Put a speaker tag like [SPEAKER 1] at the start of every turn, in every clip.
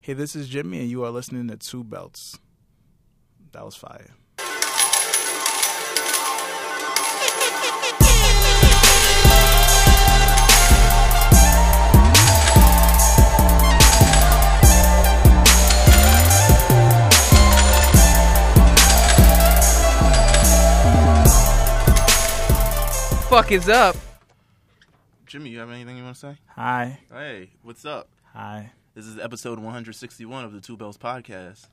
[SPEAKER 1] Hey, this is Jimmy, and you are listening to Two Belts. That was fire.
[SPEAKER 2] Fuck is up.
[SPEAKER 3] Jimmy, you have anything you want to say?
[SPEAKER 1] Hi.
[SPEAKER 3] Hey, what's up?
[SPEAKER 1] Hi.
[SPEAKER 3] This is episode 161 of the Two Bells Podcast.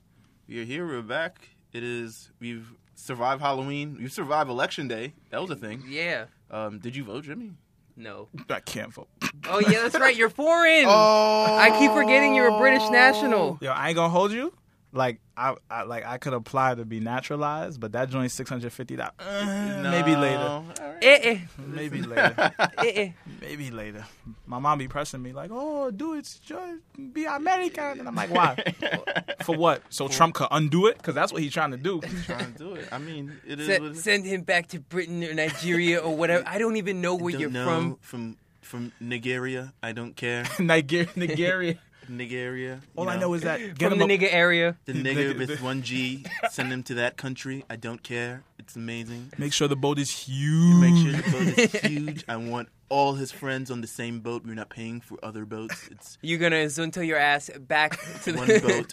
[SPEAKER 3] We are here. We're back. It is. We've survived Halloween. We've survived Election Day. That was a thing.
[SPEAKER 2] Yeah.
[SPEAKER 3] Um, did you vote, Jimmy?
[SPEAKER 2] No.
[SPEAKER 1] I can't vote.
[SPEAKER 2] Oh yeah, that's right. You're foreign.
[SPEAKER 3] Oh,
[SPEAKER 2] I keep forgetting you're a British national.
[SPEAKER 1] Yo, I ain't gonna hold you. Like I, I like I could apply to be naturalized, but that joint's six hundred fifty dollars. Uh, Maybe later.
[SPEAKER 2] Eh, eh,
[SPEAKER 1] Maybe later.
[SPEAKER 2] eh, eh.
[SPEAKER 1] Maybe later. My mom be pressing me like, "Oh, dude, it's just be American," and I'm like, "Why? For what? So Trump could undo it? Because that's what he's trying to do."
[SPEAKER 3] Trying to do it. I mean, it is. what
[SPEAKER 2] Send,
[SPEAKER 3] it is.
[SPEAKER 2] send him back to Britain or Nigeria or whatever. I don't even know where
[SPEAKER 3] Don't
[SPEAKER 2] you're
[SPEAKER 3] know.
[SPEAKER 2] from.
[SPEAKER 3] From from Nigeria. I don't care.
[SPEAKER 1] Nigeria, Nigeria.
[SPEAKER 3] Nigeria.
[SPEAKER 1] All
[SPEAKER 3] you
[SPEAKER 1] I
[SPEAKER 3] know
[SPEAKER 1] know is that get
[SPEAKER 2] From
[SPEAKER 1] him
[SPEAKER 2] the
[SPEAKER 1] a-
[SPEAKER 2] nigga area.
[SPEAKER 3] the
[SPEAKER 1] nigga-
[SPEAKER 3] nigga with one G. Send him to that country. I don't care. It's amazing.
[SPEAKER 1] Make sure the boat is huge.
[SPEAKER 3] Make sure
[SPEAKER 2] Mm.
[SPEAKER 3] the boat is huge. I want all his friends on the same boat. We're not paying for other boats. It's
[SPEAKER 2] You're gonna zunto your ass back to the
[SPEAKER 3] one boat.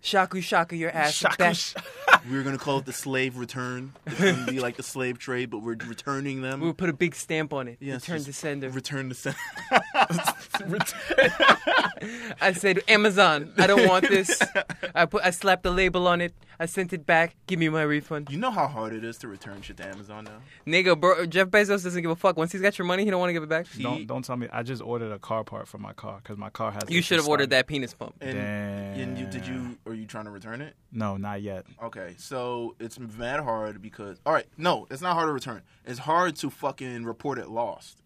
[SPEAKER 2] Shaku shaku your ass
[SPEAKER 1] Shock
[SPEAKER 2] back.
[SPEAKER 3] We were gonna call it the slave return. It's gonna be like the slave trade, but we're returning them.
[SPEAKER 2] We'll put a big stamp on it.
[SPEAKER 3] Yes,
[SPEAKER 2] Return
[SPEAKER 3] just
[SPEAKER 2] to sender.
[SPEAKER 3] Return to sender.
[SPEAKER 2] I said Amazon. I don't want this. I put I slapped the label on it. I sent it back. Give me my refund.
[SPEAKER 3] You know how hard it is to return shit to Amazon now.
[SPEAKER 2] Nigga, bro, Jeff Bezos doesn't give a fuck. Once he's got your money, he don't want to give it back.
[SPEAKER 1] Don't don't tell me. I just ordered a car part for my car because my car has.
[SPEAKER 2] You should have ordered that penis pump.
[SPEAKER 3] And, and you did
[SPEAKER 1] Damn.
[SPEAKER 3] you? Are you trying to return it?
[SPEAKER 1] No, not yet.
[SPEAKER 3] Okay, so it's mad hard because all right, no, it's not hard to return. It's hard to fucking report it lost.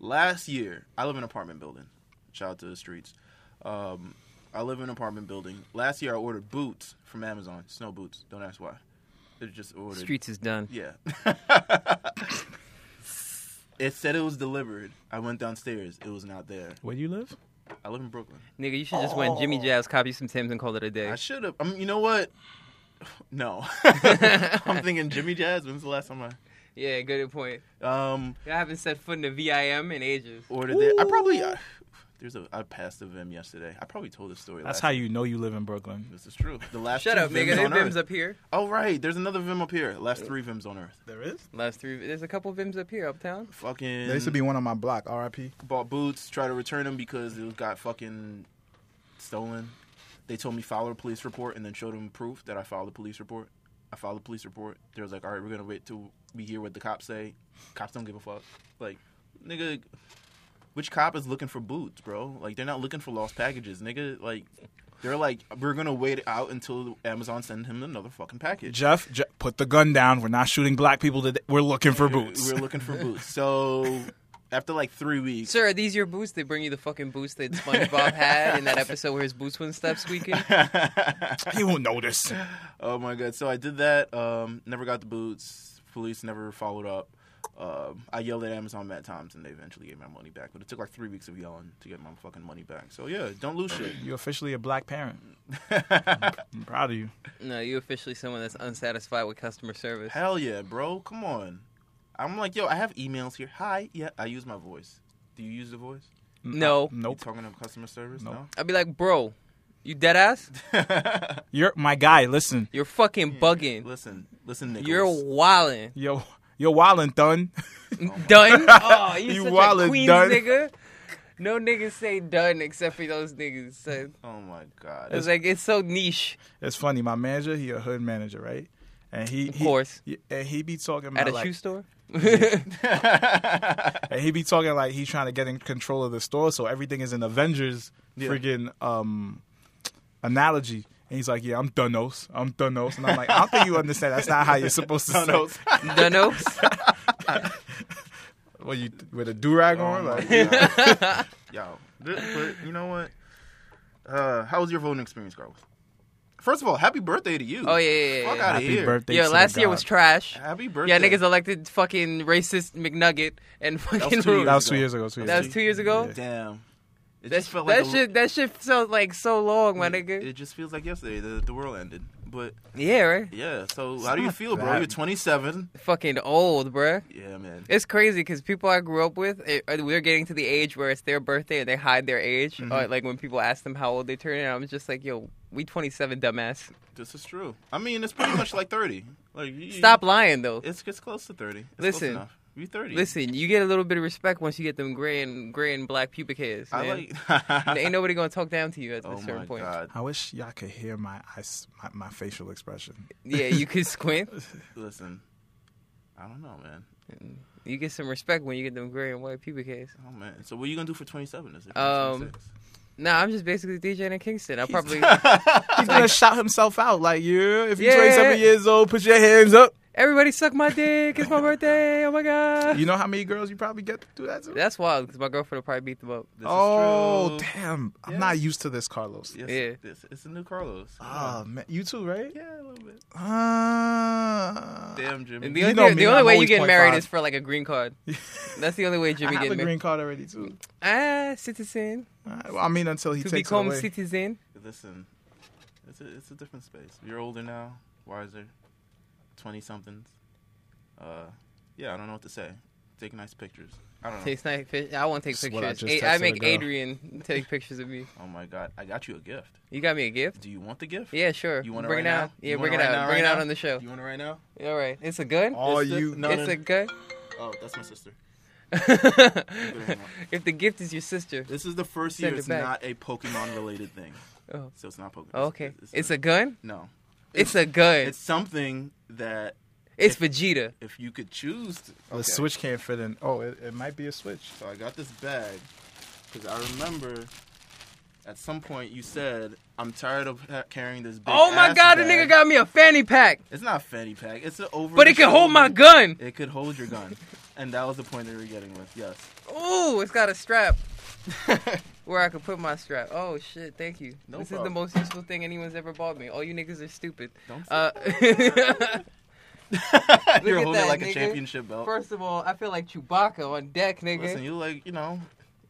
[SPEAKER 3] Last year, I live in an apartment building. Shout out to the streets. Um, I live in an apartment building. Last year, I ordered boots from Amazon, snow boots. Don't ask why. They're just ordered.
[SPEAKER 2] Streets is done.
[SPEAKER 3] Yeah. it said it was delivered. I went downstairs. It was not there.
[SPEAKER 1] Where do you live?
[SPEAKER 3] I live in Brooklyn.
[SPEAKER 2] Nigga, you should just went Jimmy Jazz, copy some Tim's, and call it a day.
[SPEAKER 3] Oh. I should have. I mean, you know what? No. I'm thinking Jimmy Jazz. When's the last time I?
[SPEAKER 2] yeah, good point.
[SPEAKER 3] Um,
[SPEAKER 2] I haven't set foot in the VIM in ages.
[SPEAKER 3] ordered there. I probably I, there's a I passed the Vim yesterday. I probably told this story.
[SPEAKER 1] That's
[SPEAKER 3] last
[SPEAKER 1] how you know you live in Brooklyn.
[SPEAKER 3] This is true. The last
[SPEAKER 2] Shut
[SPEAKER 3] two
[SPEAKER 2] up,
[SPEAKER 3] Vims
[SPEAKER 2] nigga. There's
[SPEAKER 3] on Earth.
[SPEAKER 2] Vims up here.
[SPEAKER 3] Oh right, there's another Vim up here. Last three Vims on Earth.
[SPEAKER 1] There is.
[SPEAKER 2] Last three. There's a couple Vims up here, uptown.
[SPEAKER 3] Fucking.
[SPEAKER 1] There used to be one on my block. R.I.P.
[SPEAKER 3] bought boots. Tried to return them because it got fucking stolen. They told me file a police report and then showed them proof that I filed a police report. I filed a police report. They was like, all right, we're gonna wait till we hear what the cops say. Cops don't give a fuck. Like, nigga, which cop is looking for boots, bro? Like, they're not looking for lost packages, nigga. Like, they're like, we're gonna wait out until Amazon send him another fucking package.
[SPEAKER 1] Jeff, Je- put the gun down. We're not shooting black people today. We're looking for boots.
[SPEAKER 3] We're looking for boots. So after like three weeks,
[SPEAKER 2] Sir, are these your boots? They bring you the fucking boots that SpongeBob had in that episode where his boots wouldn't stop squeaking.
[SPEAKER 1] He won't notice.
[SPEAKER 3] Oh my god! So I did that. Um, never got the boots. Police never followed up. Um, I yelled at Amazon mad times, and they eventually gave my money back. But it took like three weeks of yelling to get my fucking money back. So yeah, don't lose shit.
[SPEAKER 1] You're officially a black parent. I'm proud of you.
[SPEAKER 2] No, you officially someone that's unsatisfied with customer service.
[SPEAKER 3] Hell yeah, bro! Come on. I'm like, yo, I have emails here. Hi, yeah, I use my voice. Do you use the voice?
[SPEAKER 2] No.
[SPEAKER 3] You
[SPEAKER 1] Mm, Nope.
[SPEAKER 3] talking to customer service?
[SPEAKER 1] Nope.
[SPEAKER 3] No.
[SPEAKER 2] I'd be like, bro, you dead ass?
[SPEAKER 1] You're my guy. Listen,
[SPEAKER 2] You're fucking bugging.
[SPEAKER 3] Listen, listen, Nicholas.
[SPEAKER 2] You're wildin'.
[SPEAKER 1] yo, you're wildin' thun.
[SPEAKER 2] Done? Oh, you,
[SPEAKER 1] You
[SPEAKER 2] such
[SPEAKER 1] wildin',
[SPEAKER 2] a Queens
[SPEAKER 1] done.
[SPEAKER 2] nigga. No niggas say done except for those niggas. So
[SPEAKER 3] oh my god.
[SPEAKER 2] it's like it's so niche.
[SPEAKER 1] It's funny. My manager, he a hood manager, right? And he,
[SPEAKER 2] Of
[SPEAKER 1] he-
[SPEAKER 2] course.
[SPEAKER 1] he- and he be talking about
[SPEAKER 2] At a
[SPEAKER 1] like,
[SPEAKER 2] shoe store?
[SPEAKER 1] And he be talking like he's trying to get in control of the store, so everything is an Avengers
[SPEAKER 3] Yeah.
[SPEAKER 1] friggin' um, analogy. And he's like, "Yeah, I'm Thanos. I'm Thanos." And I'm like, "I don't think you understand. That's not how you're supposed to
[SPEAKER 3] Thanos.
[SPEAKER 1] say
[SPEAKER 2] Dunnos?
[SPEAKER 1] what you with a do rag
[SPEAKER 2] Um,
[SPEAKER 1] on."
[SPEAKER 3] my
[SPEAKER 1] Like,
[SPEAKER 3] God. Yo, th- but you know what? Uh, how was your voting experience, Carlos? First of all, happy birthday to you.
[SPEAKER 2] Oh, yeah, yeah, yeah,
[SPEAKER 3] Fuck
[SPEAKER 2] yeah.
[SPEAKER 3] out of
[SPEAKER 1] Happy
[SPEAKER 3] here.
[SPEAKER 1] birthday!
[SPEAKER 2] Yeah,
[SPEAKER 1] to the
[SPEAKER 2] last year
[SPEAKER 1] god.
[SPEAKER 2] was trash.
[SPEAKER 3] Happy birthday.
[SPEAKER 2] Yeah, niggas elected fucking racist McNugget and fucking
[SPEAKER 3] two
[SPEAKER 2] Rube.
[SPEAKER 1] That was two years ago. Two years
[SPEAKER 2] That was
[SPEAKER 1] ago.
[SPEAKER 2] two years ago?
[SPEAKER 1] Yeah.
[SPEAKER 3] Damn. It
[SPEAKER 2] That,
[SPEAKER 3] just felt
[SPEAKER 2] that
[SPEAKER 3] like a-
[SPEAKER 2] shit that shit felt like so long, my
[SPEAKER 3] it,
[SPEAKER 2] nigga.
[SPEAKER 3] it just feels like yesterday that the world ended. But
[SPEAKER 2] yeah, right.
[SPEAKER 3] yeah, so how do you
[SPEAKER 1] not
[SPEAKER 3] feel, bro?
[SPEAKER 1] that-
[SPEAKER 3] You're 27.
[SPEAKER 2] Fucking old, bruh.
[SPEAKER 3] Yeah, man.
[SPEAKER 2] It's crazy because people I grew up with, it, uh, we're getting to the age where it's their birthday and they hide their age.
[SPEAKER 3] Mm-hmm.
[SPEAKER 2] Or, like when people ask them how old they turn, and I'm just like, yo, we 27, dumbass.
[SPEAKER 3] This is true. I mean, it's pretty much like 30. Like you,
[SPEAKER 2] Stop lying though.
[SPEAKER 3] It's it's close to 30. It's
[SPEAKER 2] Listen.
[SPEAKER 3] close enough. You 30.
[SPEAKER 2] Listen, you get a little bit of respect once you get them gray and gray and black pubic hairs.
[SPEAKER 3] I
[SPEAKER 2] man.
[SPEAKER 3] like.
[SPEAKER 2] Ain't nobody gonna talk down to you at
[SPEAKER 3] oh
[SPEAKER 2] a certain
[SPEAKER 3] my
[SPEAKER 2] point.
[SPEAKER 3] god.
[SPEAKER 1] I wish y'all could hear my eyes, my, my facial expression.
[SPEAKER 2] Yeah, you could squint.
[SPEAKER 3] Listen. I don't know, man.
[SPEAKER 2] You get some respect when you get them gray and white pubic hairs.
[SPEAKER 3] Oh man. So what are you gonna do for 27? Is it
[SPEAKER 2] Um, Nah, I'm just basically DJing in Kingston. I probably
[SPEAKER 1] He's gonna shout himself out like, yeah, if you're
[SPEAKER 2] Yeah.
[SPEAKER 1] 27 years old, put your hands up.
[SPEAKER 2] everybody suck my dick. It's my birthday. Oh my god.
[SPEAKER 1] You know how many girls you probably get to do that to?
[SPEAKER 2] That's wild because my girlfriend will probably beat them up.
[SPEAKER 1] oh, damn. I'm
[SPEAKER 3] Yeah.
[SPEAKER 1] not used to this, Carlos.
[SPEAKER 3] Yes,
[SPEAKER 2] Yeah.
[SPEAKER 3] It's, it's a new Carlos.
[SPEAKER 1] Oh, man. You too, right?
[SPEAKER 3] yeah, a little bit.
[SPEAKER 1] Ah.
[SPEAKER 3] Damn, Jimmy.
[SPEAKER 2] And the
[SPEAKER 1] You
[SPEAKER 2] only,
[SPEAKER 1] know
[SPEAKER 2] thing-
[SPEAKER 1] me,
[SPEAKER 2] the only
[SPEAKER 1] I'm
[SPEAKER 2] way you
[SPEAKER 1] always
[SPEAKER 2] get
[SPEAKER 1] point
[SPEAKER 2] married
[SPEAKER 1] five.
[SPEAKER 2] is for like a green card. That's the only way
[SPEAKER 1] I
[SPEAKER 2] Jimmy
[SPEAKER 1] have a
[SPEAKER 2] getting married.
[SPEAKER 1] green card already,
[SPEAKER 3] Mm.
[SPEAKER 1] too.
[SPEAKER 2] Ah, citizen
[SPEAKER 1] All right, well, I mean, until he
[SPEAKER 2] to
[SPEAKER 1] takes it
[SPEAKER 2] become
[SPEAKER 1] away.
[SPEAKER 2] citizen.
[SPEAKER 3] Listen, it's a, it's a different space. You're older now, wiser, 20 somethings. Uh, yeah, I don't know what to say. Take nice pictures. I don't know.
[SPEAKER 2] Takes nice pic- I won't take
[SPEAKER 1] That's what I
[SPEAKER 2] pictures.
[SPEAKER 1] just
[SPEAKER 2] A- I
[SPEAKER 1] texted a
[SPEAKER 2] make
[SPEAKER 1] girl.
[SPEAKER 2] Adrian take pictures of me.
[SPEAKER 3] Oh my God, I got you a gift.
[SPEAKER 2] You got me a gift.
[SPEAKER 3] Do you want the gift?
[SPEAKER 2] Yeah, sure.
[SPEAKER 3] You want it
[SPEAKER 2] bring
[SPEAKER 3] right
[SPEAKER 2] it
[SPEAKER 3] now?
[SPEAKER 2] out. Yeah,
[SPEAKER 3] You want
[SPEAKER 2] bring
[SPEAKER 3] it
[SPEAKER 2] it
[SPEAKER 3] right
[SPEAKER 2] out.
[SPEAKER 3] now,
[SPEAKER 2] bring
[SPEAKER 3] right
[SPEAKER 2] it out
[SPEAKER 3] now?
[SPEAKER 2] on the show.
[SPEAKER 3] Do you want it right now?
[SPEAKER 2] All right, it's a good.
[SPEAKER 1] Oh,
[SPEAKER 3] It's the-
[SPEAKER 1] you.
[SPEAKER 3] no.
[SPEAKER 2] it's a good.
[SPEAKER 3] Oh, that's my sister.
[SPEAKER 2] if the gift is your sister,
[SPEAKER 3] This is the first
[SPEAKER 2] Send
[SPEAKER 3] year
[SPEAKER 2] it
[SPEAKER 3] it's
[SPEAKER 2] back.
[SPEAKER 3] not a Pokemon related thing.
[SPEAKER 2] Oh.
[SPEAKER 3] So it's not Pokemon.
[SPEAKER 2] Oh, okay.
[SPEAKER 3] It's,
[SPEAKER 2] It's a gun.
[SPEAKER 3] no.
[SPEAKER 2] It's a gun.
[SPEAKER 3] It's something that
[SPEAKER 2] It's Vegeta.
[SPEAKER 3] if you could choose. To,
[SPEAKER 1] The switch can't fit in. Oh, it, it might be a switch.
[SPEAKER 3] So I got this bag because I remember at some point you said, I'm tired of ha- carrying this big
[SPEAKER 2] Oh my
[SPEAKER 3] ass
[SPEAKER 2] god, the
[SPEAKER 3] bag."
[SPEAKER 2] nigga got me a fanny pack,
[SPEAKER 3] It's not a fanny pack. It's an over.
[SPEAKER 2] but
[SPEAKER 3] the
[SPEAKER 2] it can hold my
[SPEAKER 3] shoulder-
[SPEAKER 2] gun.
[SPEAKER 3] It could hold your gun. and that was the point they were getting with. Yes.
[SPEAKER 2] Ooh, it's got a strap where I could put my strap. Oh shit, thank you.
[SPEAKER 3] No
[SPEAKER 2] this
[SPEAKER 3] problem.
[SPEAKER 2] is the most useful thing anyone's ever bought me. All you niggas are stupid.
[SPEAKER 3] Don't
[SPEAKER 2] Uh,
[SPEAKER 3] You're
[SPEAKER 2] at
[SPEAKER 3] holding
[SPEAKER 2] that,
[SPEAKER 3] like
[SPEAKER 2] nigga.
[SPEAKER 3] a championship belt.
[SPEAKER 2] first of all, I feel like Chewbacca on deck,
[SPEAKER 3] Listen,
[SPEAKER 2] nigga.
[SPEAKER 3] you like, you know,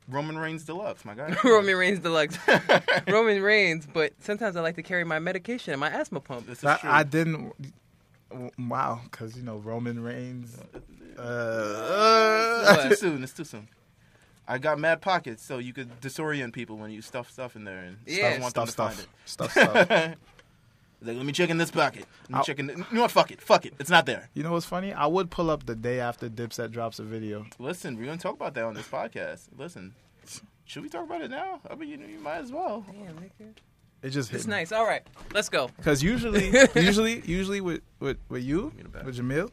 [SPEAKER 3] Roman Reigns Deluxe, my guy.
[SPEAKER 2] Roman Reigns deluxe. Roman Reigns, but sometimes I like to carry my medication and my asthma pump.
[SPEAKER 3] This is
[SPEAKER 1] That,
[SPEAKER 3] true.
[SPEAKER 1] I didn't. Wow, because, you know, Roman Reigns. Uh,
[SPEAKER 3] It's too soon. It's too soon. I got mad pockets, so you could disorient people when you stuff stuff in there and
[SPEAKER 2] Yeah.
[SPEAKER 3] I want
[SPEAKER 1] stuff,
[SPEAKER 3] them
[SPEAKER 1] stuff,
[SPEAKER 3] to find it.
[SPEAKER 1] stuff, stuff.
[SPEAKER 3] He's like, let me check in this pocket. Let me
[SPEAKER 1] Ow.
[SPEAKER 3] check in. th- you know what? Fuck it. Fuck it. It's not there.
[SPEAKER 1] You know what's funny? I would pull up the day after Dipset drops a video.
[SPEAKER 3] Listen, we're gonna talk about that on this podcast. Listen, should we talk about it now? I mean, you, you might as well.
[SPEAKER 2] Damn, nigga.
[SPEAKER 1] It just hit
[SPEAKER 2] It's nice. All right, let's go.
[SPEAKER 1] Because usually, usually, usually with with, with you,
[SPEAKER 3] Give me the bag.
[SPEAKER 1] with Jamil,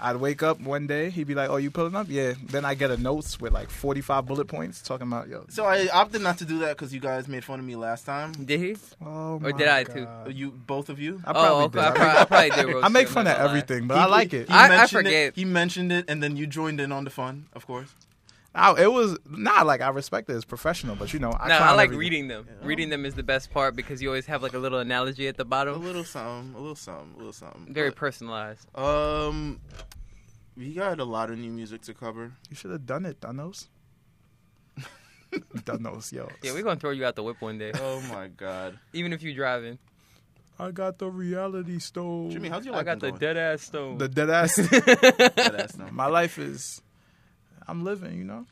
[SPEAKER 1] I'd wake up one day. He'd be like, "Oh, you pulling up? Yeah." Then I get a notes with like forty five bullet points talking about yo.
[SPEAKER 3] So I opted not to do that because you guys made fun of me last time.
[SPEAKER 2] Did he?
[SPEAKER 1] Oh
[SPEAKER 2] Or
[SPEAKER 1] my
[SPEAKER 2] did I
[SPEAKER 1] God.
[SPEAKER 2] too?
[SPEAKER 3] You both of you.
[SPEAKER 1] I
[SPEAKER 2] oh,
[SPEAKER 1] probably did.
[SPEAKER 2] okay. I,
[SPEAKER 1] I,
[SPEAKER 2] probably, I probably did. roast
[SPEAKER 1] I make
[SPEAKER 2] you, I'm
[SPEAKER 1] fun
[SPEAKER 2] not
[SPEAKER 1] of
[SPEAKER 2] gonna lie.
[SPEAKER 1] everything, but
[SPEAKER 3] He-
[SPEAKER 1] I like it.
[SPEAKER 3] he
[SPEAKER 2] I- I
[SPEAKER 3] mentioned it-
[SPEAKER 2] forget.
[SPEAKER 3] he mentioned it, and then you joined in on the fun, of course.
[SPEAKER 1] I- it was nah, like I respect it as professional, but you know, I
[SPEAKER 2] No, I
[SPEAKER 1] clown
[SPEAKER 2] like
[SPEAKER 1] everything.
[SPEAKER 2] reading them. Reading them is the best part because you always have like a little analogy at the
[SPEAKER 3] A
[SPEAKER 2] bottom.
[SPEAKER 3] little something, a little something, a little something.
[SPEAKER 2] Very
[SPEAKER 3] But,
[SPEAKER 2] personalized.
[SPEAKER 3] um, we got a lot of new music to cover.
[SPEAKER 1] You should have done it, Thanos. Thanos, yo.
[SPEAKER 2] Yeah, we're gonna throw you out the whip one day,
[SPEAKER 3] Oh my god,
[SPEAKER 2] even if you're driving.
[SPEAKER 1] I got the reality stone.
[SPEAKER 3] Jimmy, how's your
[SPEAKER 2] I
[SPEAKER 3] life
[SPEAKER 2] got the
[SPEAKER 3] been
[SPEAKER 2] dead ass stone.
[SPEAKER 1] the dead ass.
[SPEAKER 3] going? Dead ass, no.
[SPEAKER 1] My life is, I'm living. You know.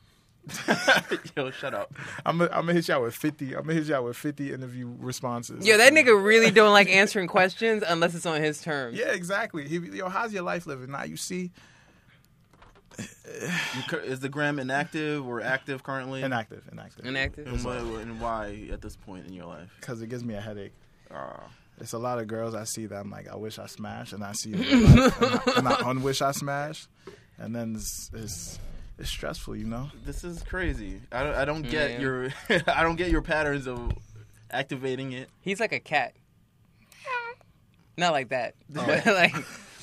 [SPEAKER 3] Yo, shut up.
[SPEAKER 1] I'm gonna I'm hit y'all with 50. I'm gonna hit y'all with 50 interview responses.
[SPEAKER 2] Yo, that nigga really don't like answering questions unless it's on his terms.
[SPEAKER 1] Yeah, exactly. He, be- yo, how's your life living now? You see,
[SPEAKER 3] You cur- Is the gram inactive or active currently?
[SPEAKER 1] inactive, inactive,
[SPEAKER 2] Inactive.
[SPEAKER 3] And, why, and why at this point in your life?
[SPEAKER 1] Because it gives me a headache.
[SPEAKER 3] Ah,
[SPEAKER 1] It's a lot of girls I see that I'm like, I wish I smashed, and I see, you in real life, and, I, and I unwish I smashed, and then it's it's, it's stressful, you know.
[SPEAKER 3] this is crazy. I don't, I don't get
[SPEAKER 2] Yeah.
[SPEAKER 3] your I don't get your patterns of activating it.
[SPEAKER 2] He's like a cat. Not like that,
[SPEAKER 1] Oh.
[SPEAKER 2] but like,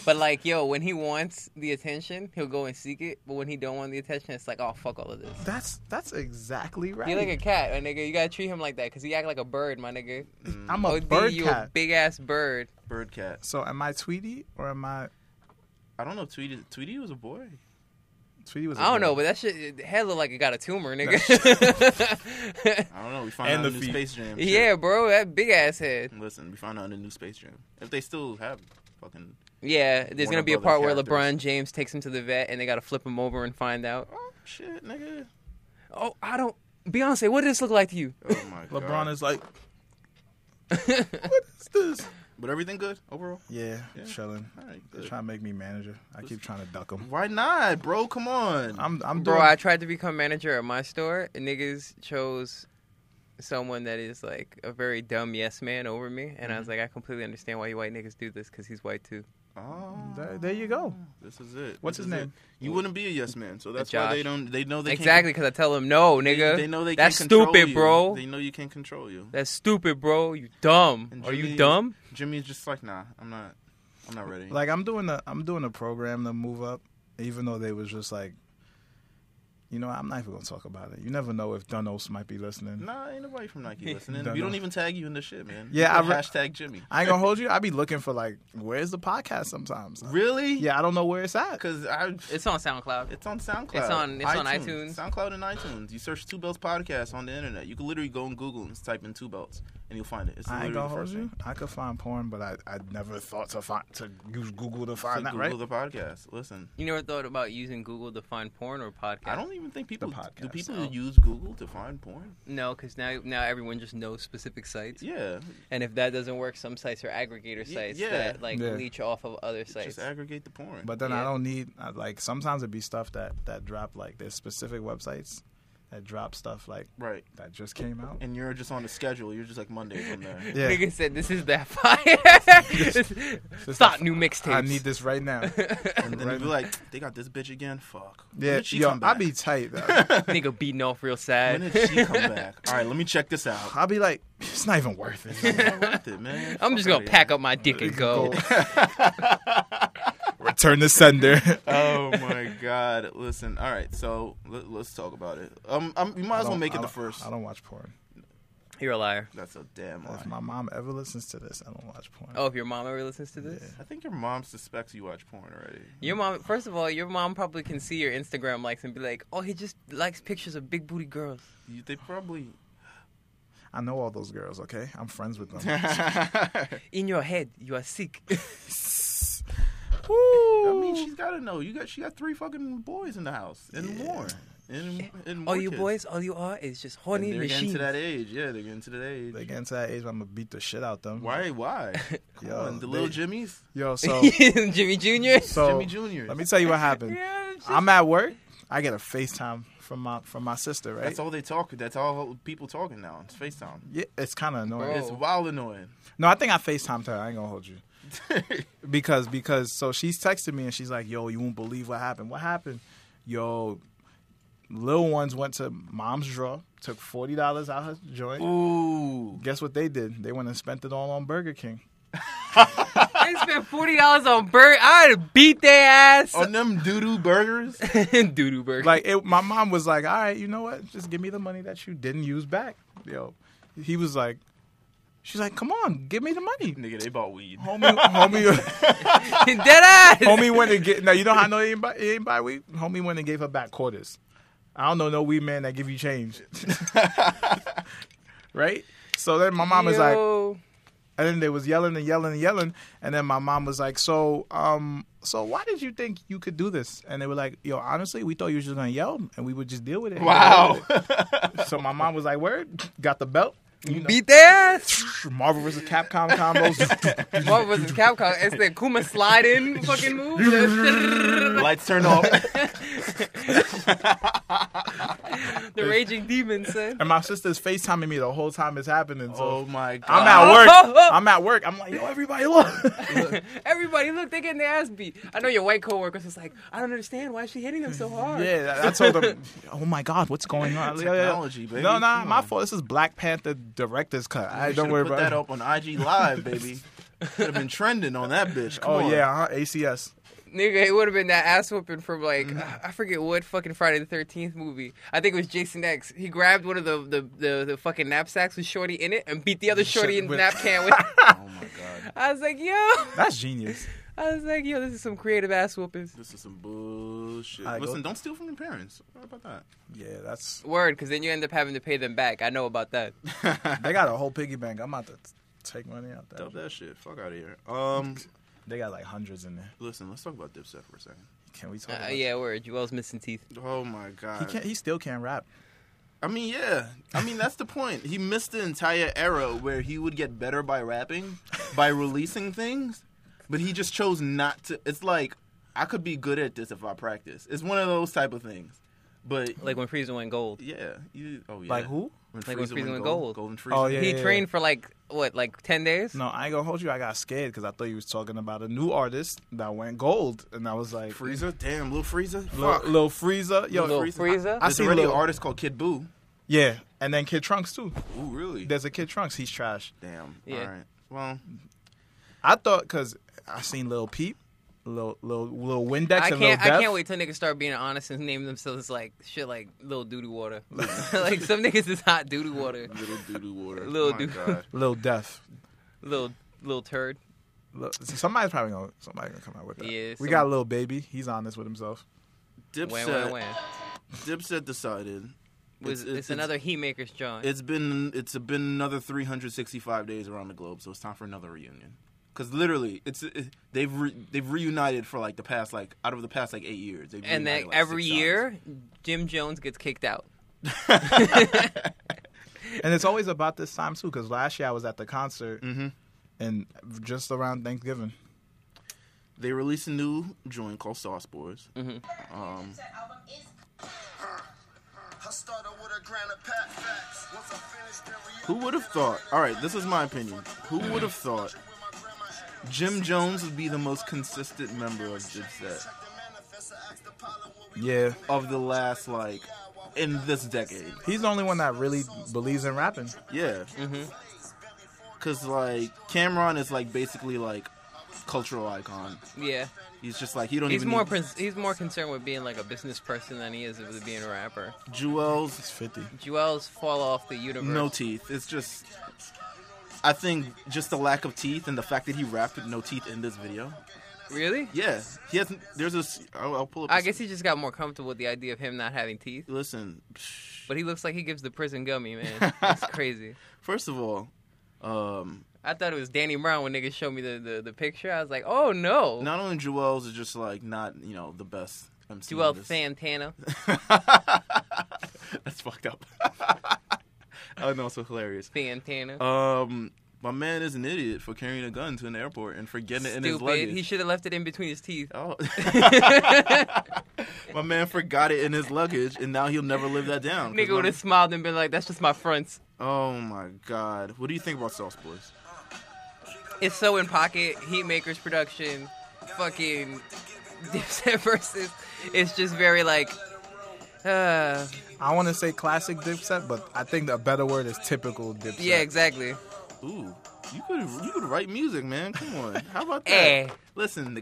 [SPEAKER 2] but like, yo, when he wants the attention, he'll go and seek it. But when he don't want the attention, it's like, oh fuck all of this.
[SPEAKER 1] That's that's exactly right.
[SPEAKER 2] You like a cat, my nigga. You gotta treat him like that, cause he act like a bird, my nigga.
[SPEAKER 1] I'm a
[SPEAKER 2] OD,
[SPEAKER 1] bird
[SPEAKER 2] you a
[SPEAKER 1] cat.
[SPEAKER 2] big ass bird.
[SPEAKER 3] Bird cat.
[SPEAKER 1] So am I Tweety or am I?
[SPEAKER 3] I don't know. Tweety Tweety was a boy.
[SPEAKER 4] Tweety was. a
[SPEAKER 2] I don't
[SPEAKER 1] Mm-hmm.
[SPEAKER 4] girl.
[SPEAKER 2] know, but that shit the head looked like it got a tumor, nigga.
[SPEAKER 3] I don't know. We found
[SPEAKER 1] And
[SPEAKER 3] out in
[SPEAKER 1] the
[SPEAKER 3] the
[SPEAKER 1] feet.
[SPEAKER 3] new Space Jam. shit.
[SPEAKER 2] yeah, bro, that big ass head.
[SPEAKER 3] Listen, we found out in the new Space Jam. If they still have fucking
[SPEAKER 2] Yeah, there's
[SPEAKER 3] Warner
[SPEAKER 2] gonna be a
[SPEAKER 3] Brothers
[SPEAKER 2] part where
[SPEAKER 3] characters.
[SPEAKER 2] LeBron James takes him to the vet, and they gotta flip him over and find out.
[SPEAKER 3] oh shit, nigga.
[SPEAKER 2] Oh, I don't. Beyonce, what does this look like to you?
[SPEAKER 3] Oh my god.
[SPEAKER 1] LeBron is like, what is this?
[SPEAKER 3] But everything good overall.
[SPEAKER 1] Yeah,
[SPEAKER 3] Yeah.
[SPEAKER 1] chilling.
[SPEAKER 3] All right,
[SPEAKER 1] They're
[SPEAKER 3] good.
[SPEAKER 1] trying to make me manager. I keep trying to duck them.
[SPEAKER 3] Why not, bro? Come on.
[SPEAKER 1] I'm, I'm
[SPEAKER 2] Bro,
[SPEAKER 1] doing.
[SPEAKER 2] I tried to become manager at my store, and niggas chose someone that is like a very dumb yes man over me, and I was like,
[SPEAKER 3] Mm-hmm.
[SPEAKER 2] I completely understand why you white niggas do this because he's white too.
[SPEAKER 3] oh,
[SPEAKER 1] there, there you go.
[SPEAKER 3] this is it.
[SPEAKER 1] What's
[SPEAKER 3] This
[SPEAKER 1] his
[SPEAKER 3] is
[SPEAKER 1] name?
[SPEAKER 3] it. You wouldn't be a yes man, so that's
[SPEAKER 2] Josh.
[SPEAKER 3] why they don't. They know they
[SPEAKER 2] exactly, because I tell him no,
[SPEAKER 3] Can't,
[SPEAKER 2] nigga.
[SPEAKER 3] They, they know they.
[SPEAKER 2] That's
[SPEAKER 3] can't control
[SPEAKER 2] stupid,
[SPEAKER 3] you.
[SPEAKER 2] bro.
[SPEAKER 3] They know you can't control you.
[SPEAKER 2] That's stupid, bro. You dumb.
[SPEAKER 3] And
[SPEAKER 2] Are you
[SPEAKER 3] Jimmy-
[SPEAKER 2] dumb?
[SPEAKER 3] Jimmy's just like, nah, I'm not. I'm not ready.
[SPEAKER 1] Like I'm doing the I'm doing a program to move up, even though they was just like, you know, I'm not even gonna talk about it. You never know if Dunos might be listening.
[SPEAKER 3] Nah, ain't nobody from Nike listening.
[SPEAKER 1] Don't
[SPEAKER 3] we don't
[SPEAKER 1] know.
[SPEAKER 3] even tag you in this shit, man.
[SPEAKER 1] Yeah, I
[SPEAKER 3] You
[SPEAKER 1] re-
[SPEAKER 3] hashtag Jimmy.
[SPEAKER 1] I ain't gonna hold you. I be looking for like, where's the podcast sometimes?
[SPEAKER 3] Really?
[SPEAKER 1] Yeah, I don't know where it's at.
[SPEAKER 3] Because I.
[SPEAKER 2] It's on SoundCloud.
[SPEAKER 3] It's on SoundCloud.
[SPEAKER 2] It's on- it's on iTunes.
[SPEAKER 3] SoundCloud and iTunes. You search Two Belts podcast on the internet. You can literally go on Google and type in Two Belts, and you'll find it. It's
[SPEAKER 1] I ain't
[SPEAKER 3] literally
[SPEAKER 1] gonna
[SPEAKER 3] the
[SPEAKER 1] hold
[SPEAKER 3] first
[SPEAKER 1] you.
[SPEAKER 3] thing.
[SPEAKER 1] I could find porn, but I I never thought to find to use Google to
[SPEAKER 3] So
[SPEAKER 1] find that.
[SPEAKER 3] Google
[SPEAKER 1] Right?
[SPEAKER 3] the podcast. Listen,
[SPEAKER 2] You never thought about using Google to find porn or podcast?
[SPEAKER 3] I don't even think people do.
[SPEAKER 1] podcast,
[SPEAKER 3] People
[SPEAKER 2] no.
[SPEAKER 3] use Google to find porn.
[SPEAKER 2] No, because now now everyone just knows specific sites,
[SPEAKER 3] Yeah,
[SPEAKER 2] and if that doesn't work, some sites are aggregator
[SPEAKER 3] Ye-
[SPEAKER 2] sites
[SPEAKER 3] yeah.
[SPEAKER 2] that like
[SPEAKER 1] Yeah.
[SPEAKER 2] leech off of other sites.
[SPEAKER 3] just aggregate the porn.
[SPEAKER 1] But then I
[SPEAKER 2] Yeah.
[SPEAKER 1] don't need I, like sometimes it be stuff that that drop like there's specific websites that drop stuff like
[SPEAKER 3] right,
[SPEAKER 1] that just came out.
[SPEAKER 3] and you're just on the schedule. You're just like Monday from there.
[SPEAKER 1] Yeah.
[SPEAKER 2] Nigga said, "This is that fire."
[SPEAKER 1] is
[SPEAKER 2] Stop
[SPEAKER 1] that-
[SPEAKER 2] new mixtapes.
[SPEAKER 1] I need this right now.
[SPEAKER 3] And then
[SPEAKER 1] Right.
[SPEAKER 3] you'll be like, they got this bitch again. Fuck. When
[SPEAKER 1] Yeah,
[SPEAKER 3] did she
[SPEAKER 1] yo, I
[SPEAKER 3] come back?
[SPEAKER 1] be tight. Though.
[SPEAKER 2] Nigga beating off real sad.
[SPEAKER 3] When did she come back? All right, let me check this out.
[SPEAKER 1] I be like, it's not even worth it.
[SPEAKER 3] Not worth it, man.
[SPEAKER 2] I'm just gonna pack up my dick and go.
[SPEAKER 1] Return the sender.
[SPEAKER 3] Oh my god! Listen, all right, so let, let's talk about it. Um, i we might as well make it the first.
[SPEAKER 1] I don't watch porn.
[SPEAKER 2] You're a liar.
[SPEAKER 3] That's a damn lie.
[SPEAKER 1] If my mom ever listens to this, I don't watch porn.
[SPEAKER 2] Oh, if your mom ever listens to this,
[SPEAKER 3] I think your mom suspects you watch porn already.
[SPEAKER 2] your mom. First of all, your mom probably can see your Instagram likes and be like, "Oh, he just likes pictures of big booty girls."
[SPEAKER 3] You, they probably.
[SPEAKER 1] I know all those girls. Okay, I'm friends with them.
[SPEAKER 3] I
[SPEAKER 2] In your head, you are sick.
[SPEAKER 3] mean, she's got to know. You got she got three fucking boys in the house and more. And, and more
[SPEAKER 2] all Oh, you
[SPEAKER 3] kids.
[SPEAKER 2] boys, all you are is just
[SPEAKER 3] And
[SPEAKER 2] horny
[SPEAKER 3] they're getting
[SPEAKER 2] machines.
[SPEAKER 3] to that age. Yeah, they're getting to that age.
[SPEAKER 1] They get into that age, I'm gonna beat the shit out them.
[SPEAKER 3] Why? Why? Come
[SPEAKER 1] Yo,
[SPEAKER 3] on, the little
[SPEAKER 1] they-
[SPEAKER 3] Jimmys,
[SPEAKER 1] Yo, so
[SPEAKER 2] Jimmy Jr.
[SPEAKER 1] so
[SPEAKER 3] Jimmy Jr.
[SPEAKER 1] let me tell you what happened.
[SPEAKER 2] Yeah, it's
[SPEAKER 1] I'm at work. I get a FaceTime from my from my sister. Right?
[SPEAKER 3] That's all they talk. That's all people talking now. It's FaceTime.
[SPEAKER 1] Yeah, it's kind of annoying.
[SPEAKER 2] Bro.
[SPEAKER 3] It's wild annoying.
[SPEAKER 1] No, I think I FaceTimed her. I ain't gonna hold you. because because so she's texting me and she's like, "Yo, you won't believe what happened. What happened? Yo, little ones went to mom's draw, took forty dollars out her joint.
[SPEAKER 3] Ooh.
[SPEAKER 1] Guess what they did? They went and spent it all on Burger King.
[SPEAKER 2] They spent forty dollars on bird. I'd beat their ass.
[SPEAKER 1] Oh,
[SPEAKER 3] On them doo doo burgers.
[SPEAKER 2] Doodoo burger.
[SPEAKER 1] Like it, my mom was like, "All right, you know what? Just give me the money that you didn't use back." Yo, he was like, "She's like, come on, give me the money."
[SPEAKER 3] Nigga, they bought weed.
[SPEAKER 1] Homie, homie,
[SPEAKER 2] dead ass.
[SPEAKER 1] homie went and get. Now you know how I know he ain't buy, he ain't buy weed. Homie went and gave her back quarters. I don't know no weed man that give you change. right? So then my mom was like,
[SPEAKER 2] Yo.
[SPEAKER 1] and then they was yelling and yelling and yelling, and then my mom was like, so um, so why did you think you could do this? And they were like, yo, honestly, we thought you were just gonna yell, and we would just deal with it.
[SPEAKER 3] Wow.
[SPEAKER 1] So my mom was like, word, got the belt. You know,
[SPEAKER 2] beat their ass.
[SPEAKER 1] Marvel vs. Capcom combos.
[SPEAKER 2] What was it? Capcom? It's the Kuma slide in fucking move.
[SPEAKER 3] Lights turned off.
[SPEAKER 2] the raging demon said.
[SPEAKER 1] and my sister's FaceTiming me the whole time it's happening. So
[SPEAKER 3] oh my god.
[SPEAKER 1] I'm at work. I'm at work. I'm like, yo, everybody, look.
[SPEAKER 2] Everybody, look, they're getting their ass beat. I know your white coworkers was like, I don't understand why is she hitting them so hard.
[SPEAKER 1] Yeah, I told them. Oh my God, what's going on? Yeah, yeah.
[SPEAKER 3] Technology, baby.
[SPEAKER 1] No, nah,
[SPEAKER 3] Come
[SPEAKER 1] my
[SPEAKER 3] on.
[SPEAKER 1] fault. This is Black Panther director's cut. I
[SPEAKER 3] You
[SPEAKER 1] don't
[SPEAKER 3] should've
[SPEAKER 1] worry
[SPEAKER 3] put
[SPEAKER 1] about
[SPEAKER 3] that
[SPEAKER 1] it.
[SPEAKER 3] up on IG Live, baby. Could have been trending on that bitch. Come
[SPEAKER 1] Oh
[SPEAKER 3] on.
[SPEAKER 1] yeah, uh-huh, ACS.
[SPEAKER 2] Nigga, it would have been that ass whooping from like
[SPEAKER 1] Mm-hmm.
[SPEAKER 2] I forget what fucking Friday the Thirteenth movie. I think it was Jason X. He grabbed one of the the, the, the fucking knapsacks with Shorty in it and beat the other Shorty in the
[SPEAKER 1] with-
[SPEAKER 2] nap can with.
[SPEAKER 3] Oh my god.
[SPEAKER 2] I was like, yo, I
[SPEAKER 1] That's genius.
[SPEAKER 2] I was like, yo, this is some creative ass whoopings.
[SPEAKER 3] This is some bullshit.
[SPEAKER 1] Alright, go-
[SPEAKER 3] Listen, don't steal from your parents. What about that?
[SPEAKER 1] Yeah, that's
[SPEAKER 2] Word, because then you end up having to pay them back. I know about that.
[SPEAKER 1] they got a whole piggy bank. I'm about to t- take money out there.
[SPEAKER 3] Dump that shit. Fuck out of here. Um,
[SPEAKER 1] They got like hundreds in there.
[SPEAKER 3] listen, let's talk about Dipset for a second.
[SPEAKER 1] Can we talk?
[SPEAKER 2] Uh,
[SPEAKER 1] about
[SPEAKER 2] yeah, word. Joel's missing teeth.
[SPEAKER 3] Oh my god.
[SPEAKER 1] He can't. He still can't rap.
[SPEAKER 3] I mean, yeah. I mean, that's the point. He missed the entire era where he would get better by rapping, by releasing things, but he just chose not to. It's like I could be good at this if I practice. It's one of those type of things. But
[SPEAKER 2] Like when Frieza went gold.
[SPEAKER 3] yeah, you. Oh yeah.
[SPEAKER 1] Like who?
[SPEAKER 3] When
[SPEAKER 2] Like when
[SPEAKER 3] Frieza
[SPEAKER 2] Frieza went gold.
[SPEAKER 3] Golden Frieza.
[SPEAKER 1] Oh, yeah.
[SPEAKER 2] he trained for like, what, like 10 days?
[SPEAKER 1] No, I ain't gonna hold you. I got scared because I thought you was talking about a new artist that went gold, and I was like,
[SPEAKER 3] Frieza. Damn, little Frieza.
[SPEAKER 1] Lil,
[SPEAKER 3] Fuck.
[SPEAKER 1] Lil Frieza, yo,
[SPEAKER 2] Lil Frieza?
[SPEAKER 1] I
[SPEAKER 3] There's
[SPEAKER 1] see
[SPEAKER 3] already
[SPEAKER 1] Lil
[SPEAKER 3] an artist called Kid Boo.
[SPEAKER 1] Yeah, and then Kid Trunks too.
[SPEAKER 3] Ooh, really?
[SPEAKER 1] There's a Kid Trunks. He's trash.
[SPEAKER 3] Damn.
[SPEAKER 2] Yeah.
[SPEAKER 3] All right. Well,
[SPEAKER 1] I thought because I seen Lil Peep, Lil Lil Lil Windex,
[SPEAKER 2] I
[SPEAKER 1] and Lil
[SPEAKER 2] can't.
[SPEAKER 1] Def.
[SPEAKER 2] I can't wait till niggas start being honest and name themselves like shit, like little doodoo water. like some niggas is hot doodoo water,
[SPEAKER 3] little doodoo water.
[SPEAKER 2] Lil
[SPEAKER 3] My
[SPEAKER 2] Doodoo.
[SPEAKER 3] God.
[SPEAKER 1] Lil Def.
[SPEAKER 2] little little turd.
[SPEAKER 1] Lil- Somebody's probably gonna somebody gonna come out with that.
[SPEAKER 2] Yeah,
[SPEAKER 1] we
[SPEAKER 2] some-
[SPEAKER 1] got Lil Baby. He's honest with himself.
[SPEAKER 2] Wham, wham,
[SPEAKER 3] Dipset.
[SPEAKER 2] wham.
[SPEAKER 3] Dipset decided.
[SPEAKER 2] Was it's, another he maker's John?
[SPEAKER 3] It's been it's been another 365 days around the globe, so it's time for another reunion. Because literally, it's it, they've re, they've reunited for like the past like out of the past like eight years. They've
[SPEAKER 2] and
[SPEAKER 3] reunited,
[SPEAKER 2] then
[SPEAKER 3] like,
[SPEAKER 2] every
[SPEAKER 3] six times.
[SPEAKER 2] year, Jim Jones gets kicked out.
[SPEAKER 1] And it's always about this time too, because last year I was at the concert
[SPEAKER 2] Mm-hmm.
[SPEAKER 1] and just around Thanksgiving.
[SPEAKER 3] they released a new joint called Sauce Boys.
[SPEAKER 2] Mm-hmm.
[SPEAKER 3] Um,
[SPEAKER 4] Who would have thought? All right, this is my opinion. Who would have thought
[SPEAKER 3] Jim Jones would be the most consistent member of Dipset
[SPEAKER 1] Yeah,
[SPEAKER 3] of the last like in this decade.
[SPEAKER 1] he's the only one that really believes in rapping.
[SPEAKER 3] Yeah.
[SPEAKER 2] Mm-hmm.
[SPEAKER 3] Cause like Cameron is like basically like cultural icon.
[SPEAKER 2] Yeah,
[SPEAKER 3] He's just like he don't
[SPEAKER 2] he's
[SPEAKER 3] even.
[SPEAKER 2] more
[SPEAKER 3] need-
[SPEAKER 2] pres- he's more concerned with being like a business person than he is with being a rapper.
[SPEAKER 3] Jewel's
[SPEAKER 1] He's fifty.
[SPEAKER 2] Joel's fall off the universe.
[SPEAKER 3] no teeth. It's just. I think just the lack of teeth and the fact that he rapped with no teeth in this video.
[SPEAKER 2] really.
[SPEAKER 3] Yeah, he has. There's this. I'll, I'll pull up.
[SPEAKER 2] I
[SPEAKER 3] this-
[SPEAKER 2] guess he just got more comfortable with the idea of him not having teeth.
[SPEAKER 3] Listen,
[SPEAKER 2] But he looks like he gives the prison gummy, man. That's crazy.
[SPEAKER 3] first of all, um,
[SPEAKER 2] I thought it was Danny Brown when niggas showed me the, the, the picture. I was like, oh no.
[SPEAKER 3] not only Jewel's is just like not you know the best. MC
[SPEAKER 2] Joel
[SPEAKER 3] in this-
[SPEAKER 2] Santana.
[SPEAKER 3] That's fucked up. oh no, it's so hilarious.
[SPEAKER 2] Santana.
[SPEAKER 3] Um, my man is an idiot for carrying a gun to an airport and for getting it in his
[SPEAKER 2] Stupid.
[SPEAKER 3] luggage.
[SPEAKER 2] He should have left it in between his teeth.
[SPEAKER 3] oh. my man forgot it in his luggage, and now he'll never live that down. 'Cause
[SPEAKER 2] Nigga
[SPEAKER 3] my-
[SPEAKER 2] would have smiled and been like, that's just my fronts.
[SPEAKER 3] Oh my god, what do you think about Sauce Boys?
[SPEAKER 2] It's so in pocket. Heatmakers production. Fucking Dipset versus. It's just very like. Uh,
[SPEAKER 1] I want to say classic Dipset, but I think the better word is typical Dipset.
[SPEAKER 2] yeah, exactly.
[SPEAKER 3] Ooh, you could you could write music, man. Come on, how about that?
[SPEAKER 2] Eh.
[SPEAKER 3] Listen, the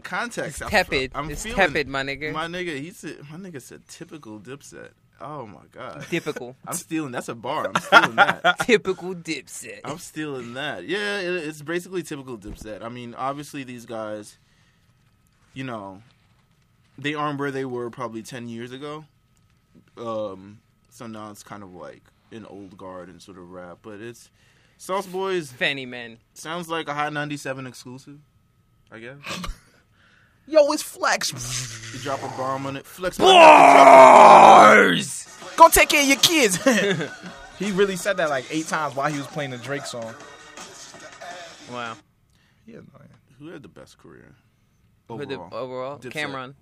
[SPEAKER 2] It's
[SPEAKER 3] context. I'm-
[SPEAKER 2] tepid.
[SPEAKER 3] I'm
[SPEAKER 2] it's
[SPEAKER 3] feeling-
[SPEAKER 2] tepid, my nigga.
[SPEAKER 3] My nigga, he said. My nigga said typical Dipset. Oh my god,
[SPEAKER 2] Typical.
[SPEAKER 3] I'm stealing. That's a bar. I'm stealing that.
[SPEAKER 2] Typical Dipset.
[SPEAKER 3] I'm stealing that. Yeah, it, it's basically typical Dipset. I mean, obviously these guys, you know, they aren't where they were probably ten years ago. Um, so now it's kind of like an old guard and sort of rap, but it's Sauce Boys
[SPEAKER 2] Fanny man.
[SPEAKER 3] sounds like a Hot 97 exclusive. I guess
[SPEAKER 1] Yo, it's Flex.
[SPEAKER 3] you drop a bomb on it, flex.
[SPEAKER 1] Bars. Go take care of your kids. he really said that like eight times while he was playing the Drake song.
[SPEAKER 2] Wow.
[SPEAKER 1] Yeah, no, yeah.
[SPEAKER 3] Who had the best career?
[SPEAKER 2] Who the- oh.
[SPEAKER 3] Overall,
[SPEAKER 2] overall?
[SPEAKER 3] Dipset.
[SPEAKER 2] Cameron.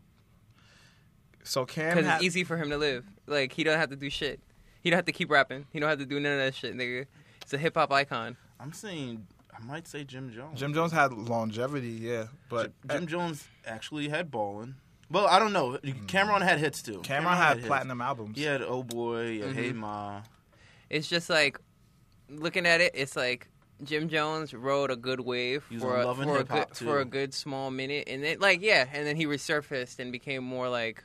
[SPEAKER 1] So Cam,
[SPEAKER 2] Because
[SPEAKER 1] had-
[SPEAKER 2] it's easy for him to live. Like he don't have to do shit. He don't have to keep rapping. He don't have to do none of that shit, nigga. It's a hip hop icon.
[SPEAKER 3] I'm saying I might say Jim Jones.
[SPEAKER 1] Jim Jones had longevity. Yeah, but
[SPEAKER 3] Jim Jones actually had ballin'. Well, I don't know. Hmm. Cameron had hits too.
[SPEAKER 1] Cameron had
[SPEAKER 3] hits.
[SPEAKER 1] platinum albums.
[SPEAKER 3] He had Oh Boy, he had Hey Ma.
[SPEAKER 2] It's just like looking at it. It's like Jim Jones rode a good wave
[SPEAKER 3] He was
[SPEAKER 2] for
[SPEAKER 3] on
[SPEAKER 2] a,
[SPEAKER 3] Love and
[SPEAKER 2] for a
[SPEAKER 3] Hip Hop,
[SPEAKER 2] good for a
[SPEAKER 3] too.
[SPEAKER 2] good small minute, and then like yeah, and then he resurfaced and became more like.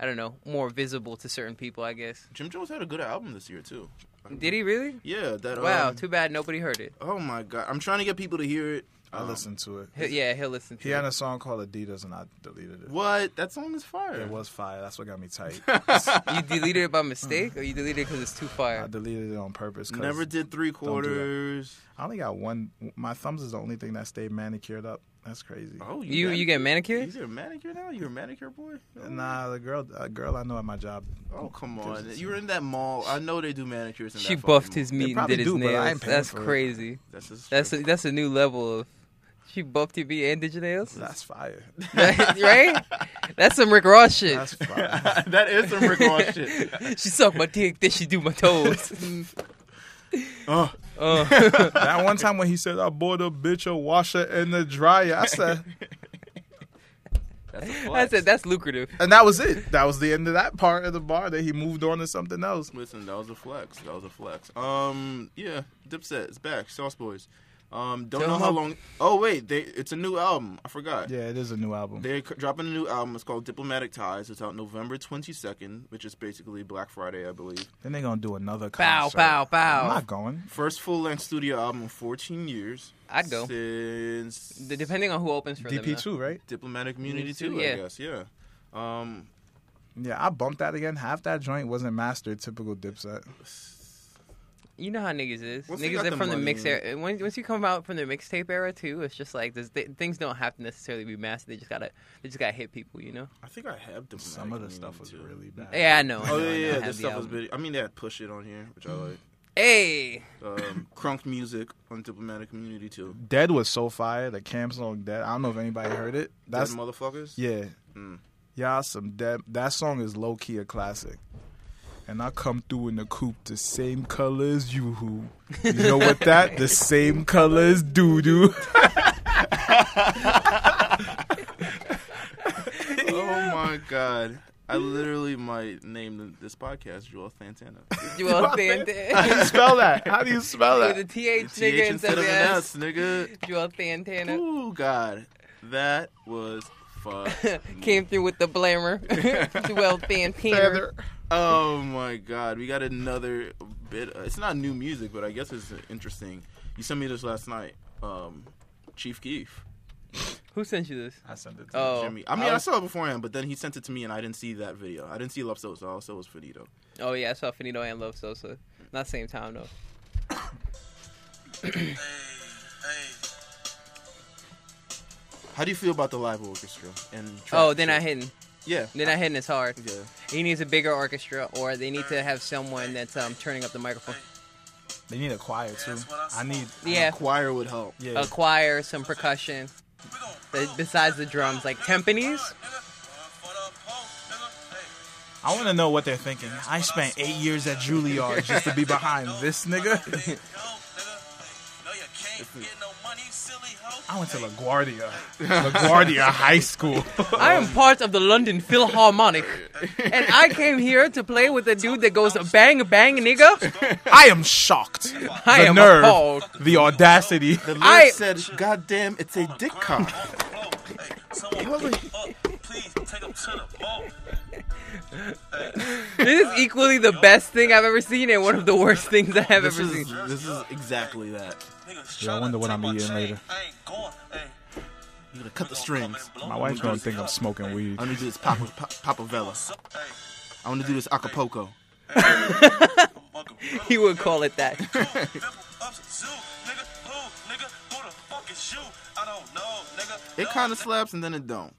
[SPEAKER 2] I don't know, more visible to certain people, I guess.
[SPEAKER 3] Jim Jones had a good album this year too.
[SPEAKER 2] Did he really?
[SPEAKER 3] Yeah, that.
[SPEAKER 2] Wow,
[SPEAKER 1] Uh,
[SPEAKER 3] um,
[SPEAKER 2] too bad nobody heard it.
[SPEAKER 3] oh my God, I'm trying to get people to hear it.
[SPEAKER 1] I listened to it.
[SPEAKER 2] He'll- yeah, he'll listen to
[SPEAKER 1] He
[SPEAKER 2] it.
[SPEAKER 1] had a song called Adidas, and I deleted it.
[SPEAKER 3] What? That song is fire.
[SPEAKER 1] It was fire. That's what got me tight.
[SPEAKER 2] You deleted it by mistake, or you deleted it because it's too
[SPEAKER 1] I
[SPEAKER 2] fire?
[SPEAKER 1] deleted it on purpose. 'cause
[SPEAKER 3] Never did three
[SPEAKER 1] do that.
[SPEAKER 3] quarters.
[SPEAKER 1] I only got one. My thumbs is the only thing that stayed manicured up. That's crazy.
[SPEAKER 3] Oh,
[SPEAKER 2] You you get manicured?
[SPEAKER 3] You're a manicure now. You're a manicure boy. Oh,
[SPEAKER 1] Nah, the girl, a girl I know at my job.
[SPEAKER 3] Oh come
[SPEAKER 1] gives
[SPEAKER 3] on.
[SPEAKER 1] it to
[SPEAKER 3] You
[SPEAKER 1] me.
[SPEAKER 3] were in that mall. I know they do manicures. In
[SPEAKER 2] She
[SPEAKER 3] that fucking
[SPEAKER 2] buffed
[SPEAKER 3] mall.
[SPEAKER 2] his meat and
[SPEAKER 1] probably
[SPEAKER 2] did his
[SPEAKER 1] do, but I
[SPEAKER 2] nails.
[SPEAKER 1] ain't paying
[SPEAKER 2] That's
[SPEAKER 1] for it.
[SPEAKER 2] crazy.
[SPEAKER 3] That's just
[SPEAKER 2] That's a, that's a new level of. She buffed your beat and did your nails,
[SPEAKER 1] That's fire.
[SPEAKER 2] right? That's some Rick Ross shit.
[SPEAKER 1] That's fire.
[SPEAKER 3] that is some Rick Ross shit.
[SPEAKER 2] she sucked my dick, then she do my toes.
[SPEAKER 3] Oh.
[SPEAKER 2] Uh,
[SPEAKER 1] that one time when he said, "I bought a bitch a washer and a dryer," I said,
[SPEAKER 3] That's a
[SPEAKER 2] I
[SPEAKER 3] flex.
[SPEAKER 2] said that's lucrative.
[SPEAKER 1] and that was it. That was the end of that part of the bar. That he moved on to something else.
[SPEAKER 3] Listen, that was a flex. That was a flex. Um, yeah, Dipset is back. Sauce Boys. Um, don't
[SPEAKER 2] Tell
[SPEAKER 3] know
[SPEAKER 2] them
[SPEAKER 3] how
[SPEAKER 2] up.
[SPEAKER 3] long. Oh wait, they it's a new album. I forgot.
[SPEAKER 1] Yeah, it is a new album.
[SPEAKER 3] They're c- dropping a new album. It's called Diplomatic Ties. It's out November twenty second, which is basically Black Friday, I believe.
[SPEAKER 1] Then they're gonna do another
[SPEAKER 2] Bow,
[SPEAKER 1] concert.
[SPEAKER 2] bow, bow.
[SPEAKER 1] I'm not going.
[SPEAKER 3] First full length studio album in fourteen years.
[SPEAKER 2] I'd go.
[SPEAKER 3] Since
[SPEAKER 2] D- depending on who opens for them.
[SPEAKER 1] DP two, right?
[SPEAKER 3] Diplomatic Immunity
[SPEAKER 2] Immunity,
[SPEAKER 3] too,
[SPEAKER 2] yeah.
[SPEAKER 3] I guess. Yeah. Um,
[SPEAKER 1] Yeah, I bumped that again. Half that joint wasn't mastered. Typical Dipset.
[SPEAKER 2] You know how niggas is.
[SPEAKER 3] Once they
[SPEAKER 2] niggas
[SPEAKER 3] got
[SPEAKER 2] are
[SPEAKER 3] the
[SPEAKER 2] from the mix
[SPEAKER 3] money.
[SPEAKER 2] era. Once, once you come out from the mixtape era too, it's just like this, th- things don't have to necessarily be massive. They just gotta they just gotta hit people, you know.
[SPEAKER 3] I think I have Diplomatic.
[SPEAKER 1] Some of the
[SPEAKER 3] Immunity,
[SPEAKER 1] stuff was
[SPEAKER 3] too.
[SPEAKER 1] really bad.
[SPEAKER 2] Yeah, I know. I
[SPEAKER 3] Oh
[SPEAKER 2] know, I know,
[SPEAKER 3] yeah,
[SPEAKER 2] I
[SPEAKER 3] yeah.
[SPEAKER 2] have
[SPEAKER 3] This
[SPEAKER 2] the
[SPEAKER 3] stuff was
[SPEAKER 2] album. Mm-hmm.
[SPEAKER 3] big. I mean, they had Push It on here, which I like.
[SPEAKER 2] Hey,
[SPEAKER 3] um, crunk music on diplomatic community too.
[SPEAKER 1] Dead was so fire. The Cam song Dead. I don't know if anybody heard it.
[SPEAKER 3] That's
[SPEAKER 1] That's
[SPEAKER 3] motherfuckers.
[SPEAKER 1] yeah.
[SPEAKER 3] Mm.
[SPEAKER 1] Y'all some dead. That song is low key a classic. And I come through in the coupe the same color as you who. You know what that? the same color as doo doo.
[SPEAKER 3] Oh my god. I literally might name th- this podcast Joel Santana.
[SPEAKER 2] you all stand
[SPEAKER 1] How do you
[SPEAKER 2] there
[SPEAKER 1] spell that? How do you spell
[SPEAKER 2] with
[SPEAKER 1] that?
[SPEAKER 2] a th
[SPEAKER 3] TH
[SPEAKER 2] nigga
[SPEAKER 3] instead
[SPEAKER 2] instead
[SPEAKER 3] of
[SPEAKER 2] of
[SPEAKER 3] an
[SPEAKER 2] s.
[SPEAKER 3] S, nigga.
[SPEAKER 2] You all Santana
[SPEAKER 3] Ooh, God. That was fuck.
[SPEAKER 2] came through with the blamer. Joel Santana.
[SPEAKER 1] Feather.
[SPEAKER 3] oh my god. We got another bit. It's not new music, but I guess it's interesting. You sent me this last night. Um, Chief Keef.
[SPEAKER 2] Who sent you this?
[SPEAKER 1] I sent it to
[SPEAKER 2] Oh,
[SPEAKER 3] Jimmy. I mean,
[SPEAKER 2] I
[SPEAKER 3] I
[SPEAKER 2] was-
[SPEAKER 3] saw it beforehand, but then he sent it to me and I didn't see that video. I didn't see Love So, so all I saw was Finito.
[SPEAKER 2] oh yeah, I saw Finito and Love Sosa. Not same time though.
[SPEAKER 3] How do you feel about the live orchestra? And
[SPEAKER 2] Oh, they're
[SPEAKER 3] I
[SPEAKER 2] not hitting.
[SPEAKER 3] Yeah,
[SPEAKER 2] They're not hitting as hard.
[SPEAKER 3] yeah.
[SPEAKER 2] He needs a bigger orchestra, or they need to have someone that's um turning up the microphone.
[SPEAKER 1] They need a choir too. I need
[SPEAKER 2] Yeah,
[SPEAKER 3] Choir would help.
[SPEAKER 1] yeah.
[SPEAKER 2] a choir, some percussion. Be- Besides the drums, like timpanis.
[SPEAKER 1] I want to know what they're thinking. I spent eight years at Juilliard just to be behind this nigga. I went to LaGuardia, LaGuardia High School.
[SPEAKER 2] I am part of the London Philharmonic, and I came here to play with a dude that goes bang bang nigga.
[SPEAKER 1] I am shocked.
[SPEAKER 2] I
[SPEAKER 1] the
[SPEAKER 2] am
[SPEAKER 1] nerve,
[SPEAKER 2] appalled.
[SPEAKER 1] the audacity.
[SPEAKER 3] The lyric
[SPEAKER 2] I-
[SPEAKER 3] said, "God damn, it's a dick cock."
[SPEAKER 1] Oh,
[SPEAKER 2] This is equally the best thing I've ever seen, and one of the worst things I have
[SPEAKER 3] this
[SPEAKER 2] ever
[SPEAKER 3] is
[SPEAKER 2] seen.
[SPEAKER 3] this is exactly that.
[SPEAKER 1] Yeah, I wonder what I'm eating later.
[SPEAKER 3] You gotta cut the strings.
[SPEAKER 1] My wife's gonna think I'm smoking weed.
[SPEAKER 3] I want to do this Papa Papa, Papa Vella. I want to do this Acapulco.
[SPEAKER 2] He would call it that.
[SPEAKER 3] It kind of slaps and then it don't.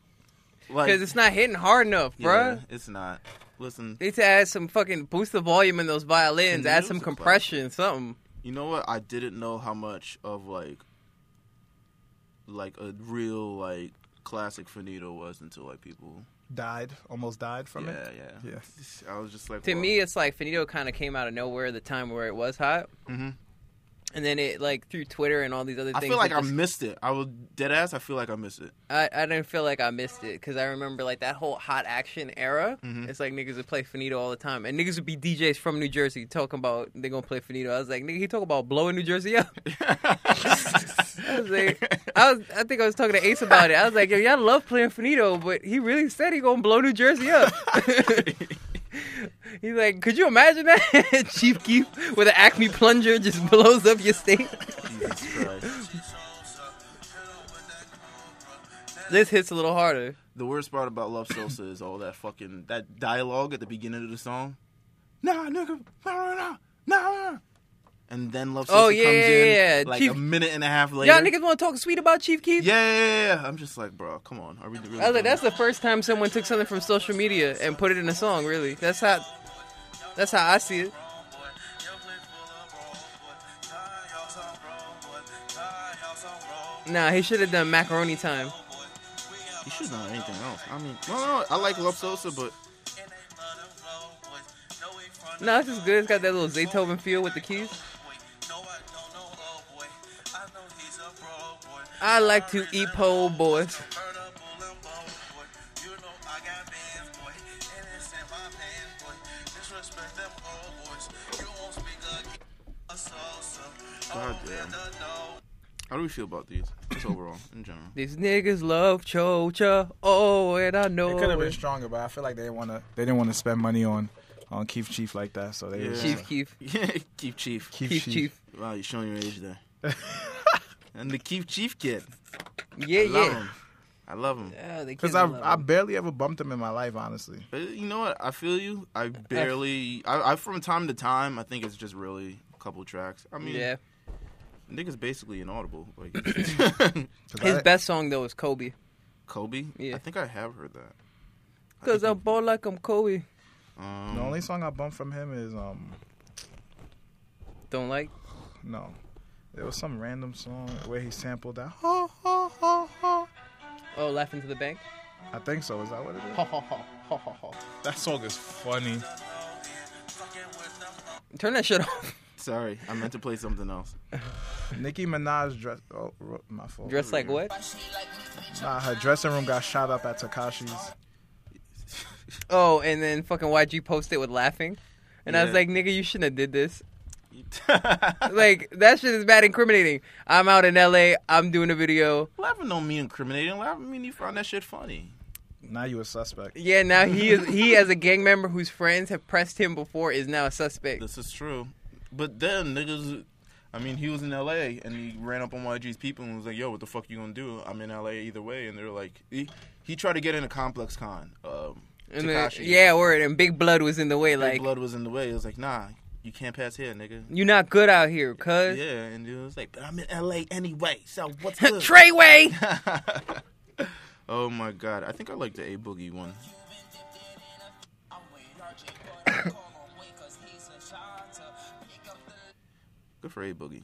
[SPEAKER 3] Like,
[SPEAKER 2] Cause it's not hitting hard enough,
[SPEAKER 3] yeah,
[SPEAKER 2] bruh.
[SPEAKER 3] it's not. Listen,
[SPEAKER 2] They need to add some fucking boost the volume in those violins, add some
[SPEAKER 3] Music volume.
[SPEAKER 2] compression, something.
[SPEAKER 3] you know what? I didn't know how much of like, like a real like classic finito was until like people.
[SPEAKER 1] Died, almost died from
[SPEAKER 3] Yeah,
[SPEAKER 1] it.
[SPEAKER 3] yeah.
[SPEAKER 1] Yeah.
[SPEAKER 3] I was just like,
[SPEAKER 2] To
[SPEAKER 3] wow.
[SPEAKER 2] me, it's like Finito kind of came out of nowhere at the time where it was hot,
[SPEAKER 3] Mhm.
[SPEAKER 2] and then it like through Twitter and all these other
[SPEAKER 3] I
[SPEAKER 2] things.
[SPEAKER 3] feel like
[SPEAKER 2] it
[SPEAKER 3] I
[SPEAKER 2] just-
[SPEAKER 3] missed it. I was dead ass. I feel like I missed it.
[SPEAKER 2] I, I didn't feel like I missed it because I remember like that whole hot action era.
[SPEAKER 3] Mm-hmm.
[SPEAKER 2] It's like niggas would play Finito all the time, and niggas would be DJs from New Jersey talking about they gonna play Finito. I was like, nigga, he talk about blowing New Jersey up. I was like, I was, I think I was talking to Ace about it. I was like, yo, y'all love playing Finito, but he really said he gonna blow New Jersey up. He's like, could you imagine that? Chief Keef with an Acme plunger just blows up your state.
[SPEAKER 3] Jesus Christ.
[SPEAKER 2] this hits a little harder.
[SPEAKER 3] The worst part about Love Sosa is all that fucking that dialogue at the beginning of the song. Nah, nigga, nah, nah, nah, nah. And then Love Sosa
[SPEAKER 2] Oh, yeah,
[SPEAKER 3] comes in
[SPEAKER 2] yeah, yeah.
[SPEAKER 3] like
[SPEAKER 2] Chief-
[SPEAKER 3] a minute and a half later.
[SPEAKER 2] Y'all niggas want to talk sweet about Chief Keef?
[SPEAKER 3] yeah, yeah, yeah, yeah. I'm just like, bro, come on. Are we really
[SPEAKER 2] I was like,
[SPEAKER 3] doing
[SPEAKER 2] that's the first time someone took something from social media and put it in a song. Really, that's how. That's how I see it. Nah, he should have done macaroni time.
[SPEAKER 3] You should know anything else. I mean, no, no, no, I like Love Sosa, but
[SPEAKER 2] Nah, this is good. It's got that little Zaytoven feel with the keys.
[SPEAKER 5] oh,
[SPEAKER 2] I like to eat pole boys.
[SPEAKER 5] Oh,
[SPEAKER 3] how do we feel about these? Just overall, in general.
[SPEAKER 2] These niggas love chocha. Oh, and I know
[SPEAKER 1] It could have been
[SPEAKER 2] it.
[SPEAKER 1] stronger, but I feel like they want to. They didn't want to spend money on on Keith Chief like that. So they
[SPEAKER 3] Yeah.
[SPEAKER 1] was just
[SPEAKER 2] Chief
[SPEAKER 1] like,
[SPEAKER 2] Keef.
[SPEAKER 3] Keep Chief.
[SPEAKER 1] Keith
[SPEAKER 2] Keef Chief.
[SPEAKER 3] Wow, you're showing your age there. and the Keep Chief kid.
[SPEAKER 2] Yeah,
[SPEAKER 3] I love
[SPEAKER 2] yeah.
[SPEAKER 3] him. I love him.
[SPEAKER 2] Oh, they
[SPEAKER 1] Because
[SPEAKER 2] kids
[SPEAKER 1] I
[SPEAKER 2] love
[SPEAKER 1] I
[SPEAKER 2] him.
[SPEAKER 1] barely ever bumped him in my life, honestly.
[SPEAKER 3] But you know what? I feel you. I barely. I, I from time to time, I think it's just really a couple tracks. I mean,
[SPEAKER 2] yeah.
[SPEAKER 3] nigga's basically inaudible. Like
[SPEAKER 1] 'Cause
[SPEAKER 2] His
[SPEAKER 1] I-
[SPEAKER 2] best song though is Kobe.
[SPEAKER 3] Kobe.
[SPEAKER 2] Yeah.
[SPEAKER 3] I think I have heard that. I
[SPEAKER 2] Cause
[SPEAKER 3] think-
[SPEAKER 2] I'm ball like I'm Kobe.
[SPEAKER 3] Um,
[SPEAKER 1] The only song I bumped from him is um
[SPEAKER 2] Don't like.
[SPEAKER 1] no, it was some random song where he sampled that.
[SPEAKER 2] Oh, laughing to the bank.
[SPEAKER 1] I think so. Is that what it is?
[SPEAKER 2] Ho, ho, ho, ho, ho, ho.
[SPEAKER 1] That song is funny.
[SPEAKER 5] oh,
[SPEAKER 2] Turn that shit off.
[SPEAKER 3] Sorry, I meant to play something else.
[SPEAKER 1] Nicki Minaj dress. Oh, ro- my fault.
[SPEAKER 2] Dressed like
[SPEAKER 3] Mm-hmm.
[SPEAKER 2] what?
[SPEAKER 1] Nah, her dressing room got shot up at Takashi's.
[SPEAKER 2] Oh, and then fucking YG posted with laughing, and I was
[SPEAKER 3] Yeah.
[SPEAKER 2] like, nigga, you shouldn't have did this. Like that shit is bad incriminating. I'm out in LA. I'm doing a video.
[SPEAKER 3] Laughing don't mean incriminating. Laughing mean you found that shit funny.
[SPEAKER 1] Now you a suspect.
[SPEAKER 2] Yeah, now he is he as a gang member whose friends have pressed him before is now a suspect.
[SPEAKER 3] This is true. But then niggas, I mean, he was in L.A. and he ran up on YG's people and was like, "Yo, what the fuck you gonna do? I'm in L.A. either way." And they're like, he, he tried to get in a complex con. Um,
[SPEAKER 2] And then,
[SPEAKER 3] Tekashi.
[SPEAKER 2] yeah, word. And Big Blood was in the way.
[SPEAKER 3] Big
[SPEAKER 2] Like
[SPEAKER 3] blood was in the way. It was like, nah, you can't pass here, nigga.
[SPEAKER 2] you not good out here, cuz.
[SPEAKER 3] Yeah, and it was like, but I'm in L.A. anyway, so what's good?
[SPEAKER 2] Treyway.
[SPEAKER 3] oh my god, I think I like the A Boogie one. Good for A Boogie,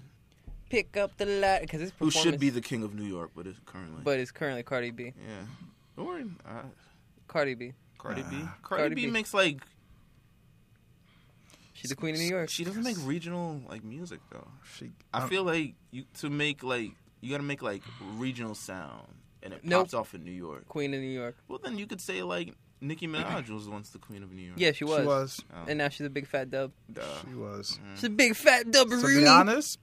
[SPEAKER 2] Pick up the lot because it's
[SPEAKER 3] who should be the king of New York, but is currently.
[SPEAKER 2] but it's currently Cardi B.
[SPEAKER 3] yeah, don't worry. Uh,
[SPEAKER 2] Cardi B.
[SPEAKER 3] Cardi B. Cardi,
[SPEAKER 2] Cardi
[SPEAKER 3] B,
[SPEAKER 2] B.
[SPEAKER 3] makes like
[SPEAKER 2] She's the queen of New York.
[SPEAKER 3] she doesn't make regional like music though.
[SPEAKER 1] She.
[SPEAKER 3] I
[SPEAKER 2] Um,
[SPEAKER 3] feel like you to make like you gotta make like regional sound, and it
[SPEAKER 2] Nope.
[SPEAKER 3] pops off in New York.
[SPEAKER 2] queen of New York.
[SPEAKER 3] Well, then you could say like Nicki Minaj was once the queen of New York.
[SPEAKER 2] Yeah, she was.
[SPEAKER 1] She was.
[SPEAKER 3] Oh, Mm.
[SPEAKER 2] And now she's a big fat dub.
[SPEAKER 3] duh.
[SPEAKER 1] She was.
[SPEAKER 2] She's a big fat dub.
[SPEAKER 1] To be honest,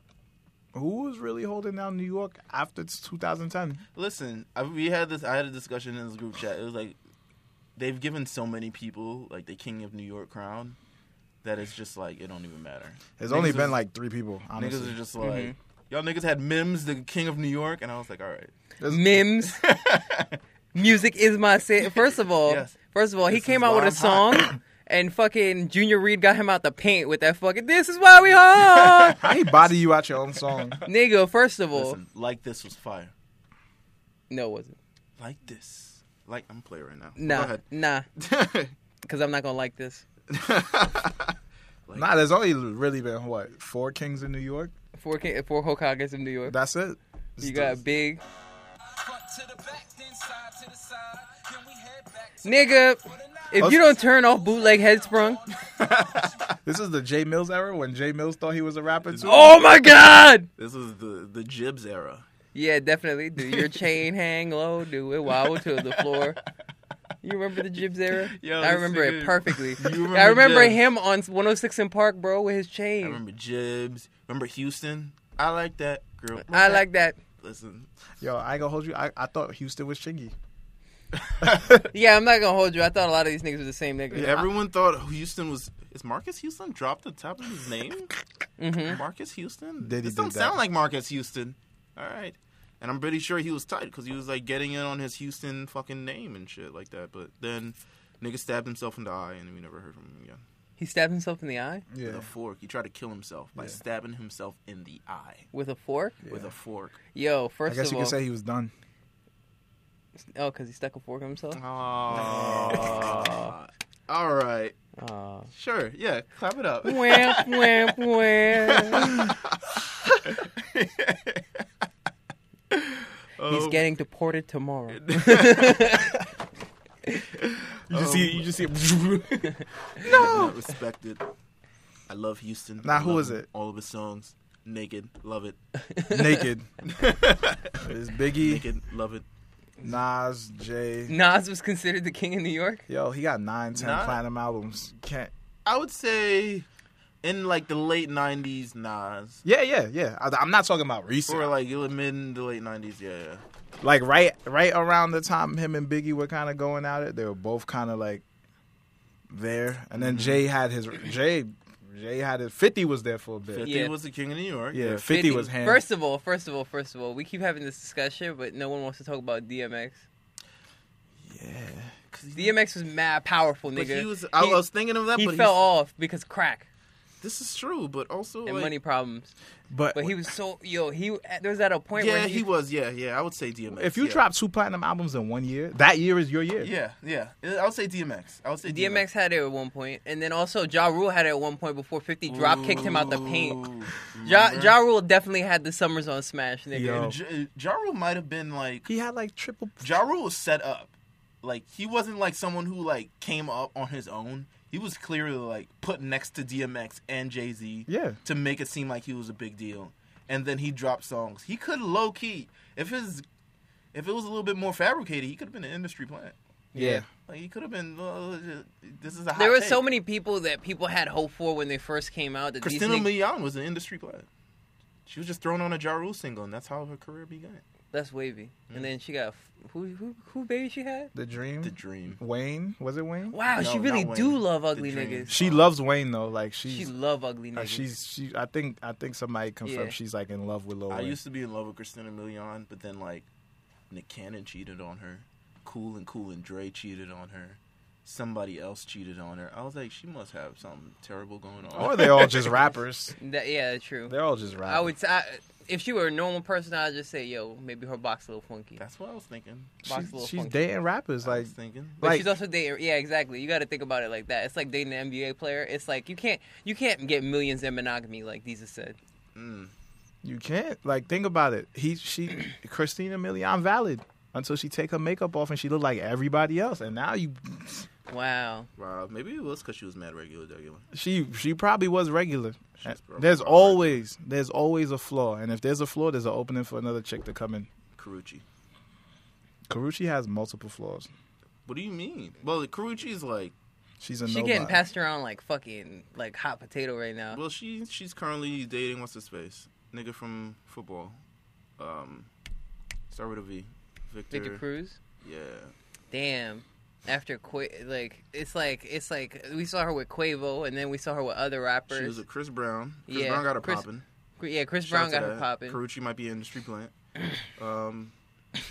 [SPEAKER 1] who was really holding down New York after 2010?
[SPEAKER 3] Listen, I, we had this. I had a discussion in this group chat. It was like they've given so many people like the king of New York crown that it's just like it don't even matter.
[SPEAKER 1] There's
[SPEAKER 3] Niggas
[SPEAKER 1] only
[SPEAKER 3] is-
[SPEAKER 1] been like three people.
[SPEAKER 3] Niggas
[SPEAKER 1] Honestly,
[SPEAKER 3] are just like.
[SPEAKER 2] Mm-hmm.
[SPEAKER 3] Y'all niggas had Mims, the king of New York, and I was like, all right.
[SPEAKER 2] Mims. Music is my set. First of all,
[SPEAKER 3] Yes.
[SPEAKER 2] first of all, he
[SPEAKER 3] This
[SPEAKER 2] came
[SPEAKER 3] is
[SPEAKER 2] out
[SPEAKER 3] why
[SPEAKER 2] with a
[SPEAKER 3] I'm hot.
[SPEAKER 2] song. And fucking Junior Reed got him out the paint with that fucking. This is why we hard,
[SPEAKER 1] how you body you out your own song?
[SPEAKER 2] nigga. First of all,
[SPEAKER 3] Listen, like this was fire.
[SPEAKER 2] no, it wasn't.
[SPEAKER 3] Like this. Like I'm playing right now.
[SPEAKER 2] Nah, nah,
[SPEAKER 3] Go ahead.
[SPEAKER 2] because I'm not gonna like this.
[SPEAKER 1] nah, there's only really been what four kings in New York.
[SPEAKER 2] Four K- four Hokages in New York.
[SPEAKER 1] That's it.
[SPEAKER 2] You got big nigga. If you don't turn off bootleg headsprung,
[SPEAKER 1] This is the J Mills era when J Mills thought he was a rapper too.
[SPEAKER 2] oh my god!
[SPEAKER 3] this is the the jibs era.
[SPEAKER 2] Yeah, definitely. Do your chain hang low, do it wobble to the floor. You remember the Jibs era?
[SPEAKER 3] Yo,
[SPEAKER 2] I
[SPEAKER 3] this
[SPEAKER 2] remember it
[SPEAKER 3] nigga-
[SPEAKER 2] perfectly.
[SPEAKER 3] remember
[SPEAKER 2] I remember
[SPEAKER 3] Jibs.
[SPEAKER 2] him on 106 in Park, bro, with his chain.
[SPEAKER 3] I
[SPEAKER 2] I,
[SPEAKER 3] remember jibs. Remember Houston. I like that girl.
[SPEAKER 2] like that.
[SPEAKER 3] Listen,
[SPEAKER 1] Yo, I ain't gonna hold you. I, I thought Houston was Chingy.
[SPEAKER 2] Yeah, I'm not gonna hold you. I thought a lot of these niggas were the same nigga.
[SPEAKER 3] everyone thought Houston was. Is Marcus Houston dropped the top of his name? Marcus Houston.
[SPEAKER 1] Diddy
[SPEAKER 3] this don't
[SPEAKER 1] did that.
[SPEAKER 3] sound like Marcus Houston. All right. And I'm pretty sure he was tight because he was like getting in on his Houston fucking name and shit like that. But then nigga stabbed himself in the eye and we never heard from him again.
[SPEAKER 2] He stabbed himself in the eye
[SPEAKER 1] Yeah.
[SPEAKER 3] With a fork. He tried to kill himself by
[SPEAKER 1] Yeah.
[SPEAKER 3] stabbing himself in the eye
[SPEAKER 2] with a fork.
[SPEAKER 3] with
[SPEAKER 1] Yeah.
[SPEAKER 3] a fork.
[SPEAKER 2] Yo,
[SPEAKER 1] I
[SPEAKER 2] first
[SPEAKER 1] guess
[SPEAKER 2] of
[SPEAKER 1] you
[SPEAKER 2] all,
[SPEAKER 1] could say he was done.
[SPEAKER 2] oh, because he stuck a fork in himself.
[SPEAKER 3] Oh. All right.
[SPEAKER 2] Oh.
[SPEAKER 3] Sure. Yeah. Clap it up.
[SPEAKER 2] wamp, wamp, wamp. He's
[SPEAKER 3] Oh,
[SPEAKER 2] getting deported tomorrow.
[SPEAKER 1] You just
[SPEAKER 3] Oh
[SPEAKER 1] see, you just see.
[SPEAKER 3] No. Respected. I love Houston.
[SPEAKER 1] Now,
[SPEAKER 3] I
[SPEAKER 1] who
[SPEAKER 3] love
[SPEAKER 1] is
[SPEAKER 3] him.
[SPEAKER 1] it?
[SPEAKER 3] All of his songs. Naked. Love it.
[SPEAKER 1] naked. It's Biggie,
[SPEAKER 3] Naked. Love it.
[SPEAKER 1] Nas, Jay.
[SPEAKER 2] Nas was considered the king of New York.
[SPEAKER 1] Yo, he got nine, ten
[SPEAKER 3] Nas-
[SPEAKER 1] platinum albums. Can't.
[SPEAKER 3] I would say in like the late '90s, Nas,
[SPEAKER 1] Yeah, yeah, yeah. I, I'm not talking about recent.
[SPEAKER 3] or like the mid the late '90s. Yeah, yeah.
[SPEAKER 1] like right right around the time him and Biggie were kind of going at it, they were both kind of like there. And then Jay had his Jay Jay had his Fifty was there for a bit.
[SPEAKER 3] Fifty
[SPEAKER 2] Yeah.
[SPEAKER 3] was the king of New York.
[SPEAKER 1] Yeah, 50, was hand.
[SPEAKER 2] First of all, first of all, first of all, we keep having this discussion, but no one wants to talk about DMX.
[SPEAKER 3] 'Cause he-
[SPEAKER 2] DMX was mad powerful,
[SPEAKER 3] but
[SPEAKER 2] nigga.
[SPEAKER 3] he was. I
[SPEAKER 2] He-
[SPEAKER 3] was thinking of that,
[SPEAKER 2] he
[SPEAKER 3] but
[SPEAKER 2] fell
[SPEAKER 3] he's-
[SPEAKER 2] off because crack
[SPEAKER 3] this is true. But also,
[SPEAKER 2] and
[SPEAKER 3] like-
[SPEAKER 2] money problems.
[SPEAKER 1] but
[SPEAKER 2] But he was so yo. He there was at a point
[SPEAKER 3] Yeah,
[SPEAKER 2] where
[SPEAKER 3] he was. Yeah, yeah. I would say DMX.
[SPEAKER 1] if you
[SPEAKER 3] yeah.
[SPEAKER 1] drop two platinum albums in one year, that year is your year.
[SPEAKER 3] yeah, yeah. I would say DMX. I would say
[SPEAKER 2] DMX had it at one point, and then also Ja Rule had it at one point before 50 drop kicked him out the paint.
[SPEAKER 3] Ooh,
[SPEAKER 2] Ja,
[SPEAKER 3] remember?
[SPEAKER 2] ja Rule definitely had the summers on Smash, nigga.
[SPEAKER 1] Yo.
[SPEAKER 3] J- Ja Rule might have been like
[SPEAKER 1] He had like triple.
[SPEAKER 3] Ja Rule was set up. Like he wasn't like someone who like came up on his own. He was clearly like put next to DMX and Jay Z
[SPEAKER 1] Yeah.
[SPEAKER 3] to make it seem like he was a big deal. And then he dropped songs. He could low key if his if it was a little bit more fabricated, he could have been an industry plant.
[SPEAKER 1] Yeah.
[SPEAKER 3] Like he could have been. Uh, this is a hot
[SPEAKER 2] There were
[SPEAKER 3] take.
[SPEAKER 2] so many people that people had hope for when they first came out. That
[SPEAKER 3] Christina
[SPEAKER 2] these niggas,
[SPEAKER 3] Milian was an industry plant. She was just thrown on a Ja Rule single, and that's how her career began.
[SPEAKER 2] that's wavy. And then she got who who who baby she had?
[SPEAKER 1] The Dream.
[SPEAKER 3] The Dream.
[SPEAKER 1] Wayne was it Wayne?
[SPEAKER 2] Wow,
[SPEAKER 3] No,
[SPEAKER 2] she really
[SPEAKER 3] not
[SPEAKER 2] do
[SPEAKER 3] Wayne.
[SPEAKER 2] love
[SPEAKER 3] The
[SPEAKER 2] ugly
[SPEAKER 3] Dream.
[SPEAKER 2] niggas.
[SPEAKER 1] She loves Wayne though. Like
[SPEAKER 2] She
[SPEAKER 1] she's
[SPEAKER 2] love ugly
[SPEAKER 1] uh,
[SPEAKER 2] niggas.
[SPEAKER 1] she's she. I think I think somebody confirmed
[SPEAKER 2] Yeah.
[SPEAKER 1] she's like in love with Lil
[SPEAKER 3] I
[SPEAKER 1] Wayne.
[SPEAKER 3] used to be in love with Christina Milian, but then like Nick Cannon cheated on her. Cool and Cool and Dre cheated on her. Somebody else cheated on her. I was like, she must have something terrible going on.
[SPEAKER 1] or they all just rappers.
[SPEAKER 2] That- yeah, true.
[SPEAKER 1] They're all just rappers.
[SPEAKER 2] I would. I, if she were a normal person, I'd just say, yo, maybe her box a little funky.
[SPEAKER 3] That's what I was thinking.
[SPEAKER 2] box
[SPEAKER 1] She's,
[SPEAKER 2] a little
[SPEAKER 1] she's
[SPEAKER 2] funky.
[SPEAKER 1] dating rappers
[SPEAKER 3] I
[SPEAKER 1] like
[SPEAKER 3] was thinking.
[SPEAKER 2] But
[SPEAKER 1] Like-
[SPEAKER 2] she's also dating. Yeah, exactly. You got to think about it like that. It's like dating an NBA player. It's like you can't you can't get millions in monogamy like Deezus said.
[SPEAKER 3] Mm.
[SPEAKER 1] You can't like think about it. He she Christina Milian valid until she take her makeup off and she look like everybody else. And now you
[SPEAKER 2] Wow.
[SPEAKER 3] Wow, maybe it was because she was mad regular, regular.
[SPEAKER 1] she she probably was regular.
[SPEAKER 3] She's probably
[SPEAKER 1] there's
[SPEAKER 3] regular.
[SPEAKER 1] always there's always a flaw, and if there's a flaw, there's an opening for another chick to come in.
[SPEAKER 3] Karuchi.
[SPEAKER 1] Karuchi has multiple flaws.
[SPEAKER 3] What do you mean? Well, Karuchi's like,
[SPEAKER 1] She's a
[SPEAKER 2] She
[SPEAKER 1] nobody.
[SPEAKER 2] getting passed around like fucking like hot potato right now.
[SPEAKER 3] well, she she's currently dating what's his face, nigga from football. Um, start with a V. Victor.
[SPEAKER 2] Victor Cruz.
[SPEAKER 3] Yeah.
[SPEAKER 2] Damn. After Qua- like it's like it's like we saw her with Quavo and then we saw her with other rappers.
[SPEAKER 3] She was with Chris Brown. Chris
[SPEAKER 2] Yeah,
[SPEAKER 3] Brown got her
[SPEAKER 2] Chris-
[SPEAKER 3] popping.
[SPEAKER 2] yeah, Chris
[SPEAKER 3] Shout
[SPEAKER 2] Brown
[SPEAKER 3] out
[SPEAKER 2] got
[SPEAKER 3] to
[SPEAKER 2] her
[SPEAKER 3] that.
[SPEAKER 2] popping.
[SPEAKER 3] Karuchi might be an industry plant. Um,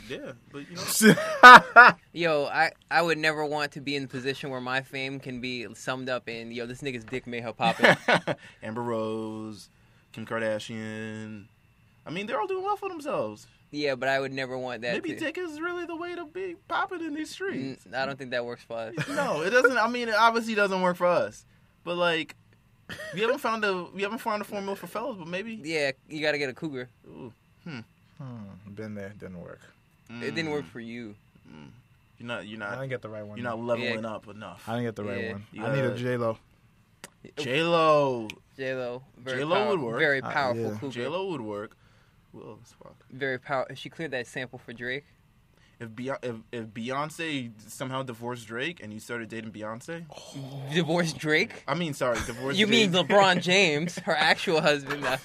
[SPEAKER 3] yeah, but you know,
[SPEAKER 2] Yo, I, I would never want to be in the position where my fame can be summed up in yo, this nigga's dick made her popping.
[SPEAKER 3] Amber Rose, Kim Kardashian. I mean, they're all doing well for themselves.
[SPEAKER 2] yeah, but I would never want that.
[SPEAKER 3] Maybe
[SPEAKER 2] to-
[SPEAKER 3] dick is really the way to be popping in these
[SPEAKER 2] N-
[SPEAKER 3] streets.
[SPEAKER 2] I don't think that works for us.
[SPEAKER 3] no, it doesn't. I mean, it obviously doesn't work for us, but like. We haven't found a we haven't found a formula for fellas, but maybe
[SPEAKER 2] Yeah, you gotta get a cougar.
[SPEAKER 3] Ooh,
[SPEAKER 1] Hmm, been there, didn't work.
[SPEAKER 2] It didn't
[SPEAKER 3] Mm.
[SPEAKER 2] work for you.
[SPEAKER 3] you're not you're
[SPEAKER 1] I
[SPEAKER 3] not
[SPEAKER 1] didn't get the right one.
[SPEAKER 3] you're not leveling up enough.
[SPEAKER 1] I didn't get the right
[SPEAKER 2] Yeah.
[SPEAKER 1] one.
[SPEAKER 3] You
[SPEAKER 1] I need a
[SPEAKER 3] gotta-
[SPEAKER 1] J Lo.
[SPEAKER 3] J Lo,
[SPEAKER 2] J Lo, very
[SPEAKER 3] J.Lo
[SPEAKER 2] power-
[SPEAKER 3] would work.
[SPEAKER 2] Very
[SPEAKER 1] Uh,
[SPEAKER 2] powerful
[SPEAKER 1] yeah.
[SPEAKER 2] cougar.
[SPEAKER 3] J Lo would work. Who else? Fuck.
[SPEAKER 2] Very power. She cleared that sample for Drake.
[SPEAKER 3] If, Beyonce, if if Beyonce somehow divorced Drake and you started dating Beyonce,
[SPEAKER 2] Divorced Drake.
[SPEAKER 3] I mean, sorry, divorced.
[SPEAKER 2] You mean
[SPEAKER 3] Jay-
[SPEAKER 2] LeBron James, her actual husband? Nah.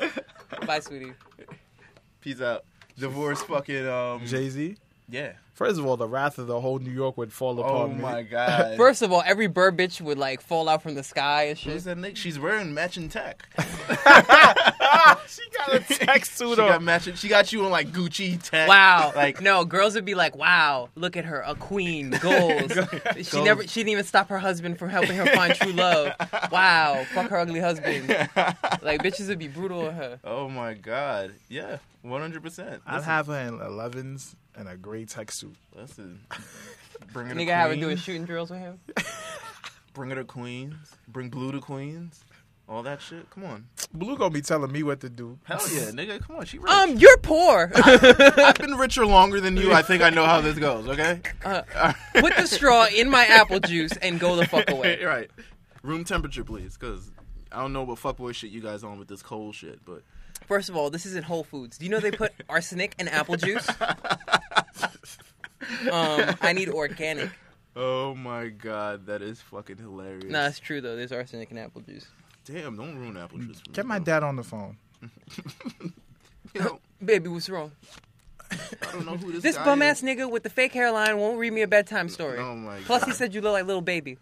[SPEAKER 2] Bye, sweetie.
[SPEAKER 3] Peace out. Divorced fucking
[SPEAKER 2] Mm.
[SPEAKER 3] um.
[SPEAKER 1] Jay Z.
[SPEAKER 3] yeah.
[SPEAKER 1] First of all, the wrath of the whole New York would fall
[SPEAKER 3] Oh
[SPEAKER 1] upon me.
[SPEAKER 3] my god.
[SPEAKER 2] First of all, every bird bitch would like fall out from the sky and
[SPEAKER 3] Who's
[SPEAKER 2] shit.
[SPEAKER 3] that nigga? She's wearing matching tech.
[SPEAKER 1] she got a text
[SPEAKER 3] She
[SPEAKER 1] suit
[SPEAKER 3] got
[SPEAKER 1] on.
[SPEAKER 3] matching. She got you on like Gucci tech.
[SPEAKER 2] Wow.
[SPEAKER 3] Like
[SPEAKER 2] no, girls would be like, "Wow, look at her, a queen, goals." she never she didn't even stop her husband from helping her find true love. Wow, fuck her ugly husband. Like bitches would be brutal on her.
[SPEAKER 3] Oh my god. Yeah. One hundred percent.
[SPEAKER 1] I'd have her in 11s and a gray tech suit.
[SPEAKER 3] Listen. Bring her to
[SPEAKER 2] Nigga have her
[SPEAKER 3] Queens.
[SPEAKER 2] doing shooting drills with him.
[SPEAKER 3] Bring her to Queens. Bring Blue to Queens. All that shit. Come on.
[SPEAKER 1] Blue gonna be telling me what to do.
[SPEAKER 3] Hell yeah, nigga. Come on. She rich.
[SPEAKER 2] Um, you're poor.
[SPEAKER 3] I've been richer longer than you. I think I know how this goes. Okay.
[SPEAKER 2] Put the straw in my apple juice and go the fuck away.
[SPEAKER 3] right. Room temperature, please, because I don't know what fuckboy shit you guys on with this cold shit, but
[SPEAKER 2] First of all, this isn't Whole Foods. Do you know they put arsenic in apple juice? Um, I need organic.
[SPEAKER 3] oh my god, that is fucking hilarious.
[SPEAKER 2] Nah, it's true though. There's arsenic in apple juice.
[SPEAKER 3] Damn, don't ruin apple juice. For me,
[SPEAKER 1] Get my
[SPEAKER 3] bro.
[SPEAKER 1] dad on the phone.
[SPEAKER 3] You know,
[SPEAKER 2] Baby, what's wrong?
[SPEAKER 3] I don't know who this.
[SPEAKER 2] This
[SPEAKER 3] guy
[SPEAKER 2] bum
[SPEAKER 3] is.
[SPEAKER 2] ass nigga with the fake hairline won't read me a bedtime story.
[SPEAKER 3] Oh my
[SPEAKER 2] Plus,
[SPEAKER 3] god.
[SPEAKER 2] he said you look like little baby.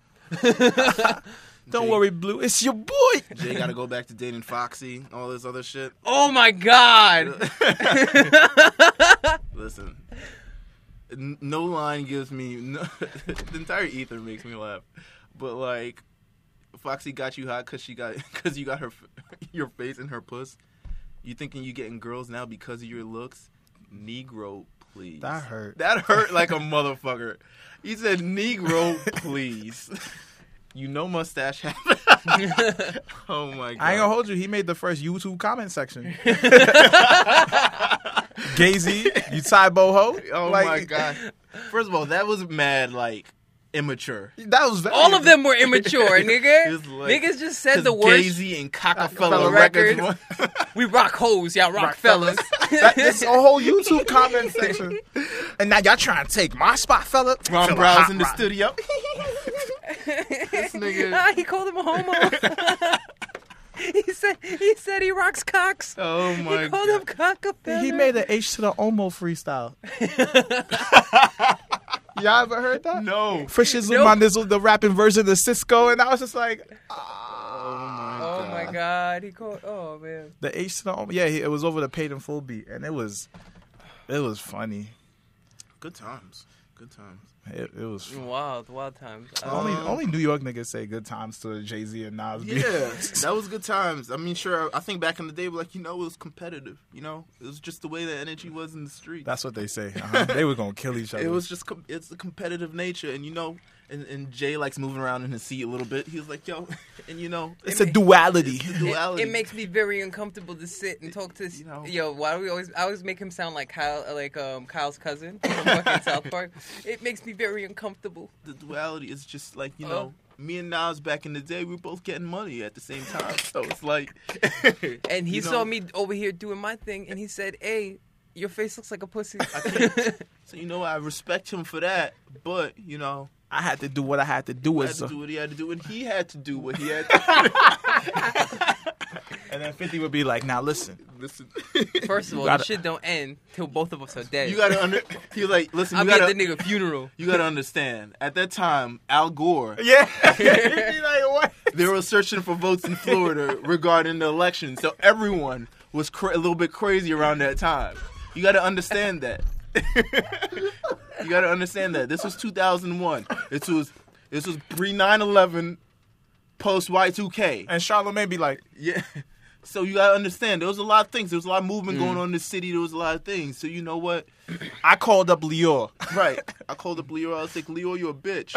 [SPEAKER 1] Don't
[SPEAKER 3] Jay-
[SPEAKER 1] worry, Blue. It's your boy.
[SPEAKER 3] Jay got to go back to dating Foxy, all this other shit.
[SPEAKER 2] Oh my god!
[SPEAKER 3] Listen, n- no line gives me no, the entire ether makes me laugh, but like Foxy got you hot because she got because you got her f- your face in her puss. You thinking you getting girls now because of your looks, Negro? Please,
[SPEAKER 1] That hurt.
[SPEAKER 3] That hurt like a motherfucker. He said, "Negro, please." you know, mustache happened. oh my god!
[SPEAKER 1] I ain't gonna hold you. He made the first YouTube comment section. Gazy, you tie boho.
[SPEAKER 3] Oh
[SPEAKER 1] Like,
[SPEAKER 3] my god! First of all, that was mad like immature.
[SPEAKER 1] That was very
[SPEAKER 2] All of them were immature, nigga.
[SPEAKER 3] It's like-
[SPEAKER 2] Niggas just said the
[SPEAKER 3] 'Cause
[SPEAKER 2] words.
[SPEAKER 3] Gazy and Cockefeller
[SPEAKER 2] Rockefeller
[SPEAKER 3] Records.
[SPEAKER 2] Records. We rock hoes, y'all rock, fellas.
[SPEAKER 1] That, it's a whole YouTube comment section. And now y'all trying to take my spot, fella.
[SPEAKER 3] Ron
[SPEAKER 1] Fella,
[SPEAKER 3] Browse
[SPEAKER 1] hot
[SPEAKER 3] in the
[SPEAKER 1] rod.
[SPEAKER 3] studio. this nigga.
[SPEAKER 2] ah, he called him a homo. he said he said he rocks cocks.
[SPEAKER 3] Oh my
[SPEAKER 2] he called
[SPEAKER 3] god.
[SPEAKER 2] him cockapella.
[SPEAKER 1] He made an H to the Omo freestyle. y'all ever heard that?
[SPEAKER 3] No.
[SPEAKER 1] For shizzle,
[SPEAKER 2] Nope.
[SPEAKER 1] my nizzle, the rapping version of Cisco, and I was just like,
[SPEAKER 3] Oh my
[SPEAKER 2] Oh
[SPEAKER 3] god.
[SPEAKER 2] my god! He called. Oh man.
[SPEAKER 1] the H to the Omo. Yeah, he- it was over the paid in full beat, and it was, it was funny.
[SPEAKER 3] Good times. Good times.
[SPEAKER 1] It, it was. Fun.
[SPEAKER 2] Wild, wild times. I
[SPEAKER 1] Only,
[SPEAKER 3] Um,
[SPEAKER 1] only New York niggas say good times to Jay Z and Nas.
[SPEAKER 3] Yeah, that was good times. I mean, sure, I think back in the day, like, you know, it was competitive. You know, it was just the way the energy was in the street.
[SPEAKER 1] that's what they say. Uh-huh. They were gonna kill each other.
[SPEAKER 3] It was just com- it's the competitive nature, and you know, and, and Jay likes moving around in his seat a little bit. He was like, "Yo," and you know,
[SPEAKER 1] It's a duality.
[SPEAKER 3] the
[SPEAKER 2] It-
[SPEAKER 3] duality.
[SPEAKER 2] It, makes me very uncomfortable to sit and talk to this.
[SPEAKER 3] You know.
[SPEAKER 2] Yo, why do we always? I always make him sound like Kyle, like um, Kyle's cousin from fucking South Park. It makes me very uncomfortable.
[SPEAKER 3] the duality is just like you
[SPEAKER 2] Uh.
[SPEAKER 3] know, me and Nas back in the day, we were both getting money at the same time, so it's like,
[SPEAKER 2] And he
[SPEAKER 3] you know,
[SPEAKER 2] saw me over here doing my thing, and he said, "Hey, your face looks like a pussy."
[SPEAKER 3] So you know, I respect him for that, but you know,
[SPEAKER 1] I had to do what I had to do.
[SPEAKER 3] he had
[SPEAKER 1] As
[SPEAKER 3] to
[SPEAKER 1] a,
[SPEAKER 3] do what he had to do, and he had to do what he had to
[SPEAKER 1] and then Fifty would be like, "Now listen,
[SPEAKER 3] do. Listen,
[SPEAKER 2] First of all,
[SPEAKER 1] gotta-
[SPEAKER 2] this shit don't end till both of us are dead.
[SPEAKER 3] you gotta under. He was like, listen,
[SPEAKER 2] I'll
[SPEAKER 3] you
[SPEAKER 2] be at the
[SPEAKER 3] gotta.
[SPEAKER 2] nigga funeral.
[SPEAKER 3] You gotta understand. At that time, Al Gore
[SPEAKER 1] yeah." He'd be like, "What?"
[SPEAKER 3] they were searching for votes in Florida regarding the election. So everyone was cra- a little bit crazy around that time. You got to understand that. you got to understand that. This was 2001. This was this was pre 9/11, post Y2K.
[SPEAKER 1] And Charlamagne be like,
[SPEAKER 3] Yeah. So you got to understand. There was a lot of things. There was a lot of movement
[SPEAKER 2] Mm.
[SPEAKER 3] going on in the city. There was a lot of things. So you know what?
[SPEAKER 1] "I called up Leo."
[SPEAKER 3] Right. I called up Leo. I was like, Leo, you a bitch.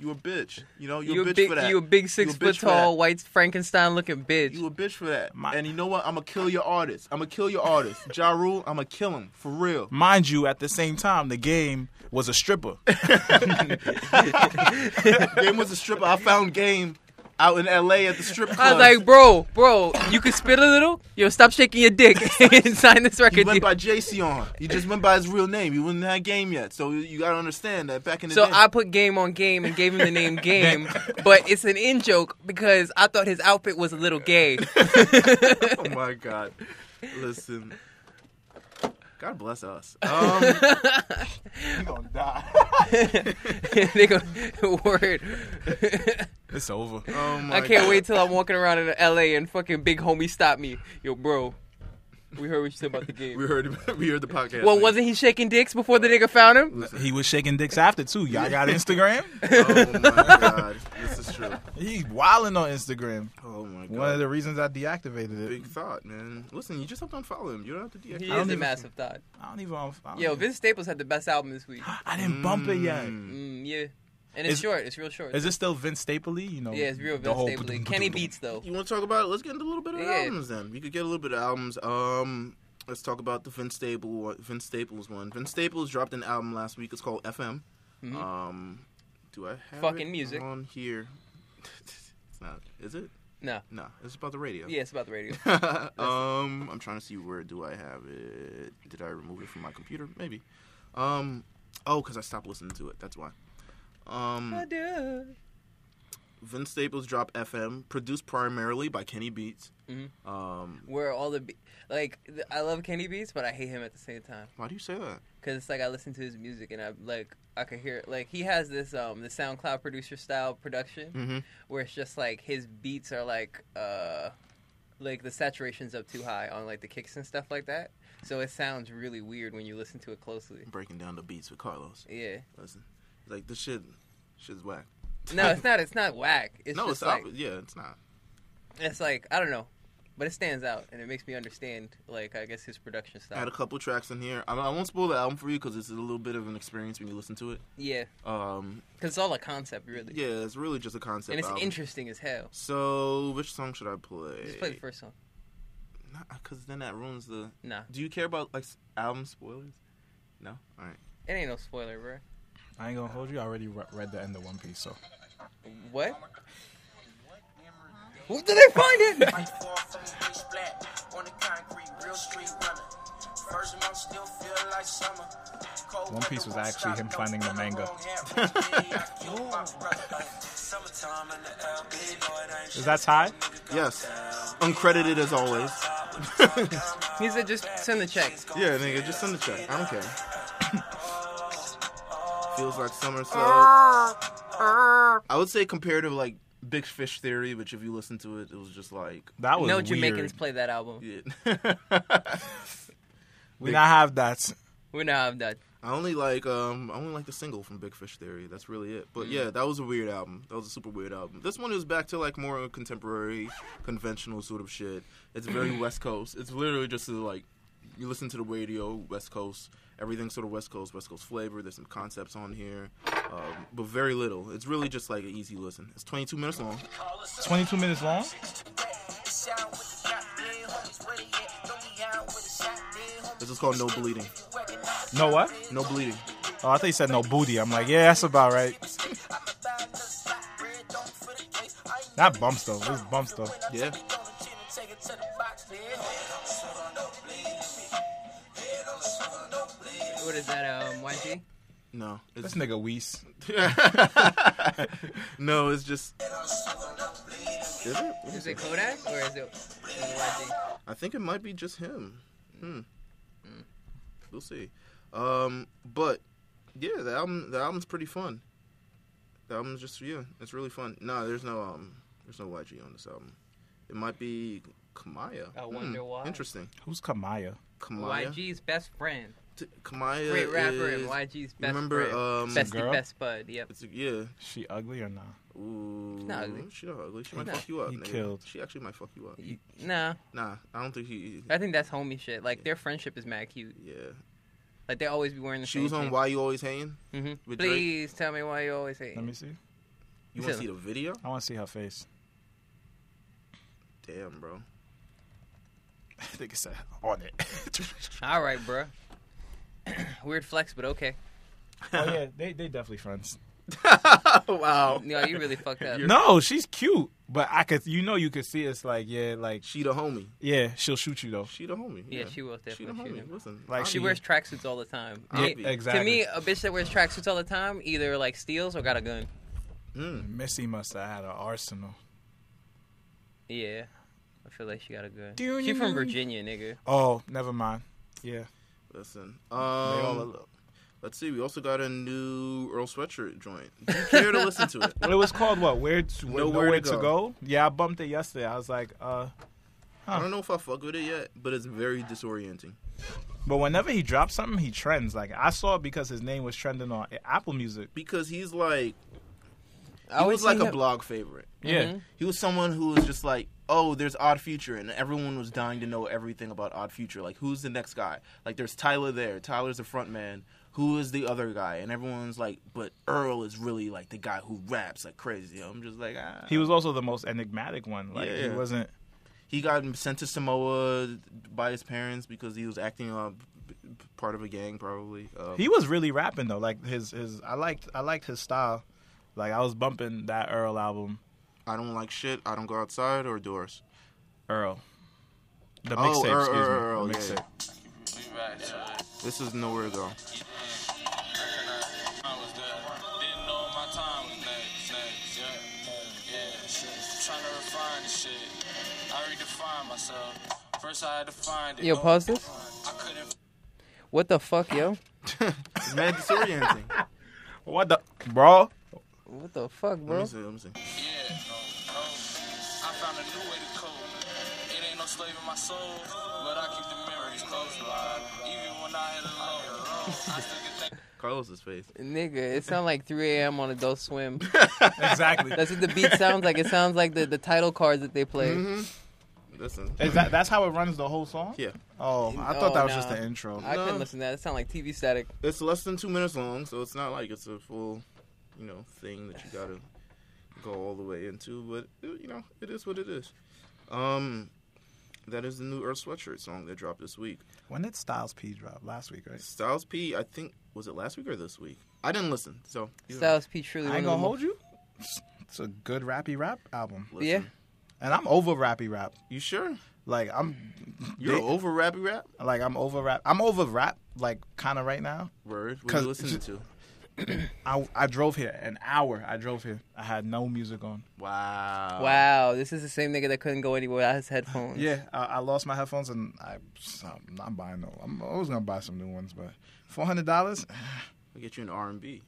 [SPEAKER 3] You a bitch. You know, you
[SPEAKER 2] You
[SPEAKER 3] a
[SPEAKER 2] a
[SPEAKER 3] bitch
[SPEAKER 2] big,
[SPEAKER 3] for that.
[SPEAKER 2] you a big six
[SPEAKER 3] bitch
[SPEAKER 2] foot
[SPEAKER 3] for that.
[SPEAKER 2] tall, white Frankenstein looking bitch.
[SPEAKER 3] You a bitch for that.
[SPEAKER 1] My-
[SPEAKER 3] and you know what? I'm gonna kill your artist. I'm gonna kill your artist. Ja Rule, I'm gonna kill him for real.
[SPEAKER 1] Mind you, at the same time, the game was a stripper.
[SPEAKER 3] Game was a stripper. I found Game out in L.A. at the strip club.
[SPEAKER 2] I was like, bro, bro, you can spit a little. Yo, stop shaking your dick and sign this
[SPEAKER 3] he
[SPEAKER 2] record
[SPEAKER 3] went
[SPEAKER 2] deal.
[SPEAKER 3] by JC on. He just went by his real name. He wasn't in that game yet. So you gotta understand that back in the
[SPEAKER 2] So
[SPEAKER 3] day.
[SPEAKER 2] I put game on game and gave him the name Game, but it's an in joke because I thought his outfit was a little gay.
[SPEAKER 3] oh my god. Listen. God bless us. Um,
[SPEAKER 1] You gonna die.
[SPEAKER 2] they go, word.
[SPEAKER 1] it's over.
[SPEAKER 3] oh my
[SPEAKER 2] I can't
[SPEAKER 3] God.
[SPEAKER 2] wait till I'm walking around in LA and fucking big homie stop me. Yo, bro, we heard what you said about the game.
[SPEAKER 3] We heard we heard the podcast.
[SPEAKER 2] well, wasn't he shaking dicks before the nigga found him?
[SPEAKER 1] He was shaking dicks after too. Y'all got Instagram?
[SPEAKER 3] Oh my god, this is true.
[SPEAKER 1] He's wilding on Instagram.
[SPEAKER 3] Oh my god.
[SPEAKER 1] One of the reasons I deactivated it.
[SPEAKER 3] Big thought, man. Listen, you just have to unfollow him. You don't have to
[SPEAKER 2] He
[SPEAKER 3] deactivate.
[SPEAKER 1] don't
[SPEAKER 2] is a
[SPEAKER 1] even-
[SPEAKER 2] massive thought.
[SPEAKER 1] I don't even. I don't
[SPEAKER 2] Yo,
[SPEAKER 1] even-
[SPEAKER 2] Vince Staples had the best album this week.
[SPEAKER 1] I didn't bump it yet.
[SPEAKER 3] Mm.
[SPEAKER 2] Mm, yeah, and it's
[SPEAKER 1] Is-
[SPEAKER 2] short. It's real short.
[SPEAKER 1] Is it still Vince Stapley? You know,
[SPEAKER 2] yeah, it's real
[SPEAKER 1] the
[SPEAKER 2] Vince
[SPEAKER 1] whole-
[SPEAKER 2] Staples. Kenny Beats though.
[SPEAKER 3] You want to talk about? It? Let's get into a little bit of the
[SPEAKER 2] Yeah.
[SPEAKER 3] albums then. We could get a little bit of albums. Um, let's talk about the Vince Staples Vince Staples one. Vince Staples dropped an album last week. It's called FM.
[SPEAKER 2] Mhm.
[SPEAKER 3] Um, do I have
[SPEAKER 2] Fucking
[SPEAKER 3] it
[SPEAKER 2] music.
[SPEAKER 3] on here? it's not. Is it?
[SPEAKER 2] No.
[SPEAKER 3] No, it's about the radio.
[SPEAKER 2] Yeah, it's about the radio.
[SPEAKER 3] um, I'm trying to see where do I have it? Did I remove it from my computer? Maybe. Um, oh, because I stopped listening to it. That's why.
[SPEAKER 1] Hmm.
[SPEAKER 3] Um, Vince Staples drop FM, produced primarily by Kenny Beats.
[SPEAKER 2] Mhm.
[SPEAKER 3] Um,
[SPEAKER 2] Where all the be- like, th- I love Kenny Beats, but I hate him at the same time
[SPEAKER 3] why do you say that?
[SPEAKER 2] because it's like I listen to his music and I like I could hear it. like he has this um the SoundCloud producer style production
[SPEAKER 3] Mhm.
[SPEAKER 2] where it's just like his beats are like uh like the saturation's up too high on like the kicks and stuff like that, so it sounds really weird when you listen to it closely.
[SPEAKER 3] Breaking down the beats with Carlos.
[SPEAKER 2] Yeah.
[SPEAKER 3] Listen, like this shit, shit's whack.
[SPEAKER 2] No, it's not. It's not whack. It's
[SPEAKER 3] no,
[SPEAKER 2] just
[SPEAKER 3] it's
[SPEAKER 2] like
[SPEAKER 3] ob- yeah, it's not.
[SPEAKER 2] it's like I don't know, but it stands out and it makes me understand. Like I guess his production
[SPEAKER 3] I had
[SPEAKER 2] style.
[SPEAKER 3] a couple tracks in here. I, I won't spoil the album for you because it's a little bit of an experience when you listen to it.
[SPEAKER 2] Yeah,
[SPEAKER 3] Um,
[SPEAKER 2] because it's all a concept really.
[SPEAKER 3] yeah, it's really just a concept.
[SPEAKER 2] and it's
[SPEAKER 3] album.
[SPEAKER 2] interesting as hell.
[SPEAKER 3] So, which song should I play?
[SPEAKER 2] Just play the first song.
[SPEAKER 3] Because Uh-uh, then that ruins the.
[SPEAKER 2] Nah,
[SPEAKER 3] Do you care about like s- album spoilers? No. All right.
[SPEAKER 2] it ain't no spoiler, bro.
[SPEAKER 1] I ain't gonna hold you. I already re- read the end of One Piece, so Oh
[SPEAKER 2] What? Who did they find it?
[SPEAKER 5] Might fall from the bitch flat on the concrete, real street runner. First month still feel like summer. Cold
[SPEAKER 1] One Piece was
[SPEAKER 5] weather won't
[SPEAKER 1] actually
[SPEAKER 5] stop,
[SPEAKER 1] him
[SPEAKER 5] no
[SPEAKER 1] finding the
[SPEAKER 5] summer
[SPEAKER 1] manga.
[SPEAKER 5] won't happen. Yeah, I killed my brother. Summertime in the LB, Lord, I ain't
[SPEAKER 1] is that Ty?
[SPEAKER 3] Yes. Uncredited as always.
[SPEAKER 2] he said, just send the check.
[SPEAKER 3] Yeah, nigga, just send the check. I don't care. Feels like summer, so I would say comparative like Big Fish Theory, which if you listen to it, it was just like
[SPEAKER 1] That was
[SPEAKER 2] No
[SPEAKER 1] weird.
[SPEAKER 2] Jamaicans play that album.
[SPEAKER 3] yeah.
[SPEAKER 1] We not have that.
[SPEAKER 2] We know I'm not.
[SPEAKER 3] I only like um I only like the single from Big Fish Theory. That's really it. But yeah, that was a weird album. That was a super weird album. This one is back to like more contemporary, conventional sort of shit. It's very West Coast. It's literally just uh, like you listen to the radio, West Coast. Everything's sort of West Coast, West Coast flavor. There's some concepts on here, um, but very little. It's really just like an easy listen. It's 22 minutes long.
[SPEAKER 1] Twenty-two minutes long.
[SPEAKER 3] This is called No Bleeding.
[SPEAKER 1] No what?
[SPEAKER 3] No Bleeding.
[SPEAKER 1] Oh, I thought you said no booty. I'm like, yeah, that's about right. Not bumps though. It's bumps though.
[SPEAKER 3] Yeah.
[SPEAKER 2] What is that? Um, YG.
[SPEAKER 3] No.
[SPEAKER 1] This
[SPEAKER 3] It's,
[SPEAKER 1] nigga Weiss.
[SPEAKER 3] no. It's just. Is it?
[SPEAKER 2] Is it Kodak or is it YG?
[SPEAKER 3] I think it might be just him. Hmm. We'll see. Um, but yeah, the album the album's pretty fun. The album's just yeah, it's really fun. Nah, there's no um, there's no YG on this album. It might be Kamaya. Hmm,
[SPEAKER 2] I wonder why.
[SPEAKER 3] Interesting.
[SPEAKER 1] Who's Kamaya?
[SPEAKER 3] Kamaya.
[SPEAKER 2] YG's best friend.
[SPEAKER 3] T- Kamaya.
[SPEAKER 2] Great rapper
[SPEAKER 3] is,
[SPEAKER 2] and YG's best
[SPEAKER 3] remember,
[SPEAKER 2] friend.
[SPEAKER 3] um,
[SPEAKER 2] Bestie,
[SPEAKER 1] Girl?
[SPEAKER 2] best bud. Yep.
[SPEAKER 3] It's yeah.
[SPEAKER 1] She ugly or not?
[SPEAKER 3] Ooh.
[SPEAKER 2] not ugly.
[SPEAKER 3] She not ugly. She might
[SPEAKER 2] Nah.
[SPEAKER 3] fuck you up.
[SPEAKER 1] He
[SPEAKER 3] nigga.
[SPEAKER 1] killed.
[SPEAKER 3] She actually might fuck you up.
[SPEAKER 2] Nah,
[SPEAKER 3] Nah, I don't think he.
[SPEAKER 2] I think that's homie shit. Like their friendship is mad cute.
[SPEAKER 3] Yeah.
[SPEAKER 2] Like they always be wearing the
[SPEAKER 3] She was
[SPEAKER 2] same
[SPEAKER 3] on
[SPEAKER 2] shit.
[SPEAKER 3] Why You Always Hanging.
[SPEAKER 2] Mm-hmm.
[SPEAKER 3] with Drake.
[SPEAKER 2] Please tell me why you always hate.
[SPEAKER 1] Let me see.
[SPEAKER 3] You want
[SPEAKER 2] Yeah.
[SPEAKER 3] to see the video?
[SPEAKER 1] I want to see her face.
[SPEAKER 3] Damn, bro.
[SPEAKER 1] I think it's on it.
[SPEAKER 2] All right, bro. Weird flex, but okay.
[SPEAKER 1] oh yeah, they they definitely friends.
[SPEAKER 3] wow.
[SPEAKER 2] No, you really fucked up.
[SPEAKER 1] No, she's cute, but I could you know you could see it's like yeah like
[SPEAKER 3] She the homie.
[SPEAKER 1] yeah she'll shoot you though.
[SPEAKER 3] She the homie.
[SPEAKER 2] Yeah, she will
[SPEAKER 3] She the
[SPEAKER 2] definitely shoot
[SPEAKER 3] homie.
[SPEAKER 2] him.
[SPEAKER 3] Listen,
[SPEAKER 1] Like,
[SPEAKER 3] I'll
[SPEAKER 2] She
[SPEAKER 3] be-
[SPEAKER 2] wears tracksuits all the time.
[SPEAKER 3] I'll
[SPEAKER 2] Me-
[SPEAKER 3] be-
[SPEAKER 1] exactly.
[SPEAKER 2] To me, a bitch that wears tracksuits all the time either like steals or got a gun.
[SPEAKER 3] Mm.
[SPEAKER 1] Missy must have had an arsenal.
[SPEAKER 2] Yeah, I feel like she got a gun.
[SPEAKER 1] Do
[SPEAKER 2] She
[SPEAKER 1] you-
[SPEAKER 2] from Virginia, nigga.
[SPEAKER 1] Oh, never mind. Yeah,
[SPEAKER 3] Listen.
[SPEAKER 1] They all
[SPEAKER 3] Um,
[SPEAKER 1] look-
[SPEAKER 3] let's see. We also got a new Earl Sweatshirt joint. Do you care to listen to it?
[SPEAKER 1] Well, it was called what? Where to, Nowhere, to, go. Yeah, I bumped it yesterday. I was like, uh,
[SPEAKER 3] I don't know if I fuck with it yet, but it's very disorienting.
[SPEAKER 1] but whenever he drops something, he trends. Like I saw it because his name was trending on Apple Music.
[SPEAKER 3] Because he's like,
[SPEAKER 2] I
[SPEAKER 3] he
[SPEAKER 2] always
[SPEAKER 3] was like
[SPEAKER 2] see
[SPEAKER 3] a
[SPEAKER 2] him-
[SPEAKER 3] blog favorite.
[SPEAKER 1] Yeah,
[SPEAKER 2] Mhm.
[SPEAKER 3] He was someone who was just like, oh, there's Odd Future, and everyone was dying to know everything about Odd Future. Like, who's the next guy? Like, there's Tyler there. Tyler's the front man. Who is the other guy? And everyone's like, but Earl is really like the guy who raps like crazy. I'm just like, ah.
[SPEAKER 1] he was also the most enigmatic one. Like
[SPEAKER 3] Yeah.
[SPEAKER 1] he wasn't.
[SPEAKER 3] he got sent to Samoa by his parents because he was acting uh, b- b- part of a gang, probably. Um,
[SPEAKER 1] He was really rapping though. Like his his. I liked I liked his style. Like I was bumping that Earl album.
[SPEAKER 3] I don't like shit. I don't go outside or doors.
[SPEAKER 1] Earl. The
[SPEAKER 3] Oh,
[SPEAKER 1] mixtape,
[SPEAKER 3] Earl,
[SPEAKER 1] excuse
[SPEAKER 3] Earl, Earl,
[SPEAKER 1] me. The
[SPEAKER 3] yeah,
[SPEAKER 1] mixtape.
[SPEAKER 3] This is nowhere to go.
[SPEAKER 5] First I had to find it.
[SPEAKER 2] Yo, pause this.
[SPEAKER 5] I couldn't
[SPEAKER 2] What the fuck, yo?
[SPEAKER 3] It's mad disorienting.
[SPEAKER 1] What the bro?
[SPEAKER 2] What the fuck,
[SPEAKER 3] let
[SPEAKER 2] bro?
[SPEAKER 3] me see. Let me see.
[SPEAKER 5] Yeah, no, no. I found a new way to cope. It ain't no slave in my soul, but I keep the memories close. Even when I had a low, I still can think.
[SPEAKER 3] Carlos's face.
[SPEAKER 2] Nigga, it sounds like 3 a.m. on Adult Swim.
[SPEAKER 1] Exactly.
[SPEAKER 2] That's what the beat sounds like. It sounds like the, the title cards that they play.
[SPEAKER 1] Mm-hmm.
[SPEAKER 3] Listen.
[SPEAKER 1] Is that that's how it runs the whole song?
[SPEAKER 3] Yeah.
[SPEAKER 1] Oh, I
[SPEAKER 2] Oh,
[SPEAKER 1] thought that was
[SPEAKER 2] nah.
[SPEAKER 1] just the intro.
[SPEAKER 2] I couldn't
[SPEAKER 3] No.
[SPEAKER 2] listen to that. It sounded like TV static.
[SPEAKER 3] It's less than two minutes long, so it's not like it's a full, you know, thing that you gotta go all the way into. But it- you know, it is what it is. Um, that is the new Earth Sweatshirt song that dropped this week.
[SPEAKER 1] When did Styles P drop? Last week, right?
[SPEAKER 3] Styles P, I think was it last week or this week? I didn't listen, so you know,
[SPEAKER 2] Styles P truly
[SPEAKER 1] I
[SPEAKER 2] one
[SPEAKER 1] ain't
[SPEAKER 2] of the
[SPEAKER 1] gonna
[SPEAKER 2] mo-
[SPEAKER 1] hold you. It's a good rappy rap album,
[SPEAKER 3] listen.
[SPEAKER 2] Yeah.
[SPEAKER 1] and I'm over rappy rap.
[SPEAKER 3] You sure?
[SPEAKER 1] Like I'm,
[SPEAKER 3] You're
[SPEAKER 1] They-
[SPEAKER 3] over rappy rap.
[SPEAKER 1] like I'm over rap. I'm over rap, like kind of right now.
[SPEAKER 3] Word. What are
[SPEAKER 1] 'Cause-
[SPEAKER 3] you listening to?
[SPEAKER 1] I I drove here an hour. I drove here. I had no music on.
[SPEAKER 3] Wow.
[SPEAKER 2] Wow, this is the same nigga that couldn't go anywhere without his headphones.
[SPEAKER 1] Uh, Yeah, I, I lost my headphones, and I, I'm not buying no. I'm always gonna buy some new ones, but four hundred dollars.
[SPEAKER 3] I'll get you an R and B.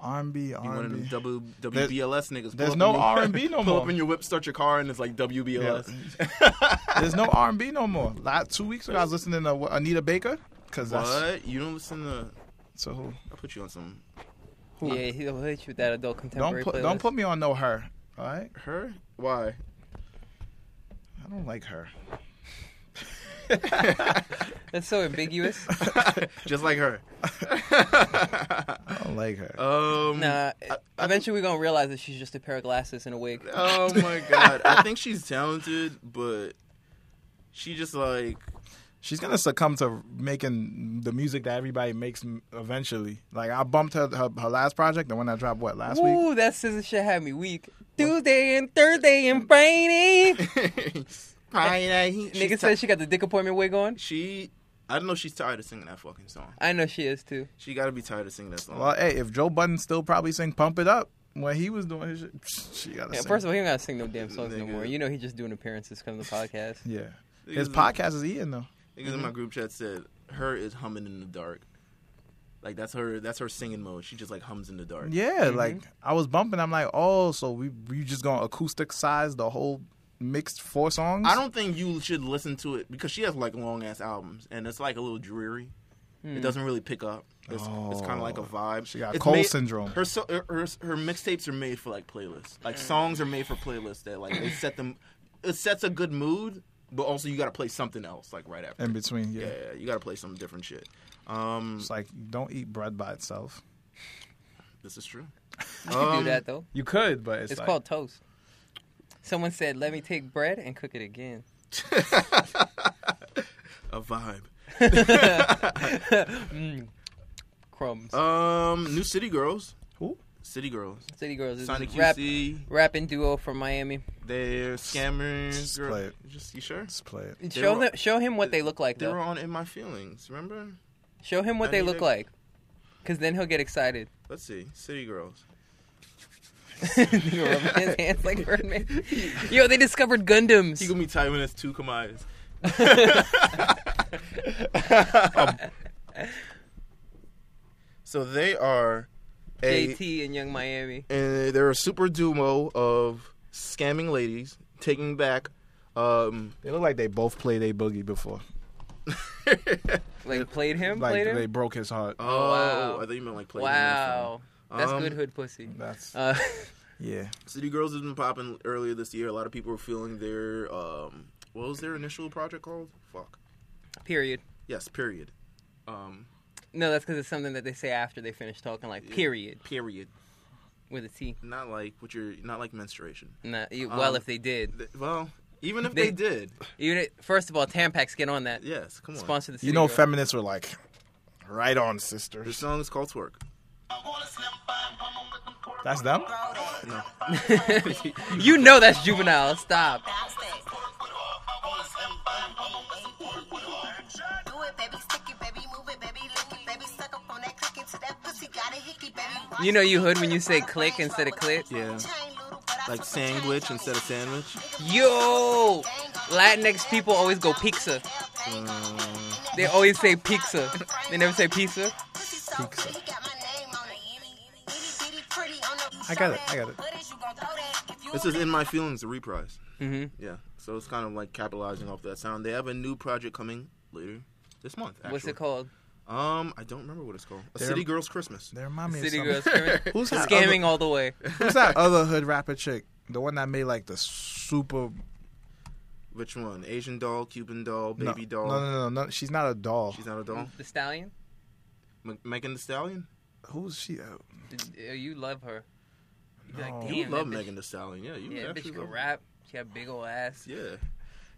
[SPEAKER 1] R&B,
[SPEAKER 3] You one of them
[SPEAKER 1] R&B.
[SPEAKER 3] W WBLS niggas. Pull
[SPEAKER 1] there's
[SPEAKER 3] up
[SPEAKER 1] no
[SPEAKER 3] in your-
[SPEAKER 1] R&B no
[SPEAKER 3] Pull up
[SPEAKER 1] more.
[SPEAKER 3] in your whip, start your car, and it's like WBLS.
[SPEAKER 1] There's no R&B no more. Last two weeks ago, I was listening to what, Anita Baker. Cause that's
[SPEAKER 3] What? You don't listen to?
[SPEAKER 1] so who?
[SPEAKER 3] I'll put you on some
[SPEAKER 2] yeah, he'll hit you with that adult
[SPEAKER 1] Don't
[SPEAKER 2] contemporary
[SPEAKER 1] put
[SPEAKER 2] playlist.
[SPEAKER 1] don't put me on no her. All right,
[SPEAKER 3] her. Why?
[SPEAKER 1] I don't like her.
[SPEAKER 2] That's so ambiguous.
[SPEAKER 3] Just like her.
[SPEAKER 1] I don't like her.
[SPEAKER 3] Um.
[SPEAKER 2] nah, e-
[SPEAKER 3] I-
[SPEAKER 2] eventually we're gonna realize that she's just a pair of glasses and a wig.
[SPEAKER 3] Oh my god. I think she's talented, but she just like
[SPEAKER 1] She's gonna succumb to making the music that everybody makes m- eventually. Like I bumped her her, her last project, the one that dropped what last week.
[SPEAKER 2] Ooh, that scissor shit had me weak. Tuesday and Thursday and Friday. Eh, Nigga
[SPEAKER 3] nigga
[SPEAKER 2] said she got the dick appointment wig on.
[SPEAKER 3] she. I don't know. if She's tired of singing that fucking song.
[SPEAKER 2] I know she is too.
[SPEAKER 3] She got to be tired of singing that song.
[SPEAKER 1] Well, hey, if Joe Budden still probably sing "Pump It Up" when he was doing his shit, she gotta
[SPEAKER 2] Yeah,
[SPEAKER 1] sing.
[SPEAKER 2] first of all, he don't gotta sing no damn songs no
[SPEAKER 3] Nigga.
[SPEAKER 2] more. You know he just doing appearances, come to the podcast.
[SPEAKER 1] yeah, his
[SPEAKER 3] Niggas-
[SPEAKER 1] podcast is eating though.
[SPEAKER 3] Niggas in my group chat said her is humming in the dark. Like that's her that's her singing mode. She just like hums in the dark.
[SPEAKER 1] Yeah, like I was bumping. I'm like, oh, so we we just gonna acoustic size the whole mixed four songs?
[SPEAKER 3] I don't think you should listen to it because she has like long ass albums and it's like a little dreary.
[SPEAKER 2] Hmm.
[SPEAKER 3] It doesn't really pick up. It's, it's kind of like a vibe.
[SPEAKER 1] Oh. She got
[SPEAKER 3] It's
[SPEAKER 1] Cole
[SPEAKER 3] made-
[SPEAKER 1] syndrome.
[SPEAKER 3] Her, so, her her her mixtapes are made for like playlists.
[SPEAKER 2] Hmm.
[SPEAKER 3] Like songs are made for playlists that like they set them. It sets a good mood, but also you got to play something else like right after.
[SPEAKER 1] in between. Yeah.
[SPEAKER 3] yeah, yeah, you got to play some different shit. Um,
[SPEAKER 1] it's like don't eat bread by itself.
[SPEAKER 3] this is true.
[SPEAKER 2] You could do that though.
[SPEAKER 1] You could, but Um, it's,
[SPEAKER 2] It's
[SPEAKER 1] like,
[SPEAKER 2] called toast. Someone said, "Let me take bread and cook it again."
[SPEAKER 3] A vibe.
[SPEAKER 2] Crumbs.
[SPEAKER 3] Um, new City Girls.
[SPEAKER 1] Who?
[SPEAKER 3] City Girls.
[SPEAKER 2] City Girls is
[SPEAKER 3] Sonic
[SPEAKER 2] a rap
[SPEAKER 3] QC.
[SPEAKER 2] rapping duo from Miami.
[SPEAKER 3] They're scammers.
[SPEAKER 1] Just
[SPEAKER 3] girl.
[SPEAKER 1] play it.
[SPEAKER 3] Just you sure?
[SPEAKER 1] Let's play it.
[SPEAKER 2] Show
[SPEAKER 3] were-
[SPEAKER 2] them, show him what they look like
[SPEAKER 3] They
[SPEAKER 2] though.
[SPEAKER 3] were on In My Feelings. Remember?
[SPEAKER 2] Show him what
[SPEAKER 3] I
[SPEAKER 2] they
[SPEAKER 3] need
[SPEAKER 2] look
[SPEAKER 3] a-
[SPEAKER 2] like, cause then he'll get excited.
[SPEAKER 3] Let's see. City Girls.
[SPEAKER 2] Nigga rubbing his hands like Birdman. Yo, they discovered Gundams.
[SPEAKER 3] He gonna be tight when it's two Kamayas. So they are a
[SPEAKER 2] JT and Young Miami.
[SPEAKER 3] and they're a super duo of scamming ladies taking back um
[SPEAKER 1] They look like they both played a boogie before.
[SPEAKER 2] Like played him,
[SPEAKER 1] Like
[SPEAKER 2] played
[SPEAKER 1] they
[SPEAKER 2] him.
[SPEAKER 1] broke his heart.
[SPEAKER 3] Oh,
[SPEAKER 2] wow.
[SPEAKER 3] I thought you meant like playing.
[SPEAKER 2] Wow, that's
[SPEAKER 3] Um,
[SPEAKER 2] good hood pussy.
[SPEAKER 1] That's
[SPEAKER 2] Uh,
[SPEAKER 1] yeah.
[SPEAKER 3] City Girls has been popping earlier this year. A lot of people were feeling their um, what was their initial project called? Fuck.
[SPEAKER 2] period.
[SPEAKER 3] Yes, period. Um,
[SPEAKER 2] No, that's because it's something that they say after they finish talking, like period
[SPEAKER 3] period.
[SPEAKER 2] with a T.
[SPEAKER 3] Not like what you're not like menstruation.
[SPEAKER 2] Nah, you- well,
[SPEAKER 3] Um,
[SPEAKER 2] if they did,
[SPEAKER 3] Th- Well, even if
[SPEAKER 2] They-
[SPEAKER 3] they, did,
[SPEAKER 2] even if- first of all, Tampax get on that.
[SPEAKER 3] yes, come on.
[SPEAKER 2] Sponsor the
[SPEAKER 1] You know, feminists were like, right on, sister.
[SPEAKER 3] Their song is called Twerk.
[SPEAKER 1] That's them.
[SPEAKER 2] you know that's juvenile. Stop.
[SPEAKER 6] Bounce that. Do it, baby. Stick it, baby. Move it, baby. Lick it, baby. Suck up on that click into that pussy. Got a hickey, baby.
[SPEAKER 2] You know you hood when you say click instead of click?
[SPEAKER 3] Yeah. Like sandwich instead of sandwich.
[SPEAKER 2] Yo, Latinx people always go pizza.
[SPEAKER 3] Uh,
[SPEAKER 2] They always say pizza. They never say pizza.
[SPEAKER 1] I got it, I got it.
[SPEAKER 3] This is in my feelings, the reprise.
[SPEAKER 2] hmm
[SPEAKER 3] Yeah, so it's kind of like capitalizing off that sound. They have a new project coming later this month. Actually.
[SPEAKER 2] What's it called?
[SPEAKER 3] Um, I don't remember what it's called. A
[SPEAKER 1] They're-
[SPEAKER 3] City Girls Christmas.
[SPEAKER 1] They remind me
[SPEAKER 2] City
[SPEAKER 1] of
[SPEAKER 2] girls
[SPEAKER 1] something.
[SPEAKER 2] scamming-
[SPEAKER 1] Who's that
[SPEAKER 2] scamming all the way.
[SPEAKER 1] Who's that other hood rapper chick? The one that made like the super
[SPEAKER 3] Which one? Asian doll, Cuban doll,
[SPEAKER 1] no,
[SPEAKER 3] baby doll.
[SPEAKER 1] No, no, no, no. She's not a doll.
[SPEAKER 3] She's not a doll.
[SPEAKER 2] The stallion.
[SPEAKER 3] Me- Megan the Stallion.
[SPEAKER 1] Who's she? Uh,
[SPEAKER 2] Did- uh, You love her. You
[SPEAKER 1] No.
[SPEAKER 2] like,
[SPEAKER 1] You
[SPEAKER 2] damn,
[SPEAKER 3] Love
[SPEAKER 2] that bitch-
[SPEAKER 3] Megan the Stallion. Yeah, you
[SPEAKER 2] Yeah, that
[SPEAKER 3] actually
[SPEAKER 2] bitch can
[SPEAKER 3] love her.
[SPEAKER 2] rap. She had big old ass.
[SPEAKER 3] Yeah.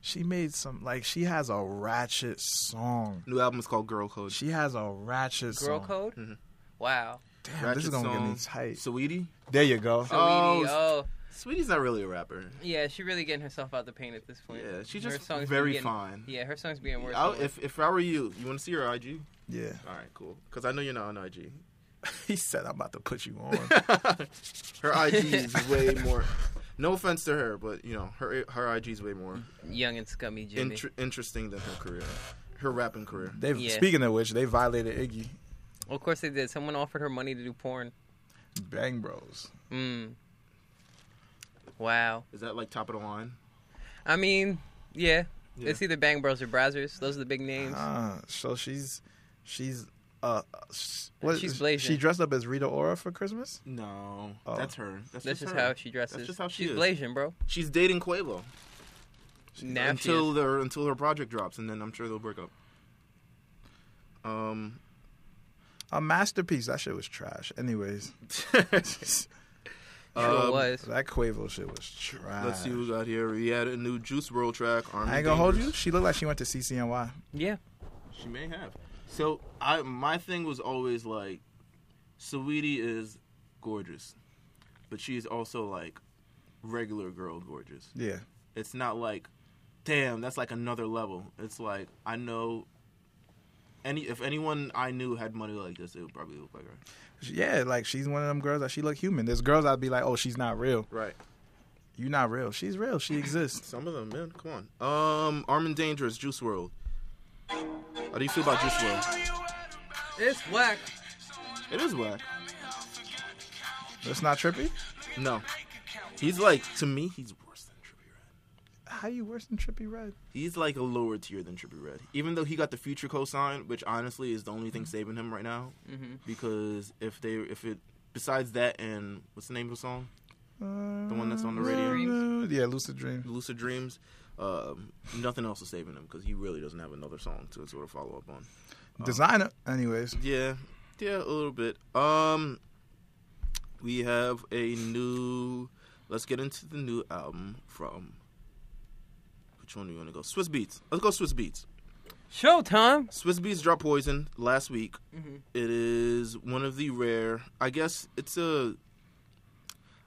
[SPEAKER 1] She made some like she has a ratchet song.
[SPEAKER 3] New album is called Girl Code.
[SPEAKER 1] She has a ratchet
[SPEAKER 2] Girl
[SPEAKER 1] song.
[SPEAKER 2] code.
[SPEAKER 3] Mhm.
[SPEAKER 2] Wow.
[SPEAKER 1] Damn, this is gonna get me tight.
[SPEAKER 3] Sweetie.
[SPEAKER 1] there you go.
[SPEAKER 2] So
[SPEAKER 3] Oh,
[SPEAKER 2] Edie, oh,
[SPEAKER 3] Sweetie's not really a rapper.
[SPEAKER 2] yeah. She really getting herself out the paint at this point.
[SPEAKER 3] Yeah, she's
[SPEAKER 2] Her
[SPEAKER 3] just
[SPEAKER 2] songs be
[SPEAKER 3] very
[SPEAKER 2] getting-
[SPEAKER 3] fine.
[SPEAKER 2] Yeah, her songs being worse.
[SPEAKER 3] I'll-
[SPEAKER 2] and worse.
[SPEAKER 3] if if I were you, you want to see her IG?
[SPEAKER 1] Yeah,
[SPEAKER 3] All right, cool. Because I know you're not on IG.
[SPEAKER 1] he said I'm about to put you on.
[SPEAKER 3] Her IG is way more. No offense to her, but you know her her IG is way more
[SPEAKER 2] Young and scummy Jimmy.
[SPEAKER 3] inter- interesting than her career, her rapping career.
[SPEAKER 1] They
[SPEAKER 2] Yeah.
[SPEAKER 1] speaking of which, they violated Iggy.
[SPEAKER 2] Well, of course they did. Someone offered her money to do porn.
[SPEAKER 1] Bang Bros.
[SPEAKER 2] Mm. Wow.
[SPEAKER 3] Is that like top of the line?
[SPEAKER 2] I mean, yeah.
[SPEAKER 3] Yeah. Uh-huh.
[SPEAKER 2] It's either Bang Bros or Brazzers. Those are the big names.
[SPEAKER 1] Ah, so she's she's uh s- what
[SPEAKER 2] She's
[SPEAKER 1] is-
[SPEAKER 2] blazing.
[SPEAKER 1] she dressed up as Rita Ora for Christmas.
[SPEAKER 3] No,
[SPEAKER 1] Oh.
[SPEAKER 3] that's her. That's,
[SPEAKER 2] That's just
[SPEAKER 3] her.
[SPEAKER 2] how she dresses.
[SPEAKER 3] That's just how she
[SPEAKER 2] She's
[SPEAKER 3] is.
[SPEAKER 2] blazing, bro.
[SPEAKER 3] She's dating Quavo
[SPEAKER 2] Now she
[SPEAKER 3] until
[SPEAKER 2] is.
[SPEAKER 3] their until her project drops, and then I'm sure they'll break up. Um,
[SPEAKER 1] A masterpiece. That shit was trash. Anyways,
[SPEAKER 2] Sure
[SPEAKER 3] um,
[SPEAKER 2] was.
[SPEAKER 1] that Quavo shit was trash.
[SPEAKER 3] Let's see who we got here. We had a new Juice World track. Armed
[SPEAKER 1] I ain't
[SPEAKER 3] and
[SPEAKER 1] gonna hold you.
[SPEAKER 3] Dangerous.
[SPEAKER 1] She looked like she went to CCNY.
[SPEAKER 2] Yeah.
[SPEAKER 3] She may have. So I my thing was always like, Saweetie is gorgeous, but she is also like regular girl gorgeous.
[SPEAKER 1] Yeah.
[SPEAKER 3] It's not like, damn, that's like another level. It's like I know. Any if anyone I knew had money like this, it would probably look like her.
[SPEAKER 1] Yeah, like she's one of them girls that she look human. There's girls I'd be like, oh, she's not real.
[SPEAKER 3] Right.
[SPEAKER 1] You not real. She's real. She exists.
[SPEAKER 3] Some of them, man. Come on. Um, Arm and Dangerous, Juice World. How do you feel about Juice World?
[SPEAKER 2] It's whack.
[SPEAKER 3] It is whack.
[SPEAKER 1] That's not trippy.
[SPEAKER 3] No, he's like to me, he's worse than Trippie Redd.
[SPEAKER 1] How you worse than Trippy Red?
[SPEAKER 3] He's like a lower tier than Trippie Red. Even though he got the future cosign, which honestly is the only thing saving him right now. Because if they if it besides that and what's the name of the song? The one that's on the radio.
[SPEAKER 1] Uh, Yeah, Lucid Dreams.
[SPEAKER 3] Lucid Dreams. Um, nothing else is saving him because he really doesn't have another song to sort of follow up on. Oh.
[SPEAKER 1] Designer. Anyways,
[SPEAKER 3] Yeah, yeah, a little bit. Um, we have a new. Let's get into the new album from. Which one do you want to go? Swiss Beats. Let's go Swiss Beats.
[SPEAKER 2] Showtime.
[SPEAKER 3] Swiss Beats dropped Poison last week. It is one of the rare. I guess it's a.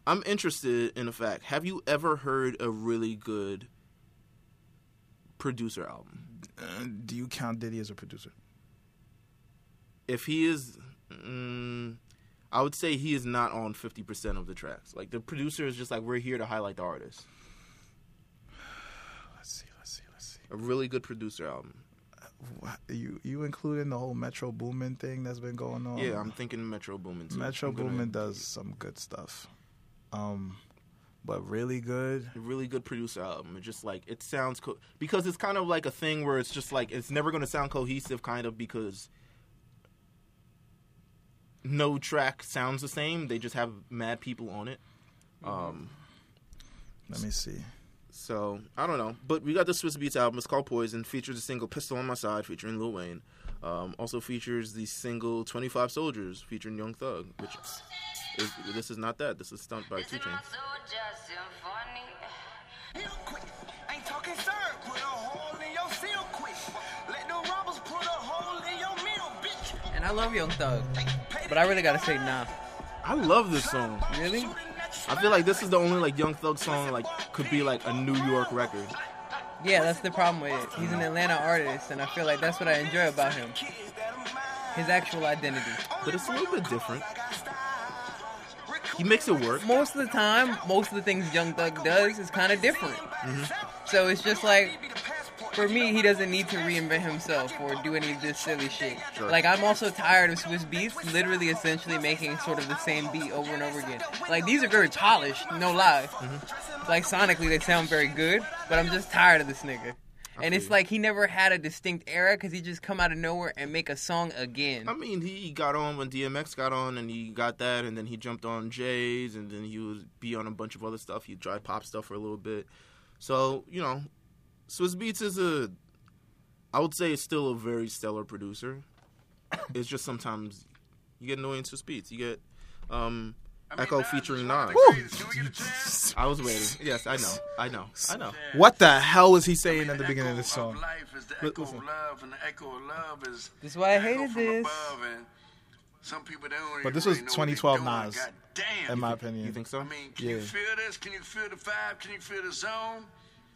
[SPEAKER 3] I'm interested in the fact. Have you ever heard a really good producer album?
[SPEAKER 1] uh, do you count Diddy as a producer?
[SPEAKER 3] If he is, mm, I would say he is not on 50% of the tracks. Like the producer is just like we're here to highlight the artist.
[SPEAKER 1] Let's see. Let's see. Let's see.
[SPEAKER 3] A really good producer album.
[SPEAKER 1] What- You you including the whole Metro Boomin thing that's been going on?
[SPEAKER 3] Yeah, I'm thinking Metro Boomin. Too.
[SPEAKER 1] Oh. Metro
[SPEAKER 3] I'm gonna-
[SPEAKER 1] Boomin does some good stuff, um, but really good.
[SPEAKER 3] a really good producer album. It just like it sounds co- because it's kind of like a thing where it's just like it's never going to sound cohesive, kind of because no track sounds the same. They just have mad people on it. Um,
[SPEAKER 1] Let me see.
[SPEAKER 3] so I don't know, but we got the Swiss Beats album. It's called Poison. Features the single "Pistol on My Side" featuring Lil Wayne. Um, also features the single "25 Soldiers" featuring Young Thug, which is this is not that. This is Stunt by Two Chainz.
[SPEAKER 4] Real quick, ain't talking serve. Put a hole in your seal quick. Let the robbers put a hole in your meal, bitch.
[SPEAKER 2] And I love Young Thug, but I really gotta say nah.
[SPEAKER 3] I love this song.
[SPEAKER 2] Really?
[SPEAKER 3] I feel like this is the only like Young Thug song like could be like a New York record.
[SPEAKER 2] Yeah, that's the problem with it. He's an Atlanta artist, and I feel like that's what I enjoy about him. His actual identity.
[SPEAKER 3] But it's a little bit different. He makes it work.
[SPEAKER 2] Most of the time, most of the things Young Thug does is kind of different. So it's just like, for me, he doesn't need to reinvent himself or do any of this silly shit. Like, I'm also tired of Swiss Beats literally essentially making sort of the same beat over and over again. Like, these are very polished, no lie. Like, sonically, they sound very good, but I'm just tired of this nigga. And it's
[SPEAKER 3] you.
[SPEAKER 2] like he never had a distinct era because he just come out of nowhere and make a song again.
[SPEAKER 3] I mean, he got on when DMX got on, and he got that, and then he jumped on Jay's, and then he was be on a bunch of other stuff. He tried pop stuff for a little bit. So you know, Swiss Beats is a, I would say, it's still a very stellar producer. It's just sometimes you get annoying Swiss Beats. You get um, Echo featuring Nas. I was waiting. Yes, I know. I know. I know.
[SPEAKER 1] What the hell is he saying at the beginning of this
[SPEAKER 4] Echo
[SPEAKER 1] song?
[SPEAKER 4] life is the
[SPEAKER 1] Li-
[SPEAKER 4] echo of
[SPEAKER 1] listen.
[SPEAKER 4] love, and the echo of love is
[SPEAKER 2] This is why I
[SPEAKER 4] the echo
[SPEAKER 2] hated
[SPEAKER 4] from
[SPEAKER 2] this.
[SPEAKER 4] above, and Some people they don't
[SPEAKER 1] But this
[SPEAKER 4] really
[SPEAKER 1] was
[SPEAKER 4] know what they
[SPEAKER 1] 2012
[SPEAKER 4] doing.
[SPEAKER 1] Nas,
[SPEAKER 4] God damn.
[SPEAKER 1] In my opinion,
[SPEAKER 3] You think so?
[SPEAKER 4] I mean, can you
[SPEAKER 1] Yeah.
[SPEAKER 4] feel this? Can you feel the vibe? Can you feel the zone?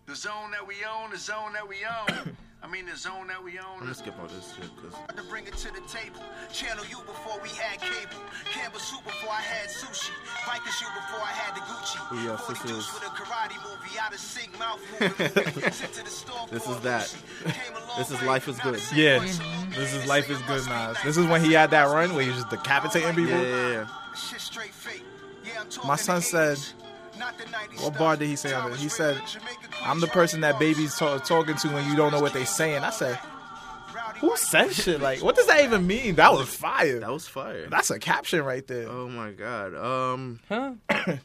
[SPEAKER 4] The zone that we own, the zone that we own. I mean, the zone that we own.
[SPEAKER 3] I'm gonna skip all this shit because
[SPEAKER 4] To bring it to the table, channel you before we had cable, canvas you before I had sushi, Vikings you before I had the Gucci.
[SPEAKER 3] Ooh, yes, this
[SPEAKER 4] 40 juice
[SPEAKER 3] is-
[SPEAKER 4] with a karate movie, out of sync, mouth moving. Sent to the store
[SPEAKER 3] This
[SPEAKER 4] for
[SPEAKER 3] is
[SPEAKER 4] a
[SPEAKER 3] that.
[SPEAKER 4] Lucy. Came a long
[SPEAKER 3] This is
[SPEAKER 4] way,
[SPEAKER 3] Life is
[SPEAKER 4] not a
[SPEAKER 3] Good.
[SPEAKER 4] single
[SPEAKER 1] Yeah,
[SPEAKER 4] one salute me.
[SPEAKER 1] this
[SPEAKER 4] They
[SPEAKER 1] is
[SPEAKER 4] say
[SPEAKER 1] life
[SPEAKER 4] I
[SPEAKER 1] is
[SPEAKER 4] must
[SPEAKER 1] good,
[SPEAKER 4] be
[SPEAKER 1] Nas.
[SPEAKER 4] nice.
[SPEAKER 1] This is when he had that run where he was just decapitating people.
[SPEAKER 3] yeah, yeah, yeah.
[SPEAKER 4] Shit straight fake. Yeah, I'm talking
[SPEAKER 1] My son
[SPEAKER 4] the
[SPEAKER 1] said-
[SPEAKER 4] 80s, not the 90s
[SPEAKER 1] What
[SPEAKER 4] stuff.
[SPEAKER 1] bar did he say on it?
[SPEAKER 4] Thomas
[SPEAKER 1] He said,
[SPEAKER 4] River, Jamaica
[SPEAKER 1] "I'm the
[SPEAKER 4] Queen,
[SPEAKER 1] person that
[SPEAKER 4] Charlie
[SPEAKER 1] babies ta- talking to when you don't know what they saying." I said,
[SPEAKER 4] Rowdy
[SPEAKER 1] "Who
[SPEAKER 4] White
[SPEAKER 1] said shit? Like, what does that even mean?" That was
[SPEAKER 3] That
[SPEAKER 1] fire.
[SPEAKER 3] was fire.
[SPEAKER 1] That's a caption right there.
[SPEAKER 3] Oh my god. Um,
[SPEAKER 2] Huh?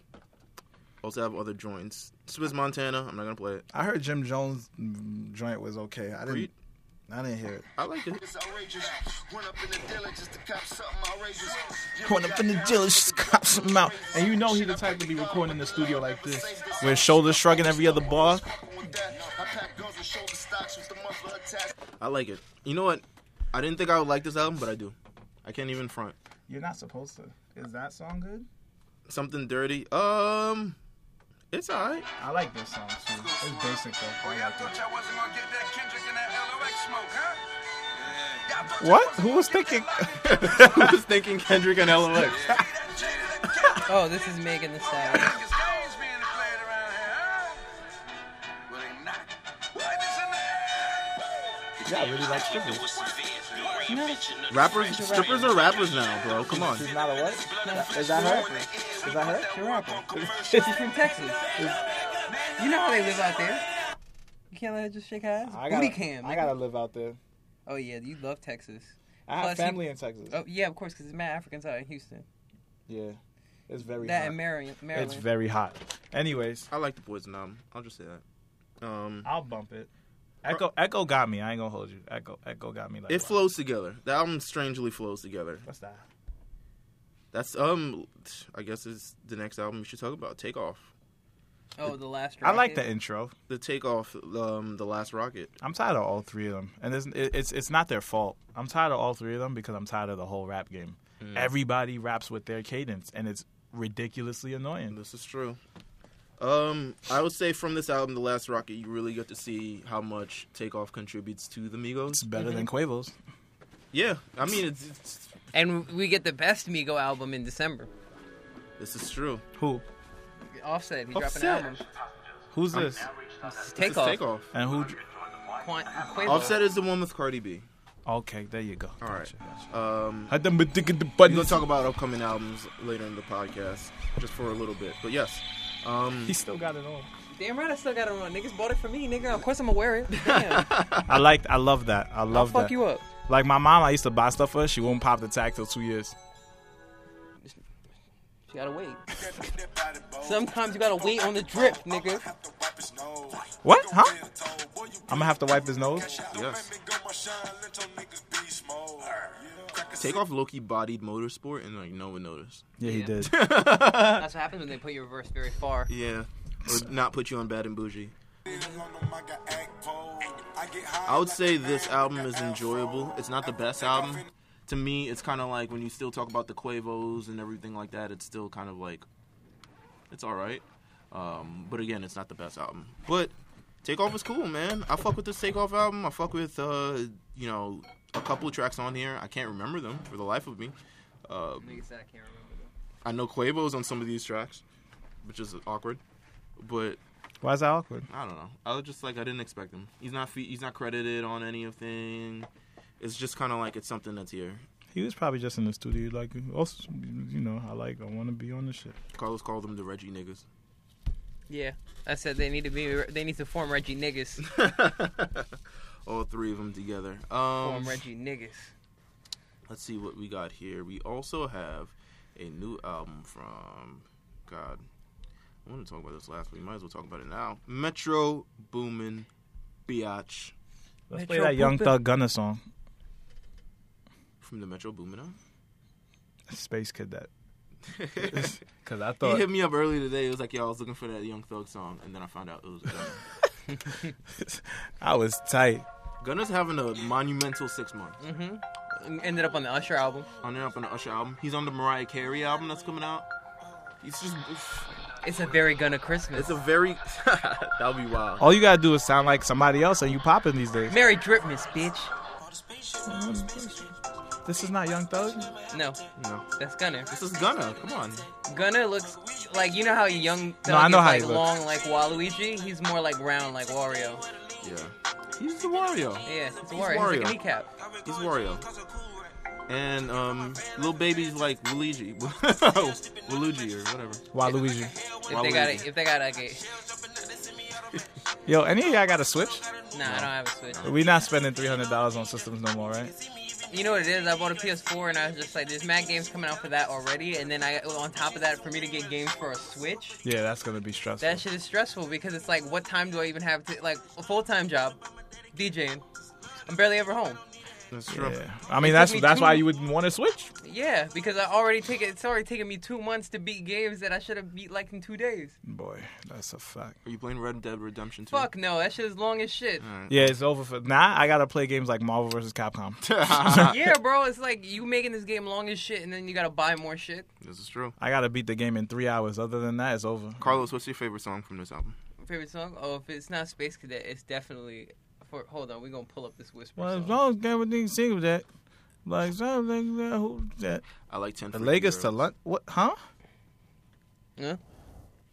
[SPEAKER 3] also have other joints. Swiss Montana. I'm not gonna play it.
[SPEAKER 1] I heard Jim Jones' mm, joint was okay. I didn't.
[SPEAKER 3] Creed.
[SPEAKER 1] I didn't hear it.
[SPEAKER 3] I like it.
[SPEAKER 4] It's outrageous. Went up in the dealer just to cop something outrageous.
[SPEAKER 1] Went up in the dealer, just cop something out. And you know he the type to be recording in the studio like this, with shoulders shrugging every other bar.
[SPEAKER 3] I like it. You know what? I didn't think I would like this album, but I do. I can't even front.
[SPEAKER 1] You're not supposed to. Is that song good?
[SPEAKER 3] Something dirty. Um, it's alright.
[SPEAKER 1] I like this song too. It's basic though. I like it. What? Who was thinking?
[SPEAKER 3] I was thinking Kendrick and LOX.
[SPEAKER 2] Oh, this is Megan the Stallion.
[SPEAKER 1] Yeah, I really like strippers.
[SPEAKER 3] Rappers, strippers are rappers now, bro. Come on.
[SPEAKER 1] She's not a what? Is that her? Is that her?
[SPEAKER 2] She's a rapper. She's from Texas. You know how they live out there. You can't let her just shake her ass.
[SPEAKER 1] I
[SPEAKER 2] Booty
[SPEAKER 1] gotta,
[SPEAKER 2] cam.
[SPEAKER 1] I
[SPEAKER 2] nigga.
[SPEAKER 1] gotta live out there.
[SPEAKER 2] Oh yeah, you love Texas.
[SPEAKER 1] I have
[SPEAKER 2] Plus, you-
[SPEAKER 1] family in Texas.
[SPEAKER 2] Oh yeah, of course, because there's mad Africans out in Houston.
[SPEAKER 1] Yeah, it's very
[SPEAKER 2] that
[SPEAKER 1] hot.
[SPEAKER 2] and Maryland. Maryland.
[SPEAKER 1] It's very hot. Anyways,
[SPEAKER 3] I like the Poison album. I'll just say that. Um,
[SPEAKER 1] I'll bump it. Echo, Echo got me. I ain't gonna hold you. Echo, Echo got me. Like
[SPEAKER 3] it
[SPEAKER 1] wow.
[SPEAKER 3] flows together. The album strangely flows together.
[SPEAKER 1] What's that?
[SPEAKER 3] That's um, I guess it's the next album we should talk about. Take off.
[SPEAKER 2] oh, the last.
[SPEAKER 1] I like
[SPEAKER 2] Rocket.
[SPEAKER 1] the intro.
[SPEAKER 3] the takeoff, um, the last rocket.
[SPEAKER 1] I'm tired of all three of them, and it's it- it's it's not their fault. I'm tired of all three of them because I'm tired of the whole rap game.
[SPEAKER 3] Hmm.
[SPEAKER 1] Everybody raps with their cadence, and it's ridiculously annoying.
[SPEAKER 3] This is true. Um, I would say from this album, the last rocket, you really get to see how much takeoff contributes to the
[SPEAKER 1] It's
[SPEAKER 3] Migos.
[SPEAKER 1] better than Quavo's.
[SPEAKER 3] Yeah, I mean, it's, it's
[SPEAKER 2] And we get the best Migo album in December.
[SPEAKER 3] this is true.
[SPEAKER 1] Who?
[SPEAKER 2] Offset. He dropped an
[SPEAKER 1] Offset.
[SPEAKER 2] album.
[SPEAKER 1] Who's this?
[SPEAKER 2] It's
[SPEAKER 3] This is
[SPEAKER 2] Takeoff.
[SPEAKER 3] takeoff.
[SPEAKER 1] And who?
[SPEAKER 2] Quan- Quavo.
[SPEAKER 3] Offset is the one with Cardi B.
[SPEAKER 1] Okay, there you go.
[SPEAKER 3] All right.
[SPEAKER 1] Gotcha.
[SPEAKER 3] Um,
[SPEAKER 1] Had them addicted to
[SPEAKER 3] we're gonna
[SPEAKER 1] buttons.
[SPEAKER 3] talk about upcoming albums later in the podcast, just for a little bit. But yes, um,
[SPEAKER 1] He still got it on.
[SPEAKER 2] Damn right, I still got it on. Niggas bought it for me, nigga. Of course I'ma wear it. Damn.
[SPEAKER 1] I like. I love that. I
[SPEAKER 2] I'll
[SPEAKER 1] love
[SPEAKER 2] fuck
[SPEAKER 1] that.
[SPEAKER 2] you up.
[SPEAKER 1] Like my mom, I used to buy stuff for her. She wouldn't pop the tag till two years.
[SPEAKER 2] You gotta wait. Sometimes you gotta wait on the drip, nigga.
[SPEAKER 1] What? Huh? I'm gonna have to wipe his nose.
[SPEAKER 3] yes. Take off Loki bodied motorsport and like no one noticed.
[SPEAKER 1] Yeah, he
[SPEAKER 2] Yeah.
[SPEAKER 1] did.
[SPEAKER 2] That's what happens when they put your reverse very far.
[SPEAKER 3] Yeah. Or not put you on bad and bougie. I would say this album is enjoyable. It's not the best album. To me, it's kind of like when you still talk about the Quavos and everything like that. It's still kind of like it's all right. Um, but again, it's not the best album. But Takeoff is cool, man. I fuck with this Takeoff album. I fuck with uh, you know a couple tracks on here. I can't remember them for the life of me. Uh,
[SPEAKER 2] Niggas said I can't remember.
[SPEAKER 3] I know Quavo's on some of these tracks, which is awkward. But
[SPEAKER 1] Why is that awkward?
[SPEAKER 3] I don't know. I was just like I didn't expect him. He's not fe- he's not credited on anything. It's just kind of like it's something that's here.
[SPEAKER 1] He was probably just in the studio, like, also, you know, I like, I want to be on this shit.
[SPEAKER 3] Carlos called them the Reggie niggas.
[SPEAKER 2] Yeah, I said they need to be. They need to form Reggie niggas.
[SPEAKER 3] All three of them together.
[SPEAKER 2] Form
[SPEAKER 3] Um,
[SPEAKER 2] Reggie niggas.
[SPEAKER 3] let's see what we got here. We also have a new album from God. I want to talk about this last week. Might as well talk about it now. Metro Boomin Biatch
[SPEAKER 1] Let's
[SPEAKER 2] Metro
[SPEAKER 1] play that Young
[SPEAKER 2] Boomin.
[SPEAKER 1] Thug Gunna song,
[SPEAKER 3] from the Metro Boomin. album.
[SPEAKER 1] Space Cadet.
[SPEAKER 3] he
[SPEAKER 1] Because I thought,
[SPEAKER 3] hit me up early today. It was like, "Yo, I was looking for that Young Thug song," and then I found out it was. Gunna.
[SPEAKER 1] I was tight.
[SPEAKER 3] Gunna's having a monumental six months.
[SPEAKER 2] Ended up on the Usher album.
[SPEAKER 3] on up on the Usher album. He's on the Mariah Carey album that's coming out. He's just
[SPEAKER 2] It's a very Gunna Christmas.
[SPEAKER 3] it's a very that'll be wild.
[SPEAKER 1] All you got to do is sound like somebody else and you popping these days.
[SPEAKER 2] Merry Dripmas, bitch.
[SPEAKER 1] This is not Young Thug?
[SPEAKER 2] No,
[SPEAKER 3] No.
[SPEAKER 2] that's Gunna.
[SPEAKER 3] This is Gunna. Come on.
[SPEAKER 2] Gunna looks like you know how young. Thug
[SPEAKER 1] I know
[SPEAKER 2] is,
[SPEAKER 1] how
[SPEAKER 2] like
[SPEAKER 1] he looks.
[SPEAKER 2] long like Waluigi. He's more like round like Wario.
[SPEAKER 3] Yeah. He's the Wario.
[SPEAKER 2] Yeah, it's Wario. He's
[SPEAKER 3] Wario.
[SPEAKER 2] like a kneecap.
[SPEAKER 3] He's Wario. And um, little baby's like Luigi, Waluigi or whatever.
[SPEAKER 1] Waluigi.
[SPEAKER 2] If they got a, if they got like a
[SPEAKER 1] Yo, any of y'all got a Switch?
[SPEAKER 2] Nah, I don't have a Switch.
[SPEAKER 1] We not spending $300 on systems no more, right?
[SPEAKER 2] You know what it is? I bought a PS4 and I was just like, there's mad games coming out for that already. And then I, on top of that, for me to get games for a Switch,
[SPEAKER 1] Yeah, that's going to be stressful.
[SPEAKER 2] that shit is stressful because it's like, what time do I even have to, like, a full time job, DJing? I'm barely ever home.
[SPEAKER 3] That's true.
[SPEAKER 1] yeah. I mean,
[SPEAKER 2] It
[SPEAKER 1] that's
[SPEAKER 2] took me
[SPEAKER 1] that's
[SPEAKER 2] two-
[SPEAKER 1] why you would want a Switch.
[SPEAKER 2] Yeah, because I already take it, it's already taken me two months to beat games that I should have beat like in two days.
[SPEAKER 1] Boy, that's a fact.
[SPEAKER 3] Are you playing Red Dead Redemption 2?
[SPEAKER 2] Fuck no, that shit is long as shit.
[SPEAKER 1] Yeah, it's over for now. I gotta play games like Marvel vs. Capcom.
[SPEAKER 2] yeah, bro, it's like you making this game long as shit and then you gotta buy more shit.
[SPEAKER 3] This is true.
[SPEAKER 1] I gotta beat the game in three hours. Other than that, it's over.
[SPEAKER 3] Carlos, what's your favorite song from this album?
[SPEAKER 2] Favorite song? Oh, if it's not Space Cadet, it's definitely. For, hold on, we gonna pull up this whisper.
[SPEAKER 1] Well,
[SPEAKER 2] song.
[SPEAKER 1] as long as everything single that, like something that who that
[SPEAKER 3] I like 10
[SPEAKER 1] the
[SPEAKER 3] Freaky
[SPEAKER 1] Lagos to
[SPEAKER 3] Girls.
[SPEAKER 1] London. What? Huh?
[SPEAKER 2] Huh?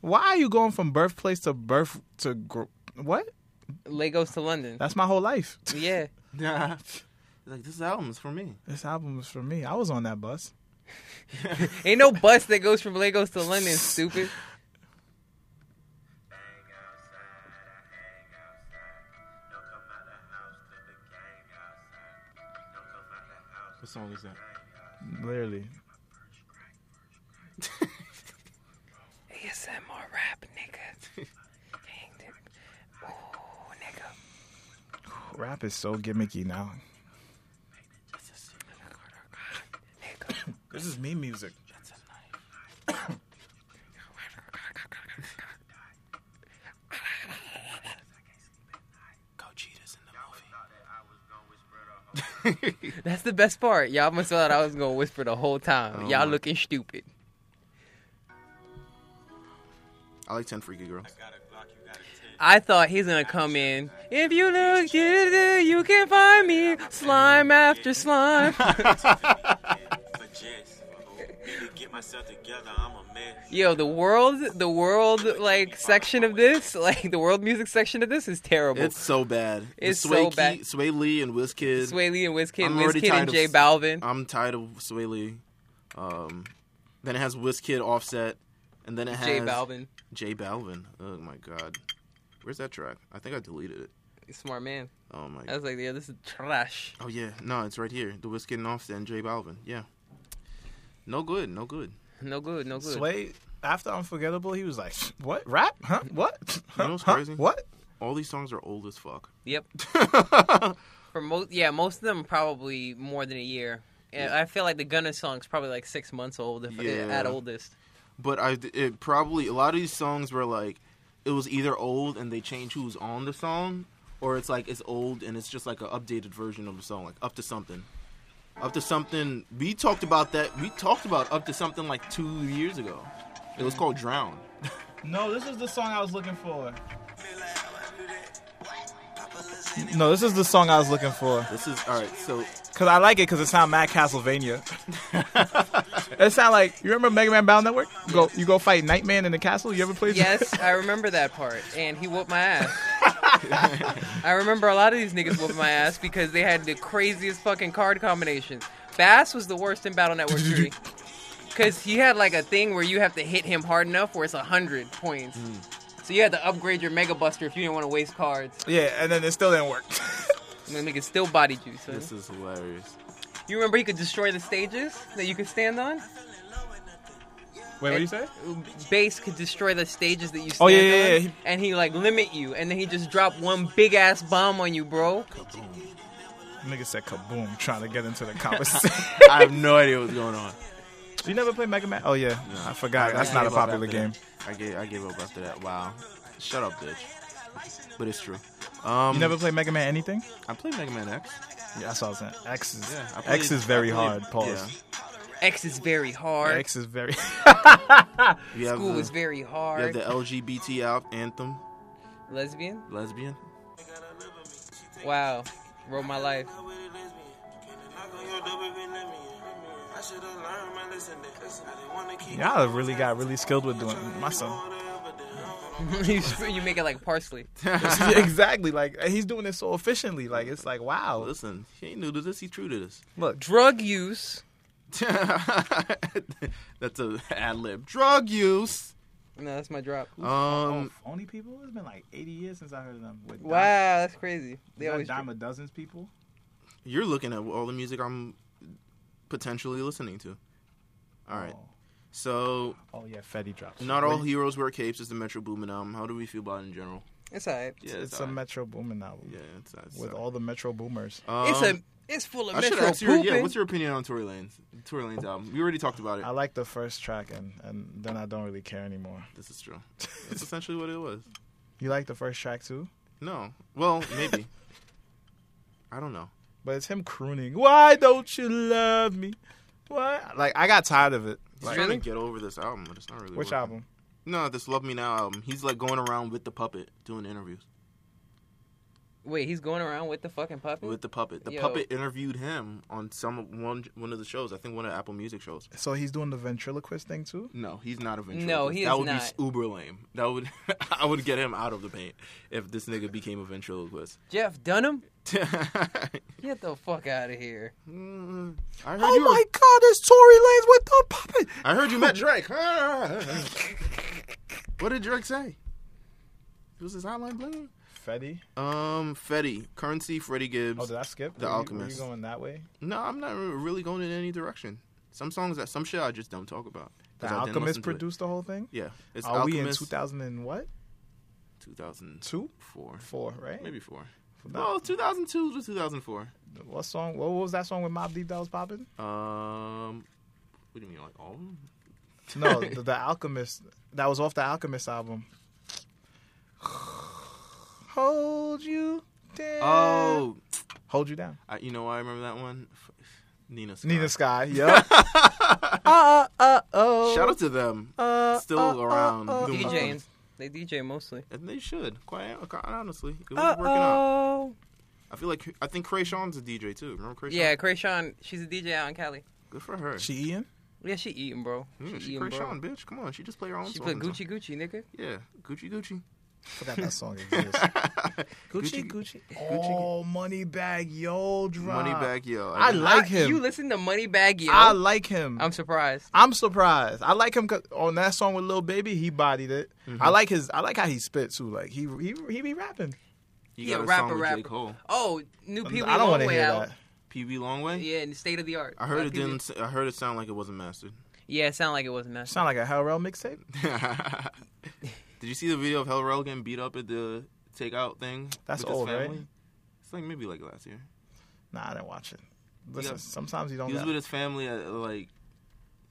[SPEAKER 1] Why are you going from birthplace to birth to gr- what?
[SPEAKER 2] Lagos to London.
[SPEAKER 1] That's my whole life.
[SPEAKER 2] Yeah.
[SPEAKER 3] Yeah. like this album's for me.
[SPEAKER 1] This album is for me. I was on that bus.
[SPEAKER 2] Ain't no bus that goes from Lagos to London, stupid.
[SPEAKER 3] What song is that?
[SPEAKER 1] Literally.
[SPEAKER 2] ASMR rap, nigga. Hang the- Ooh, nigga.
[SPEAKER 1] Rap is so gimmicky now. This is me music.
[SPEAKER 3] Go Cheetahs in the movie.
[SPEAKER 2] That's the best part. Y'all must have thought I was gonna whisper the whole time.
[SPEAKER 3] Oh
[SPEAKER 2] Y'all
[SPEAKER 3] my-
[SPEAKER 2] looking stupid.
[SPEAKER 3] I like 10 Freaky Girls.
[SPEAKER 2] I thought he's gonna come in. If you look, you, do, you can find me slime after slime.
[SPEAKER 7] need to get myself together. I'm a mess.
[SPEAKER 2] Yo, the world, the world like section of this, like the world music section of this is terrible.
[SPEAKER 3] It's so bad.
[SPEAKER 2] It's
[SPEAKER 3] Sway
[SPEAKER 2] so bad.
[SPEAKER 3] Key- Sway Lee and Wizkid.
[SPEAKER 2] Sway Lee and Wizkid,
[SPEAKER 3] I'm
[SPEAKER 2] and
[SPEAKER 3] already
[SPEAKER 2] Wizkid
[SPEAKER 3] tired
[SPEAKER 2] and
[SPEAKER 3] of
[SPEAKER 2] J
[SPEAKER 3] s-
[SPEAKER 2] Balvin.
[SPEAKER 3] I'm tired of Sway Lee. Um, then it has Wizkid Offset, and then it has
[SPEAKER 2] J Balvin,
[SPEAKER 3] J Balvin. Oh my god, where's that track? I think I deleted it.
[SPEAKER 2] smart man.
[SPEAKER 3] Oh my.
[SPEAKER 2] I was like, yeah, this is trash.
[SPEAKER 3] Oh yeah, no, it's right here. The Wizkid and Offset and J Balvin. Yeah. No good. No good.
[SPEAKER 2] No good, no good.
[SPEAKER 1] Sway, after Unforgettable, he was like, "What rap? Huh? What? Huh?
[SPEAKER 3] know what's
[SPEAKER 1] Huh?
[SPEAKER 3] crazy?
[SPEAKER 1] What?
[SPEAKER 3] All these songs are old as fuck.
[SPEAKER 2] Yep. For most, yeah, most of them probably more than a year. Yeah, I feel like the Gunna song's probably like six months old, if eh,
[SPEAKER 3] Yeah.
[SPEAKER 2] at oldest.
[SPEAKER 3] But I it probably a lot of these songs were like it was either old and they changed who's on the song, or it's like it's old and it's just like an updated version of the song, like up to something. Up to something. We talked about that. We talked about up to something like two years ago. It was called Drown.
[SPEAKER 1] No, this is the song I was looking for. No, this is the song I was looking for
[SPEAKER 3] This is all right. So
[SPEAKER 1] because I like it because it sound mad Castlevania. it sound like you remember Mega Man Battle Network? Go, you go fight Nightman in the castle. You ever played?
[SPEAKER 2] Yes, I remember that part, and he whooped my ass. I remember a lot of these niggas whooped my ass because they had the craziest fucking card combinations. Bass was the worst in Battle Network 3. Because he had like a thing where you have to hit him hard enough where it's 100 points. So you had to upgrade your Mega Buster if you didn't want to waste cards.
[SPEAKER 1] yeah, and then it still didn't work.
[SPEAKER 2] And the nigga still bodied you. So.
[SPEAKER 3] this is hilarious.
[SPEAKER 2] You remember he could destroy the stages that you could stand on?
[SPEAKER 1] Wait, what do you say?
[SPEAKER 2] Bass could destroy the stages that you stand
[SPEAKER 1] Oh, yeah, yeah,
[SPEAKER 2] on,
[SPEAKER 1] yeah. He-
[SPEAKER 2] and he like limit you, and then he just drop one big ass bomb on you, bro.
[SPEAKER 1] Nigga said kaboom, trying to get into the conversation.
[SPEAKER 3] I have no idea what's going on.
[SPEAKER 1] you never played Mega Man? Oh yeah, I forgot.
[SPEAKER 3] I
[SPEAKER 1] That's not a
[SPEAKER 3] gave up
[SPEAKER 1] popular
[SPEAKER 3] after
[SPEAKER 1] game.
[SPEAKER 3] that. I gave I gave up after that. Wow. Shut up, bitch. But it's true. Um,
[SPEAKER 1] You never played Mega Man anything?
[SPEAKER 3] I played Mega Man X.
[SPEAKER 1] Yeah, that's what I was saying. X is
[SPEAKER 3] Yeah, I
[SPEAKER 1] X
[SPEAKER 3] played-
[SPEAKER 1] is very
[SPEAKER 3] I
[SPEAKER 1] hard.
[SPEAKER 3] played-
[SPEAKER 1] Pause.
[SPEAKER 2] X is very hard.
[SPEAKER 1] X is very.
[SPEAKER 3] You have
[SPEAKER 2] School
[SPEAKER 3] the-
[SPEAKER 2] is very
[SPEAKER 3] You have
[SPEAKER 2] hard.
[SPEAKER 3] the LGBT out anthem,
[SPEAKER 2] Lesbian?
[SPEAKER 3] lesbian.
[SPEAKER 2] Wow. Wrote my life.
[SPEAKER 1] Y'all really got really skilled with doing my son.
[SPEAKER 2] you, sp- you make it like parsley.
[SPEAKER 1] exactly. Like he's doing this so efficiently. Like it's like wow.
[SPEAKER 3] Listen, he ain't new to this. He true to this.
[SPEAKER 1] Look,
[SPEAKER 2] Drug use.
[SPEAKER 3] That's a ad lib. Drug use.
[SPEAKER 2] No, that's my drop.
[SPEAKER 3] Um,
[SPEAKER 1] only Oh, people. It's been like 80 years since I heard of them. With
[SPEAKER 2] Wow, that's crazy. They
[SPEAKER 1] Dime,
[SPEAKER 2] always.
[SPEAKER 1] dime a dozens people.
[SPEAKER 3] you're looking at all the music I'm potentially listening to. All right. So,
[SPEAKER 1] Oh, yeah, Fetty drops.
[SPEAKER 3] not all heroes wear capes is the Metro Boomin album. How do we feel about it in general?
[SPEAKER 2] It's alright.
[SPEAKER 3] Yeah,
[SPEAKER 1] It's a
[SPEAKER 3] alright.
[SPEAKER 1] Metro Boomin album
[SPEAKER 3] yeah, it's, it's
[SPEAKER 1] with
[SPEAKER 3] alright.
[SPEAKER 1] all the Metro Boomers.
[SPEAKER 3] Um,
[SPEAKER 2] It's a. It's full of
[SPEAKER 3] I should
[SPEAKER 2] metro
[SPEAKER 3] ask your,
[SPEAKER 2] pooping.
[SPEAKER 3] yeah, what's your opinion on Tory Lane's Tory Lane's album? We already talked about it.
[SPEAKER 1] I like the first track and and then I don't really care anymore.
[SPEAKER 3] This is true. That's essentially what it was.
[SPEAKER 1] You like the first track too,
[SPEAKER 3] No. Well, maybe. I don't know.
[SPEAKER 1] but it's him crooning. Why don't you love me? What? Like I got tired of it.
[SPEAKER 3] He's trying to get over this album, but it's not really.
[SPEAKER 1] Which
[SPEAKER 3] working.
[SPEAKER 1] album?
[SPEAKER 3] No, this "Love Me Now" album. He's like going around with the puppet doing interviews
[SPEAKER 2] Wait, he's going around with the fucking
[SPEAKER 1] Hmm.
[SPEAKER 2] puppet.
[SPEAKER 3] with the puppet. The
[SPEAKER 2] Yo.
[SPEAKER 3] puppet interviewed him on some one one of the shows. I think one of the Apple Music shows.
[SPEAKER 1] So he's doing the ventriloquist thing too.
[SPEAKER 3] No, he's not a ventriloquist.
[SPEAKER 2] No, he
[SPEAKER 3] that
[SPEAKER 2] is
[SPEAKER 3] would
[SPEAKER 2] not.
[SPEAKER 3] be uber lame. That would I would get him out of the paint if this nigga became a ventriloquist.
[SPEAKER 2] Jeff Dunham.
[SPEAKER 3] Mm,
[SPEAKER 2] Get the fuck out of here.
[SPEAKER 3] I heard
[SPEAKER 1] Oh
[SPEAKER 3] you. were-
[SPEAKER 1] my God! It's Tory Lanez with the puppet.
[SPEAKER 3] I heard you met Drake. what did Drake say? Was his hotline bling?
[SPEAKER 1] Fetty.
[SPEAKER 3] Um, Fetty, Currency, Freddie Gibbs.
[SPEAKER 1] Oh, did I skip?
[SPEAKER 3] The
[SPEAKER 1] Were you-
[SPEAKER 3] Alchemist.
[SPEAKER 1] Were you going that way?
[SPEAKER 3] No, I'm not re- really going in any direction. Some songs that some shit I just don't talk about. 'cause
[SPEAKER 1] The
[SPEAKER 3] I didn't
[SPEAKER 1] Alchemist
[SPEAKER 3] listen to it.
[SPEAKER 1] produced the whole thing.
[SPEAKER 3] Yeah, it's
[SPEAKER 1] Are we in
[SPEAKER 3] Alchemist.
[SPEAKER 1] 2000 and what?
[SPEAKER 3] 2004,
[SPEAKER 1] Two, four, right?
[SPEAKER 3] maybe four.
[SPEAKER 1] That-
[SPEAKER 3] Well, 2002 to 2004.
[SPEAKER 1] What song? What was that song with Mob Deep that was popping?
[SPEAKER 3] Um, what do you mean, like all of them?
[SPEAKER 1] No, the, the Alchemist. That was off the Alchemist album. Hold you down.
[SPEAKER 3] Oh,
[SPEAKER 1] Hold you down.
[SPEAKER 3] I, you know why I remember that one? F- Nina. Scott.
[SPEAKER 1] Nina Sky. Yep. uh uh oh.
[SPEAKER 3] Shout out to them.
[SPEAKER 1] Uh,
[SPEAKER 3] Still
[SPEAKER 1] uh,
[SPEAKER 3] around.
[SPEAKER 1] uh,
[SPEAKER 3] doing
[SPEAKER 2] DJing.
[SPEAKER 3] things.
[SPEAKER 2] They DJ mostly.
[SPEAKER 3] And they should. Quite quite honestly, it was working out.
[SPEAKER 2] Oh.
[SPEAKER 3] I feel like I think Krayshawn's a DJ too. Remember Krayshawn?
[SPEAKER 2] Yeah, Krayshawn, she's a DJ out in Cali.
[SPEAKER 3] Good for her.
[SPEAKER 1] She Ian.
[SPEAKER 2] Yeah, she eating, bro.
[SPEAKER 3] Mm,
[SPEAKER 2] she
[SPEAKER 3] she
[SPEAKER 2] eating, bro.
[SPEAKER 3] Krayshawn, bitch. Come on, she just play her own.
[SPEAKER 2] She
[SPEAKER 3] song
[SPEAKER 2] played
[SPEAKER 3] and stuff.
[SPEAKER 2] Gucci Gucci, nigga.
[SPEAKER 3] Yeah, Gucci Gucci.
[SPEAKER 1] Forgot that song exists.
[SPEAKER 3] Gucci,
[SPEAKER 1] Gucci. Oh, money bag, yo, drop.
[SPEAKER 3] Money back, yo.
[SPEAKER 1] I like him.
[SPEAKER 2] You listen to Moneybag Yo.
[SPEAKER 1] I like him.
[SPEAKER 2] I'm surprised.
[SPEAKER 1] I'm surprised. I like him 'cause on that song with Lil Baby. He bodied it.
[SPEAKER 2] Mm-hmm.
[SPEAKER 1] I like his. I like how he spit too. Like he he he be rapping.
[SPEAKER 3] You
[SPEAKER 2] Yeah,
[SPEAKER 3] got a
[SPEAKER 2] rapper,
[SPEAKER 3] song with
[SPEAKER 2] rapper.
[SPEAKER 3] J. Cole.
[SPEAKER 2] Oh, new Pee Wee
[SPEAKER 1] I don't want to
[SPEAKER 2] Longway
[SPEAKER 1] hear
[SPEAKER 2] out.
[SPEAKER 1] that.
[SPEAKER 3] PB Longway.
[SPEAKER 2] Yeah, in the state of the art.
[SPEAKER 3] I heard
[SPEAKER 2] Like,
[SPEAKER 3] it
[SPEAKER 2] people-
[SPEAKER 3] didn't. I heard it sound like it wasn't mastered.
[SPEAKER 2] Yeah, it sounded like it wasn't that.
[SPEAKER 1] Sound like a Hell Rel mixtape.
[SPEAKER 3] Did you see the video of Hell Rel getting beat up at the takeout thing?
[SPEAKER 1] That's
[SPEAKER 3] with his
[SPEAKER 1] old, right?
[SPEAKER 3] family? It's like maybe like last year.
[SPEAKER 1] Nah, I didn't watch it. Listen,
[SPEAKER 3] Yeah.
[SPEAKER 1] sometimes you don't.
[SPEAKER 3] He was
[SPEAKER 1] got-
[SPEAKER 3] with his family at like.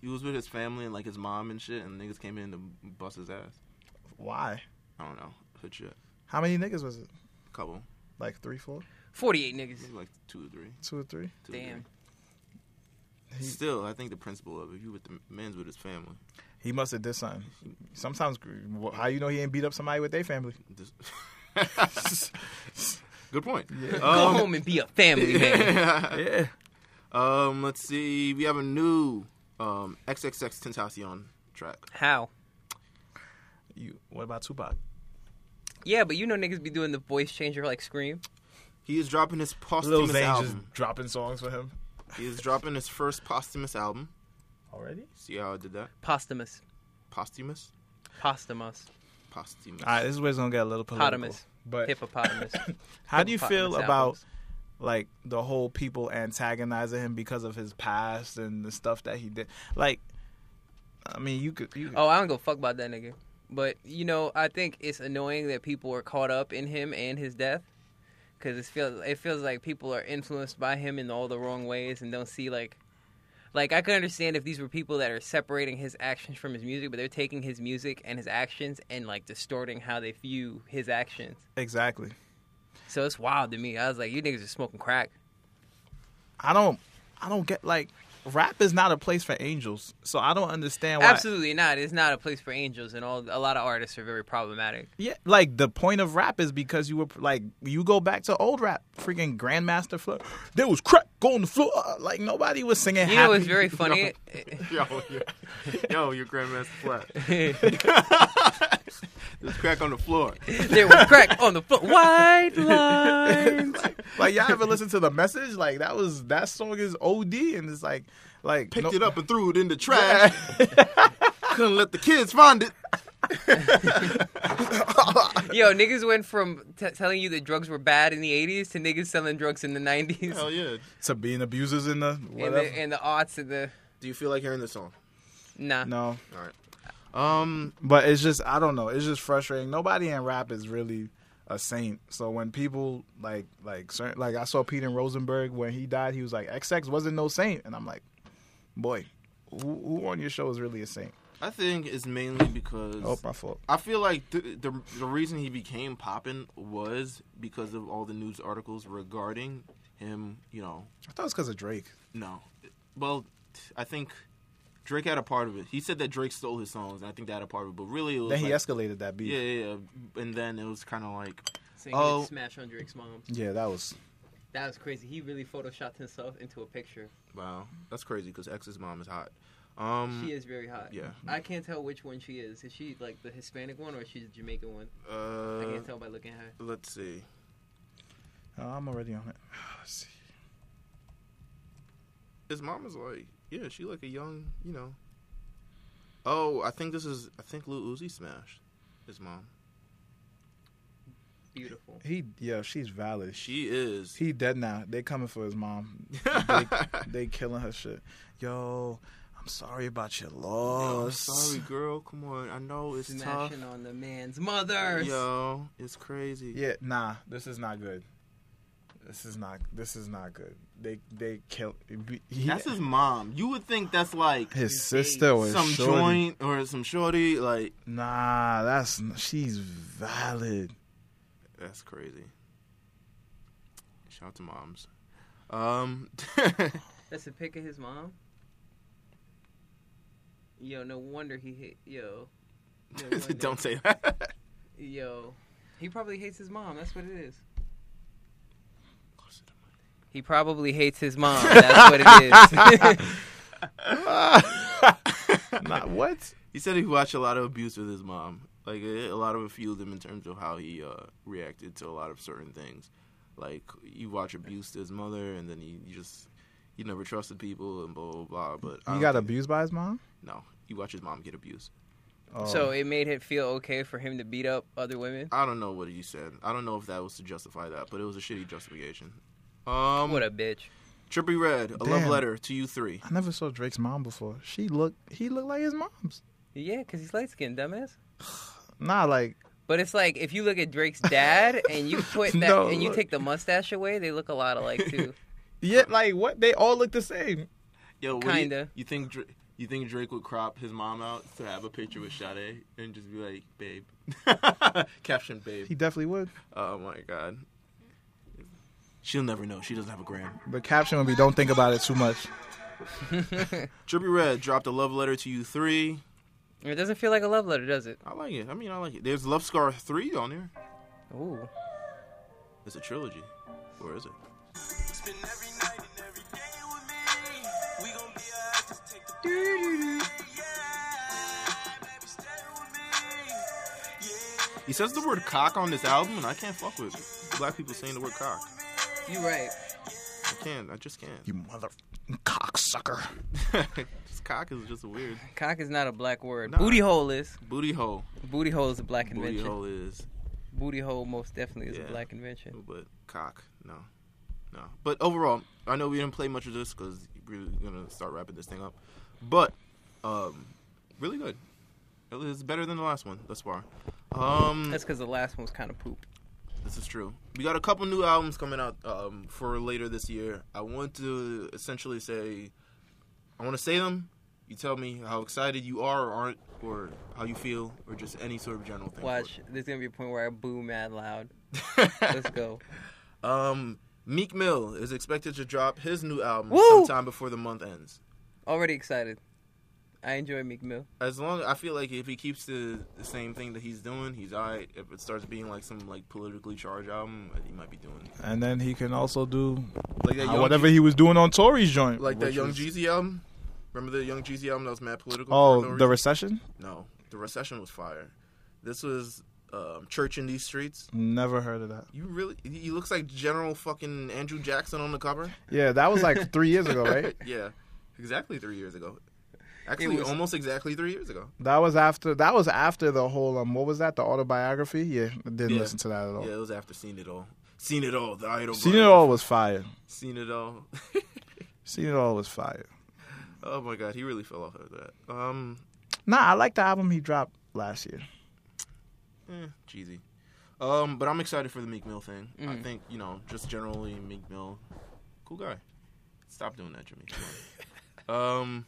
[SPEAKER 3] He was with his family and like his mom and shit, and niggas came in to bust his ass.
[SPEAKER 1] Why?
[SPEAKER 3] I don't know, hood shit,
[SPEAKER 1] How many niggas was it?
[SPEAKER 3] couple,
[SPEAKER 1] Like three, four,
[SPEAKER 2] Forty-eight niggas.
[SPEAKER 3] maybe like two or three.
[SPEAKER 1] two or three?
[SPEAKER 3] Two or
[SPEAKER 2] Damn.
[SPEAKER 3] three. Still, I think the principle of it, you with the man's with his family.
[SPEAKER 1] He must have did something. Sometimes, how you know he ain't beat up somebody with their family?
[SPEAKER 3] This- Good point.
[SPEAKER 2] Go
[SPEAKER 3] Um,
[SPEAKER 2] home and be a family man.
[SPEAKER 3] yeah. Um, let's see. We have a new um, XXX Tentacion track.
[SPEAKER 2] How?
[SPEAKER 1] You. What about Tupac?
[SPEAKER 2] Yeah, but you know niggas be doing the voice changer like Scream.
[SPEAKER 3] He is dropping his
[SPEAKER 1] Lil
[SPEAKER 3] posthumous
[SPEAKER 1] Zane just
[SPEAKER 3] album.
[SPEAKER 1] dropping songs for him
[SPEAKER 3] He is dropping his first posthumous album.
[SPEAKER 1] already.
[SPEAKER 3] See how I did that?
[SPEAKER 2] Posthumous.
[SPEAKER 3] Posthumous?
[SPEAKER 2] Posthumous.
[SPEAKER 3] Posthumous.
[SPEAKER 1] All right, this is where it's gonna get a little political.
[SPEAKER 2] Potamus.
[SPEAKER 1] But
[SPEAKER 2] Hippopotamus.
[SPEAKER 1] how do you feel
[SPEAKER 2] Hippopotamus
[SPEAKER 1] about
[SPEAKER 2] albums.
[SPEAKER 1] like the whole people antagonizing him because of his past and the stuff that he did? Like, I mean, you could. You could
[SPEAKER 2] Oh, I don't go fuck about that nigga. But you know, I think it's annoying that people are caught up in him and his death, because it feels it feels like people are influenced by him in all the wrong ways and don't see like, like I could understand if these were people that are separating his actions from his music, but they're taking his music and his actions and like distorting how they view his actions.
[SPEAKER 1] Exactly.
[SPEAKER 2] So it's wild to me. I was like, you niggas are smoking crack.
[SPEAKER 1] I don't. I don't get like. Rap is not a place for angels, so I don't understand why.
[SPEAKER 2] Absolutely not. It's not a place for angels, and all a lot of artists are very problematic.
[SPEAKER 1] Yeah, like the point of rap is because you were like you go back to old rap, freaking Grandmaster Flair. There was crack going the floor, uh, like nobody was singing.
[SPEAKER 2] You know, it's
[SPEAKER 1] happy.
[SPEAKER 2] very funny.
[SPEAKER 3] yo, yo, yo, your grandmaster flat. There's crack on the floor.
[SPEAKER 2] there was crack on the floor. White lines.
[SPEAKER 1] Like y'all ever listen to the message? Like that was that song is OD, and it's like like
[SPEAKER 3] Picked
[SPEAKER 1] no-
[SPEAKER 3] it up and threw it in the trash. Couldn't let the kids find it.
[SPEAKER 2] Yo, niggas went from t- telling you that drugs were bad in the 80s to niggas selling drugs in the 90s.
[SPEAKER 3] Hell yeah.
[SPEAKER 1] to being abusers in the
[SPEAKER 2] in,
[SPEAKER 1] whatever.
[SPEAKER 2] the, in the aughts and the.
[SPEAKER 3] Do you feel like hearing this song?
[SPEAKER 2] Nah.
[SPEAKER 1] no,
[SPEAKER 3] All right. Um,
[SPEAKER 1] but it's just I don't know. It's just frustrating. Nobody in rap is really a saint. So when people like like certain like I saw Pete and Rosenberg when he died, he was like XX wasn't no saint, and I'm like, boy, who, who on your show is really a saint?
[SPEAKER 3] I think it's mainly because
[SPEAKER 1] Oh, my fault.
[SPEAKER 3] I feel like the, the the reason he became poppin' was because of all the news articles regarding him. You know,
[SPEAKER 1] I thought it was because of Drake.
[SPEAKER 3] no, well, I think Drake had a part of it. He said that Drake stole his songs, and I think that had a part of it. But really, it was
[SPEAKER 1] Then he
[SPEAKER 3] like-
[SPEAKER 1] escalated that beat.
[SPEAKER 3] yeah, yeah, yeah, and then it was kind of like,
[SPEAKER 2] Saying
[SPEAKER 3] Oh.
[SPEAKER 2] oh. smash on Drake's mom.
[SPEAKER 1] Yeah, that was.
[SPEAKER 2] That was crazy. He really photoshopped himself into a picture.
[SPEAKER 3] wow, that's crazy because X's mom is hot. Um,
[SPEAKER 2] She is very hot.
[SPEAKER 3] yeah.
[SPEAKER 2] I can't tell which one she is. Is she like the Hispanic one or is she the Jamaican one? I
[SPEAKER 3] uh,
[SPEAKER 2] can't tell by looking at her.
[SPEAKER 3] let's see.
[SPEAKER 1] Oh, I'm already on it. Let's see.
[SPEAKER 3] his mom is like, yeah, she like a young, you know. Oh, I think this is, I think Lil Uzi smashed his mom.
[SPEAKER 2] Beautiful.
[SPEAKER 1] He, yeah, she's valid. She,
[SPEAKER 3] She is.
[SPEAKER 1] he dead now. They coming for his mom. they, they killing her shit. Yo, I'm sorry about your
[SPEAKER 3] Yo,
[SPEAKER 1] loss.
[SPEAKER 3] Oh, sorry, girl. Come on, I know it's tough.
[SPEAKER 2] Smashing on the man's mother.
[SPEAKER 3] Yo, it's crazy.
[SPEAKER 1] Yeah, nah, this is not good. This is not. This is not good. They they kill. He,
[SPEAKER 3] That's his mom. You would think that's like
[SPEAKER 1] his sister was
[SPEAKER 3] some
[SPEAKER 1] shorty.
[SPEAKER 3] joint or some shorty. Like
[SPEAKER 1] Nah, that's she's valid.
[SPEAKER 3] that's crazy. Shout out to moms. Um,
[SPEAKER 2] That's a pic of his mom. Yo, no wonder he hit. Yo, no wonder.
[SPEAKER 3] don't say that.
[SPEAKER 2] Yo, he probably hates his mom. That's what it is. He probably hates his mom. That's what it is.
[SPEAKER 1] Nah, what?
[SPEAKER 3] He said he watched a lot of abuse with his mom. Like it, a lot of it fueled him in terms of how he uh, reacted to a lot of certain things. Like you watch abuse to his mother, and then he you just you never trusted people and blah blah blah. But I
[SPEAKER 1] He
[SPEAKER 3] don't
[SPEAKER 1] got
[SPEAKER 3] think-
[SPEAKER 1] abused by his mom.
[SPEAKER 3] No, you watch his mom get abused.
[SPEAKER 1] Oh.
[SPEAKER 2] So it made him feel okay for him to beat up other women.
[SPEAKER 3] I don't know what he said. I don't know if that was to justify that, but it was a shitty justification. Um,
[SPEAKER 2] What a bitch.
[SPEAKER 3] Trippy Red, a love
[SPEAKER 1] Damn.
[SPEAKER 3] letter to you three.
[SPEAKER 1] I never saw Drake's mom before. She looked. He looked like his mom's.
[SPEAKER 2] Yeah, because he's light skinned, dumbass.
[SPEAKER 1] Nah, like
[SPEAKER 2] But it's like if you look at Drake's dad and you put that
[SPEAKER 1] No,
[SPEAKER 2] and you
[SPEAKER 1] look.
[SPEAKER 2] take the mustache away, they look a lot alike too.
[SPEAKER 1] yeah, like what? They all look the same.
[SPEAKER 3] Yo, what do you-
[SPEAKER 2] Kinda.
[SPEAKER 3] You, think Dra- you think Drake would crop his mom out to have a picture with Sade and just be like, "Babe," caption, "Babe."
[SPEAKER 1] He definitely would.
[SPEAKER 3] Oh my god. She'll never know. She doesn't have a gram.
[SPEAKER 1] The caption would be, "Don't think about it too much."
[SPEAKER 3] Trippy Red dropped a love letter to you three.
[SPEAKER 2] It doesn't feel like a love letter, does it?
[SPEAKER 3] I like it. I mean, I like it. There's Love Scar three on there.
[SPEAKER 2] Ooh.
[SPEAKER 3] It's a trilogy. Or is it?
[SPEAKER 8] Spend every night and every day with me. We gon' be alright, just take the yeah. Baby, stay with me. Yeah,
[SPEAKER 3] He says the word cock on this album, and I can't fuck with black people saying the word cock.
[SPEAKER 2] You right.
[SPEAKER 3] I can't. I just can't.
[SPEAKER 1] You mother cocksucker.
[SPEAKER 3] this cock is just a weird
[SPEAKER 2] Cock is not a black word.
[SPEAKER 3] Nah.
[SPEAKER 2] Booty hole is.
[SPEAKER 3] booty hole.
[SPEAKER 2] Booty hole is a black convention.
[SPEAKER 3] Booty
[SPEAKER 2] Booty hole,
[SPEAKER 3] hole is,
[SPEAKER 2] most definitely is
[SPEAKER 3] Yeah.
[SPEAKER 2] a black convention.
[SPEAKER 3] but cock, no, no. But overall, I know we didn't play much of this because we're gonna start wrapping this thing up. But um, really good. It was better than the last one thus far. Um,
[SPEAKER 2] That's because the last one was kind of poop.
[SPEAKER 3] This is true. We got a couple new albums coming out um, for later this year. I want to essentially say, I want to say them. You tell me how excited you are or aren't, or how you feel, or just any sort of general thing. for
[SPEAKER 2] Watch, there's gonna be a point where I boo mad loud.
[SPEAKER 3] it.
[SPEAKER 2] Let's go.
[SPEAKER 3] um, Meek Mill is expected to drop his new album
[SPEAKER 2] Woo!
[SPEAKER 3] sometime before the month ends.
[SPEAKER 2] Already excited. I enjoy Meek Mill.
[SPEAKER 3] As long I feel like if he keeps the, the same thing that he's doing, he's alright. If it starts being like some like politically charged album, uh, he might be doing
[SPEAKER 1] And then he can also do
[SPEAKER 3] like that.
[SPEAKER 1] uh,
[SPEAKER 3] Young
[SPEAKER 1] whatever he was doing on Tory's joint,
[SPEAKER 3] like that
[SPEAKER 1] which
[SPEAKER 3] Young
[SPEAKER 1] was-
[SPEAKER 3] Jeezy album. Remember the Young Jeezy album that was mad political?
[SPEAKER 1] Oh,
[SPEAKER 3] for no
[SPEAKER 1] the
[SPEAKER 3] reason?
[SPEAKER 1] recession.
[SPEAKER 3] no, the recession was fire. This was um, Church in These Streets.
[SPEAKER 1] Never heard of that.
[SPEAKER 3] You really? He looks like General fucking Andrew Jackson on the cover.
[SPEAKER 1] Yeah, that was like three years ago, right?
[SPEAKER 3] yeah, exactly three years ago. Actually,
[SPEAKER 2] was-
[SPEAKER 3] almost exactly three years ago.
[SPEAKER 1] That was after. That was after the whole. Um, what was that? The autobiography. Yeah, I didn't
[SPEAKER 3] Yeah.
[SPEAKER 1] listen to that at all.
[SPEAKER 3] Yeah, it was after Seen It All. Seen It All. The Idol.
[SPEAKER 1] Seen it
[SPEAKER 3] Brothers.
[SPEAKER 1] all was fire.
[SPEAKER 3] Seen It All.
[SPEAKER 1] Seen it all was fire.
[SPEAKER 3] oh my god, he really fell off after that. Um,
[SPEAKER 1] Nah, I like the album he dropped last year.
[SPEAKER 3] eh, cheesy. Um, but I'm excited for the Meek Mill thing.
[SPEAKER 2] Mm.
[SPEAKER 3] I think you know, just generally Meek Mill, cool guy. Stop doing that, Jimmy. Come on. um,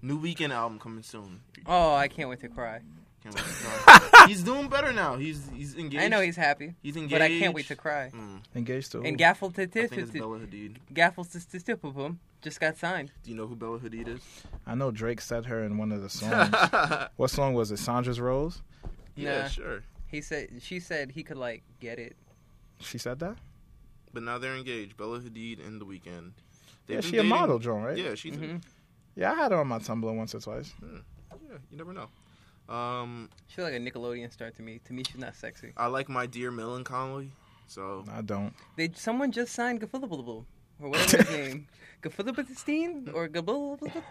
[SPEAKER 3] new weekend album coming soon.
[SPEAKER 2] Oh, I can't wait to cry.
[SPEAKER 3] Can't wait to try. he's doing better now. He's he's engaged.
[SPEAKER 2] I know he's happy,
[SPEAKER 3] he's engaged.
[SPEAKER 2] but I can't wait to cry.
[SPEAKER 1] Engaged to.
[SPEAKER 2] And
[SPEAKER 1] who?
[SPEAKER 2] Gaffel to
[SPEAKER 3] Mm. I think it's Bella Hadid.
[SPEAKER 2] Gaffel to just got signed.
[SPEAKER 3] Do you know who Bella Hadid is?
[SPEAKER 1] I know Drake said her in one of the songs. what song was it? Sandra's Rose.
[SPEAKER 3] Yeah,
[SPEAKER 2] Nah.
[SPEAKER 3] sure.
[SPEAKER 2] He said she said he could like get it.
[SPEAKER 1] She said that.
[SPEAKER 3] But now they're engaged. Bella Hadid and The Weeknd. They've
[SPEAKER 1] Yeah,
[SPEAKER 3] been
[SPEAKER 1] she a
[SPEAKER 3] dating-
[SPEAKER 1] model, John, right?
[SPEAKER 3] Yeah, she's.
[SPEAKER 2] Mhm.
[SPEAKER 1] Yeah, I had her on my Tumblr once or twice.
[SPEAKER 3] A, yeah, you never know. Um,
[SPEAKER 2] She's like a Nickelodeon star to me. To me, she's not sexy.
[SPEAKER 3] I like my dear melancholy. So
[SPEAKER 1] I don't.
[SPEAKER 2] They someone just signed Gafulabulabul or whatever his name, Gafulabulabulstein or Gabulabulabul.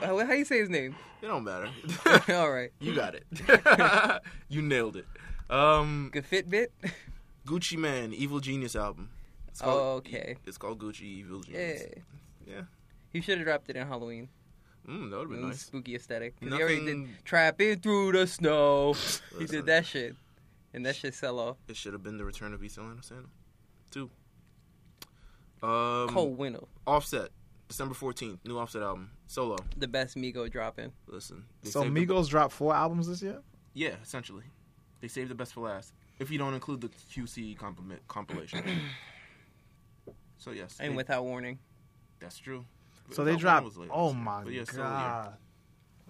[SPEAKER 2] How, how you say his name?
[SPEAKER 3] it don't matter.
[SPEAKER 2] All right,
[SPEAKER 3] You got it. you nailed it. Um,
[SPEAKER 2] Gafitbit.
[SPEAKER 3] Gucci Man, Evil Genius album. It's called,
[SPEAKER 2] Oh, okay.
[SPEAKER 3] It's called Gucci Evil
[SPEAKER 2] Yeah,
[SPEAKER 3] Genius. Yeah.
[SPEAKER 2] he should have dropped it in Halloween.
[SPEAKER 3] Mm, that would have been
[SPEAKER 2] Mm,
[SPEAKER 3] nice.
[SPEAKER 2] Spooky aesthetic. 'Cause He already
[SPEAKER 3] Nothing-
[SPEAKER 2] did trapping through the snow. he
[SPEAKER 3] Listen.
[SPEAKER 2] did that shit, and that shit sell off.
[SPEAKER 3] It should have been the Return of East Atlanta Santa. Two. Um,
[SPEAKER 2] Cold winter,
[SPEAKER 3] Offset, December fourteenth, new Offset album, solo.
[SPEAKER 2] the best Migo dropping.
[SPEAKER 3] Listen. they
[SPEAKER 1] So
[SPEAKER 3] saved the-
[SPEAKER 1] Migos dropped four albums this year.
[SPEAKER 3] yeah, essentially, they saved the best for last. If you don't include the QC compliment compilation. so yes.
[SPEAKER 2] And
[SPEAKER 3] they-
[SPEAKER 2] without warning.
[SPEAKER 3] that's true.
[SPEAKER 1] So they
[SPEAKER 3] One
[SPEAKER 1] dropped.
[SPEAKER 3] was later
[SPEAKER 1] Oh
[SPEAKER 3] this year.
[SPEAKER 1] my
[SPEAKER 3] But yeah, still a year.
[SPEAKER 1] god.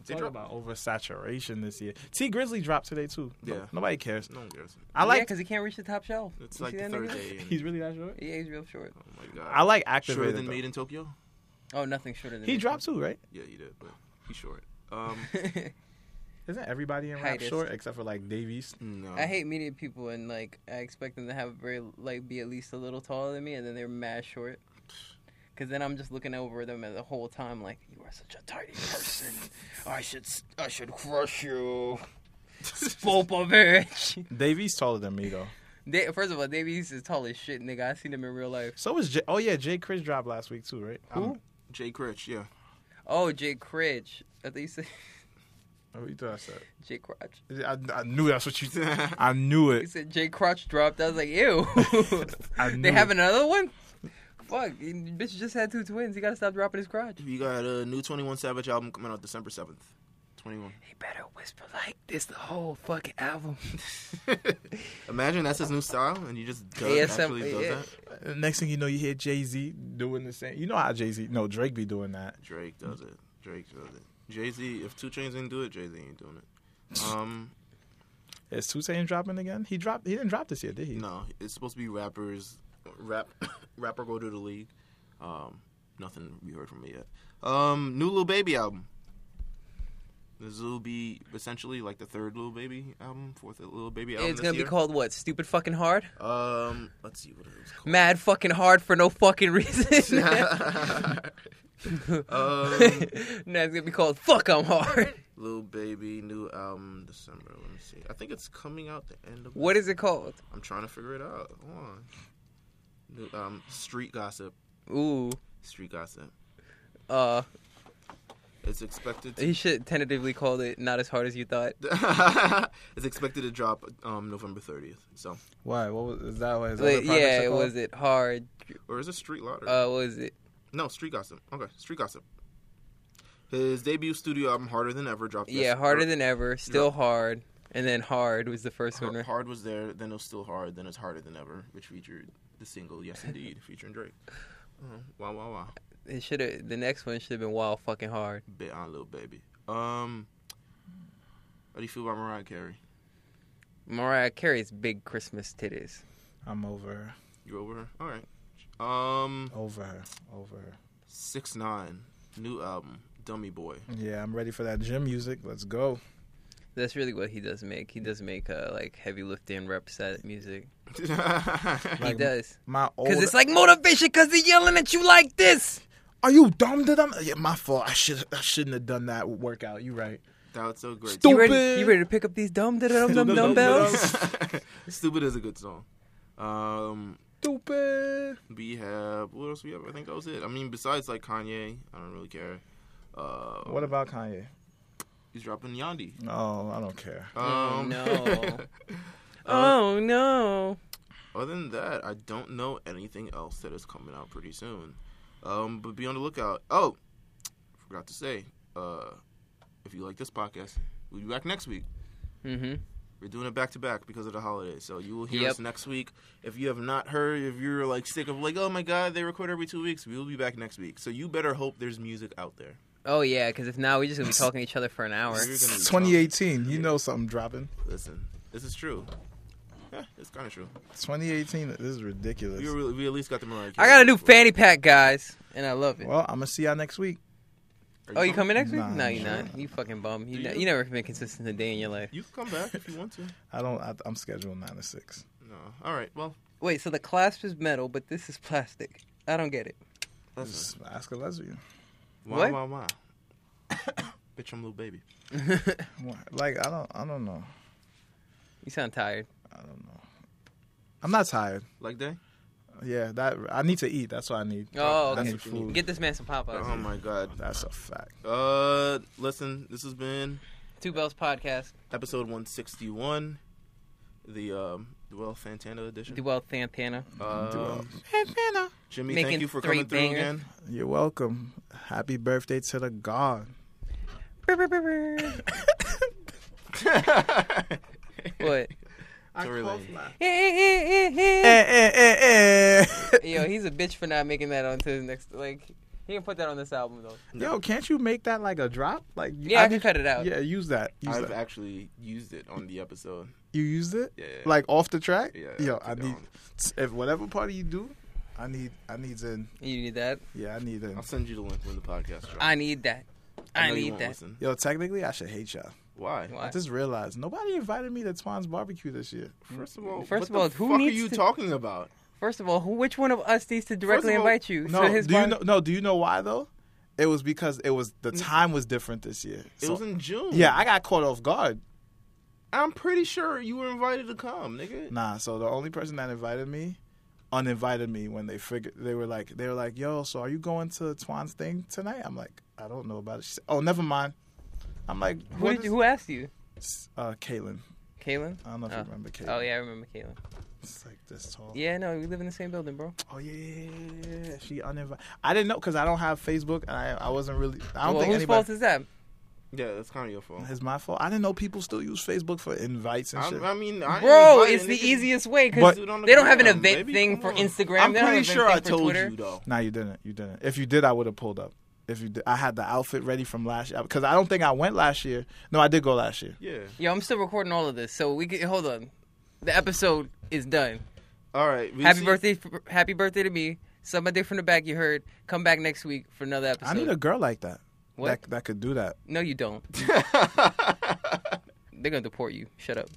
[SPEAKER 3] They
[SPEAKER 1] Talk
[SPEAKER 3] dropped-
[SPEAKER 1] about oversaturation this year. T Grizzly dropped today too. No-
[SPEAKER 3] Yeah.
[SPEAKER 1] nobody cares.
[SPEAKER 3] No one cares.
[SPEAKER 1] I
[SPEAKER 2] yeah,
[SPEAKER 1] like.
[SPEAKER 2] because he can't reach the top shelf.
[SPEAKER 3] It's
[SPEAKER 2] You
[SPEAKER 3] like
[SPEAKER 2] see
[SPEAKER 3] the
[SPEAKER 2] that
[SPEAKER 3] third
[SPEAKER 2] nigga?
[SPEAKER 3] day. and-
[SPEAKER 1] he's really that short.
[SPEAKER 2] Yeah, he's real short.
[SPEAKER 3] oh my god.
[SPEAKER 1] I like
[SPEAKER 3] Shorter
[SPEAKER 1] activated.
[SPEAKER 3] than
[SPEAKER 1] though.
[SPEAKER 3] Made in Tokyo?
[SPEAKER 2] Oh, nothing shorter than
[SPEAKER 1] He
[SPEAKER 2] me.
[SPEAKER 1] dropped too, right?
[SPEAKER 3] Yeah, you did. But He's short. Um,
[SPEAKER 1] Isn't everybody in rap
[SPEAKER 2] Hiatus.
[SPEAKER 1] short except for like Davies?
[SPEAKER 3] no.
[SPEAKER 1] Um,
[SPEAKER 2] I hate meeting people and like I expect them to have very like be at least a little taller than me, and then they're mad short. Cause then I'm just looking over them the whole time, like you are such a tiny person. I should s- I should crush you, Spopovich.
[SPEAKER 1] Davies taller than me though.
[SPEAKER 2] They, first of all, Davies is tall as shit, nigga. I seen him in real life.
[SPEAKER 1] So was J- oh yeah, Jay Chris dropped last week too, right? Um, Who?
[SPEAKER 3] Jay Critch, yeah.
[SPEAKER 2] Oh, Jake Critch. I thought you said
[SPEAKER 1] Oh, you thought I said?
[SPEAKER 2] Jake Crotch.
[SPEAKER 1] I, I knew that's what you. I knew
[SPEAKER 2] You
[SPEAKER 1] it.
[SPEAKER 2] said Jake Crotch dropped. I was like, ew.
[SPEAKER 1] I knew
[SPEAKER 2] they
[SPEAKER 1] it.
[SPEAKER 2] have another one. Fuck, you- bitch just had two twins. He gotta stop dropping his crotch.
[SPEAKER 3] You got a new 21 Savage album coming out December 7th. 21.
[SPEAKER 2] He better whisper like this the whole fucking album.
[SPEAKER 3] Imagine that's his new style, and you just does,
[SPEAKER 2] ASM
[SPEAKER 3] actually does
[SPEAKER 2] yeah.
[SPEAKER 3] that.
[SPEAKER 1] The Next thing you know, you hear Jay Z doing the same. You know how Jay Z? No, Drake be doing that.
[SPEAKER 3] Drake does it. Drake does it. Jay Z, if Two Chains didn't do it, Jay Z ain't doing it. Um,
[SPEAKER 1] Is Two Chainz dropping again? He dropped. He didn't drop this year, did he?
[SPEAKER 3] no, it's supposed to be rappers, rap, rapper go to the league. Um, nothing we heard from me yet. Um, new Lil Baby album. This will be essentially like the third Lil Baby album, fourth Lil Baby album.
[SPEAKER 2] it's
[SPEAKER 3] this
[SPEAKER 2] gonna
[SPEAKER 3] year.
[SPEAKER 2] be called what? Stupid fucking hard?
[SPEAKER 1] Oh.
[SPEAKER 3] Um, let's see what it is. Called.
[SPEAKER 2] Mad fucking hard for no fucking reason.
[SPEAKER 3] um,
[SPEAKER 2] no, it's gonna be called fuck I'm hard.
[SPEAKER 3] Lil Baby new album December. Let me see. I think it's coming out the end of.
[SPEAKER 2] What is it called?
[SPEAKER 3] I'm trying to figure it out. Hold on. New, um, street gossip.
[SPEAKER 2] Ooh,
[SPEAKER 3] Street gossip.
[SPEAKER 2] uh,
[SPEAKER 3] It's expected.
[SPEAKER 2] he
[SPEAKER 3] To,
[SPEAKER 2] should tentatively called it not as hard as you thought.
[SPEAKER 3] it's expected to drop um November 30th. So,
[SPEAKER 1] Why? What was is that? What his
[SPEAKER 2] Like,
[SPEAKER 1] other projects
[SPEAKER 2] yeah,
[SPEAKER 1] are called?
[SPEAKER 2] was it hard?
[SPEAKER 3] or is it Street Lottery?
[SPEAKER 2] Uh, what was it?
[SPEAKER 3] no, Street Gossip. Okay, Street Gossip. His debut studio album, Harder Than Ever, dropped.
[SPEAKER 2] Yeah, harder than ever, still hard, and then hard was the first one.
[SPEAKER 3] Hard,
[SPEAKER 2] right?
[SPEAKER 3] hard was there, then it was still hard, then it's harder than ever, which featured the single "Yes Indeed" featuring Drake. Uh, wow, wow, wow.
[SPEAKER 2] It should have. The next one should have been wild fucking hard.
[SPEAKER 3] Bit on little baby. Um, how do you feel about Mariah Carey?
[SPEAKER 2] Mariah Carey's big Christmas titties.
[SPEAKER 1] I'm over, her.
[SPEAKER 3] You over her? All right. Um,
[SPEAKER 1] over her, over her.
[SPEAKER 3] six nine new album, Dummy Boy.
[SPEAKER 1] Yeah, I'm ready for that gym music. Let's go.
[SPEAKER 2] That's really what he does make. He does make uh, like heavy lifting rep set music. He
[SPEAKER 1] Like-
[SPEAKER 2] does
[SPEAKER 1] My old.
[SPEAKER 2] because it's like motivation because they're yelling at you like this.
[SPEAKER 1] are you dumb? Did I? Yeah, my fault. I should. I shouldn't have done that workout. You right?
[SPEAKER 3] That's so great.
[SPEAKER 1] Stupid.
[SPEAKER 2] You ready? You ready to pick up these dumb da dum dum dumbbells?
[SPEAKER 3] Stupid is a good song. Um,
[SPEAKER 1] Stupid.
[SPEAKER 3] we have what else we have? I think that was it. I mean, besides like Kanye, I don't really care. Uh,
[SPEAKER 1] What about Kanye?
[SPEAKER 3] he's dropping Yandi.
[SPEAKER 1] Oh, I don't care.
[SPEAKER 2] Oh
[SPEAKER 3] Um,
[SPEAKER 2] no! Oh no!
[SPEAKER 3] Other than that, I don't know anything else that is coming out pretty soon. Um, but be on the lookout. Oh, forgot to say, uh, if you like this podcast, we'll be back next week.
[SPEAKER 2] Mm-hmm.
[SPEAKER 3] We're doing it back to back because of the holiday. So you will hear
[SPEAKER 2] Yep.
[SPEAKER 3] us next week. If you have not heard, if you're like sick of like, oh my god, they record every two weeks, we will be back next week. So you better hope there's music out there.
[SPEAKER 2] Oh yeah, because if not, we're just gonna be talking to each other for an hour.
[SPEAKER 3] You're gonna be
[SPEAKER 1] 2018. You know something dropping.
[SPEAKER 3] tough. Listen, this is true. Yeah, it's kind of true.
[SPEAKER 1] 2018. This is ridiculous.
[SPEAKER 3] We, really, we at least got the Mariah.
[SPEAKER 2] I
[SPEAKER 3] Carey
[SPEAKER 2] got a new
[SPEAKER 3] before.
[SPEAKER 2] fanny pack, guys, and I love it.
[SPEAKER 1] Well, I'm gonna see y'all next week.
[SPEAKER 3] Are
[SPEAKER 2] Oh, you coming next week?
[SPEAKER 1] Nah,
[SPEAKER 2] no, you're
[SPEAKER 1] sure.
[SPEAKER 2] not. You fucking bum. You,
[SPEAKER 3] Do
[SPEAKER 2] ne-
[SPEAKER 3] you?
[SPEAKER 2] you never been consistent a day in your life.
[SPEAKER 3] You can come back if you want to.
[SPEAKER 1] I don't. I, I'm scheduled nine to six.
[SPEAKER 3] No. All right. Well,
[SPEAKER 2] Wait, so the clasp is metal, but this is plastic. I don't get it.
[SPEAKER 3] that's
[SPEAKER 1] Just ask a lesbian.
[SPEAKER 3] Why,
[SPEAKER 2] What?
[SPEAKER 3] why, why? Bitch, I'm little baby.
[SPEAKER 1] What? Like I don't. I don't know.
[SPEAKER 2] You sound tired.
[SPEAKER 1] I don't know. I'm not tired.
[SPEAKER 3] Like that?
[SPEAKER 1] Yeah, that I need to eat. That's what I need.
[SPEAKER 2] Oh,
[SPEAKER 1] I
[SPEAKER 2] okay.
[SPEAKER 1] need food.
[SPEAKER 2] Get this man some Popeyes.
[SPEAKER 3] Oh my god.
[SPEAKER 1] That's a fact.
[SPEAKER 3] Uh, listen, this has been
[SPEAKER 2] Two Bells Podcast,
[SPEAKER 3] episode 161, the um, Duel Santana edition.
[SPEAKER 2] Duel Santana.
[SPEAKER 3] Uh, Jimmy,
[SPEAKER 2] Making
[SPEAKER 3] thank you for
[SPEAKER 2] three
[SPEAKER 3] coming through
[SPEAKER 2] bangers.
[SPEAKER 3] again.
[SPEAKER 1] You're welcome. Happy birthday to the God.
[SPEAKER 2] What?
[SPEAKER 3] Tory Lanez.
[SPEAKER 2] Yo,
[SPEAKER 1] Eh, eh, eh, eh.
[SPEAKER 2] he's a bitch for not making that onto his next. Like, he can put that on this album though.
[SPEAKER 1] Yo, can't you make that like a drop? Like you-
[SPEAKER 2] Yeah, I, can
[SPEAKER 1] think-
[SPEAKER 2] cut it out.
[SPEAKER 1] Yeah, use that. Use
[SPEAKER 3] I've
[SPEAKER 1] that.
[SPEAKER 3] actually used it on the episode.
[SPEAKER 1] You used it?
[SPEAKER 3] Yeah.
[SPEAKER 1] Like off the track?
[SPEAKER 3] Yeah,
[SPEAKER 1] Yo,
[SPEAKER 3] put
[SPEAKER 1] I
[SPEAKER 3] it
[SPEAKER 1] need
[SPEAKER 3] on.
[SPEAKER 1] if whatever party you do, I need I need in.
[SPEAKER 2] You need that.
[SPEAKER 1] Yeah, I need in.
[SPEAKER 3] I'll send you the link when the podcast drops.
[SPEAKER 2] I need that. I
[SPEAKER 4] know
[SPEAKER 2] need
[SPEAKER 4] you won't
[SPEAKER 2] that.
[SPEAKER 4] listen.
[SPEAKER 1] Yo, technically, I should hate y'all.
[SPEAKER 4] Why?
[SPEAKER 2] Why?
[SPEAKER 1] I just realized nobody invited me to Twan's barbecue this year.
[SPEAKER 4] First of all,
[SPEAKER 2] First
[SPEAKER 4] what
[SPEAKER 2] of all,
[SPEAKER 4] the
[SPEAKER 2] who
[SPEAKER 4] fuck
[SPEAKER 2] needs
[SPEAKER 4] are you
[SPEAKER 2] to-
[SPEAKER 4] talking about?
[SPEAKER 2] First of all, who, which one of us needs to directly
[SPEAKER 4] all,
[SPEAKER 2] invite you?
[SPEAKER 1] No,
[SPEAKER 2] to his
[SPEAKER 1] do you
[SPEAKER 2] bar- Mm.
[SPEAKER 1] know? No, do you know why though? It was because it was the time was different this year.
[SPEAKER 4] It
[SPEAKER 1] So-
[SPEAKER 4] was in June.
[SPEAKER 1] yeah, I got caught off guard.
[SPEAKER 4] I'm pretty sure you were invited to come, nigga.
[SPEAKER 1] Nah, so the only person that invited me uninvited me when they figured they were like they were like, "Yo, so are you going to Twan's thing tonight?" I'm like, "I don't know about it." She said, "Oh, never mind." I'm like,
[SPEAKER 2] Who,
[SPEAKER 1] "What
[SPEAKER 2] did
[SPEAKER 1] is-"
[SPEAKER 2] you, who asked you?
[SPEAKER 1] Uh, Caitlin.
[SPEAKER 2] Kaylin?
[SPEAKER 1] I don't know if
[SPEAKER 2] Oh.
[SPEAKER 1] you remember Caitlin.
[SPEAKER 2] Oh yeah, I remember Kaylin.
[SPEAKER 1] It's like this tall.
[SPEAKER 2] Yeah, no, we live in the same building, bro.
[SPEAKER 1] Oh yeah, yeah, yeah, yeah. She uninvited. I didn't know because I don't have Facebook and I, I wasn't really. I don't
[SPEAKER 2] Well,
[SPEAKER 1] think
[SPEAKER 2] whose
[SPEAKER 1] anybody.
[SPEAKER 2] fault is that?
[SPEAKER 4] Yeah, that's kind of your fault.
[SPEAKER 1] It's my fault. I didn't know people still use Facebook for invites and
[SPEAKER 4] I,
[SPEAKER 1] shit.
[SPEAKER 4] I mean, I
[SPEAKER 2] Bro,
[SPEAKER 4] invited,
[SPEAKER 2] it's the
[SPEAKER 4] nigga.
[SPEAKER 2] easiest way because
[SPEAKER 1] But-
[SPEAKER 2] they
[SPEAKER 4] Do it on the
[SPEAKER 2] don't have an
[SPEAKER 4] gram,
[SPEAKER 2] event
[SPEAKER 4] baby,
[SPEAKER 2] thing
[SPEAKER 4] come
[SPEAKER 2] for
[SPEAKER 4] on.
[SPEAKER 2] Instagram.
[SPEAKER 4] I'm
[SPEAKER 2] they don't have
[SPEAKER 4] pretty
[SPEAKER 2] an event
[SPEAKER 4] sure
[SPEAKER 2] thing
[SPEAKER 4] I
[SPEAKER 2] for
[SPEAKER 4] told
[SPEAKER 2] Twitter.
[SPEAKER 4] you though.
[SPEAKER 1] nah, you didn't. You didn't. If you did, I would have pulled up. If you did, I had the outfit ready from last year because I don't think I went last year. No, I did go last year.
[SPEAKER 4] Yeah.
[SPEAKER 2] Yo, I'm still recording all of this, so we can hold on. The episode is done.
[SPEAKER 4] All right. we
[SPEAKER 2] happy
[SPEAKER 4] see-
[SPEAKER 2] birthday, f- happy birthday to me. Suck my dick from the back. You heard. Come back next week for another episode.
[SPEAKER 1] I need a girl like that.
[SPEAKER 2] What?
[SPEAKER 1] That that could do that.
[SPEAKER 2] No, you don't. They're gonna deport you. Shut up.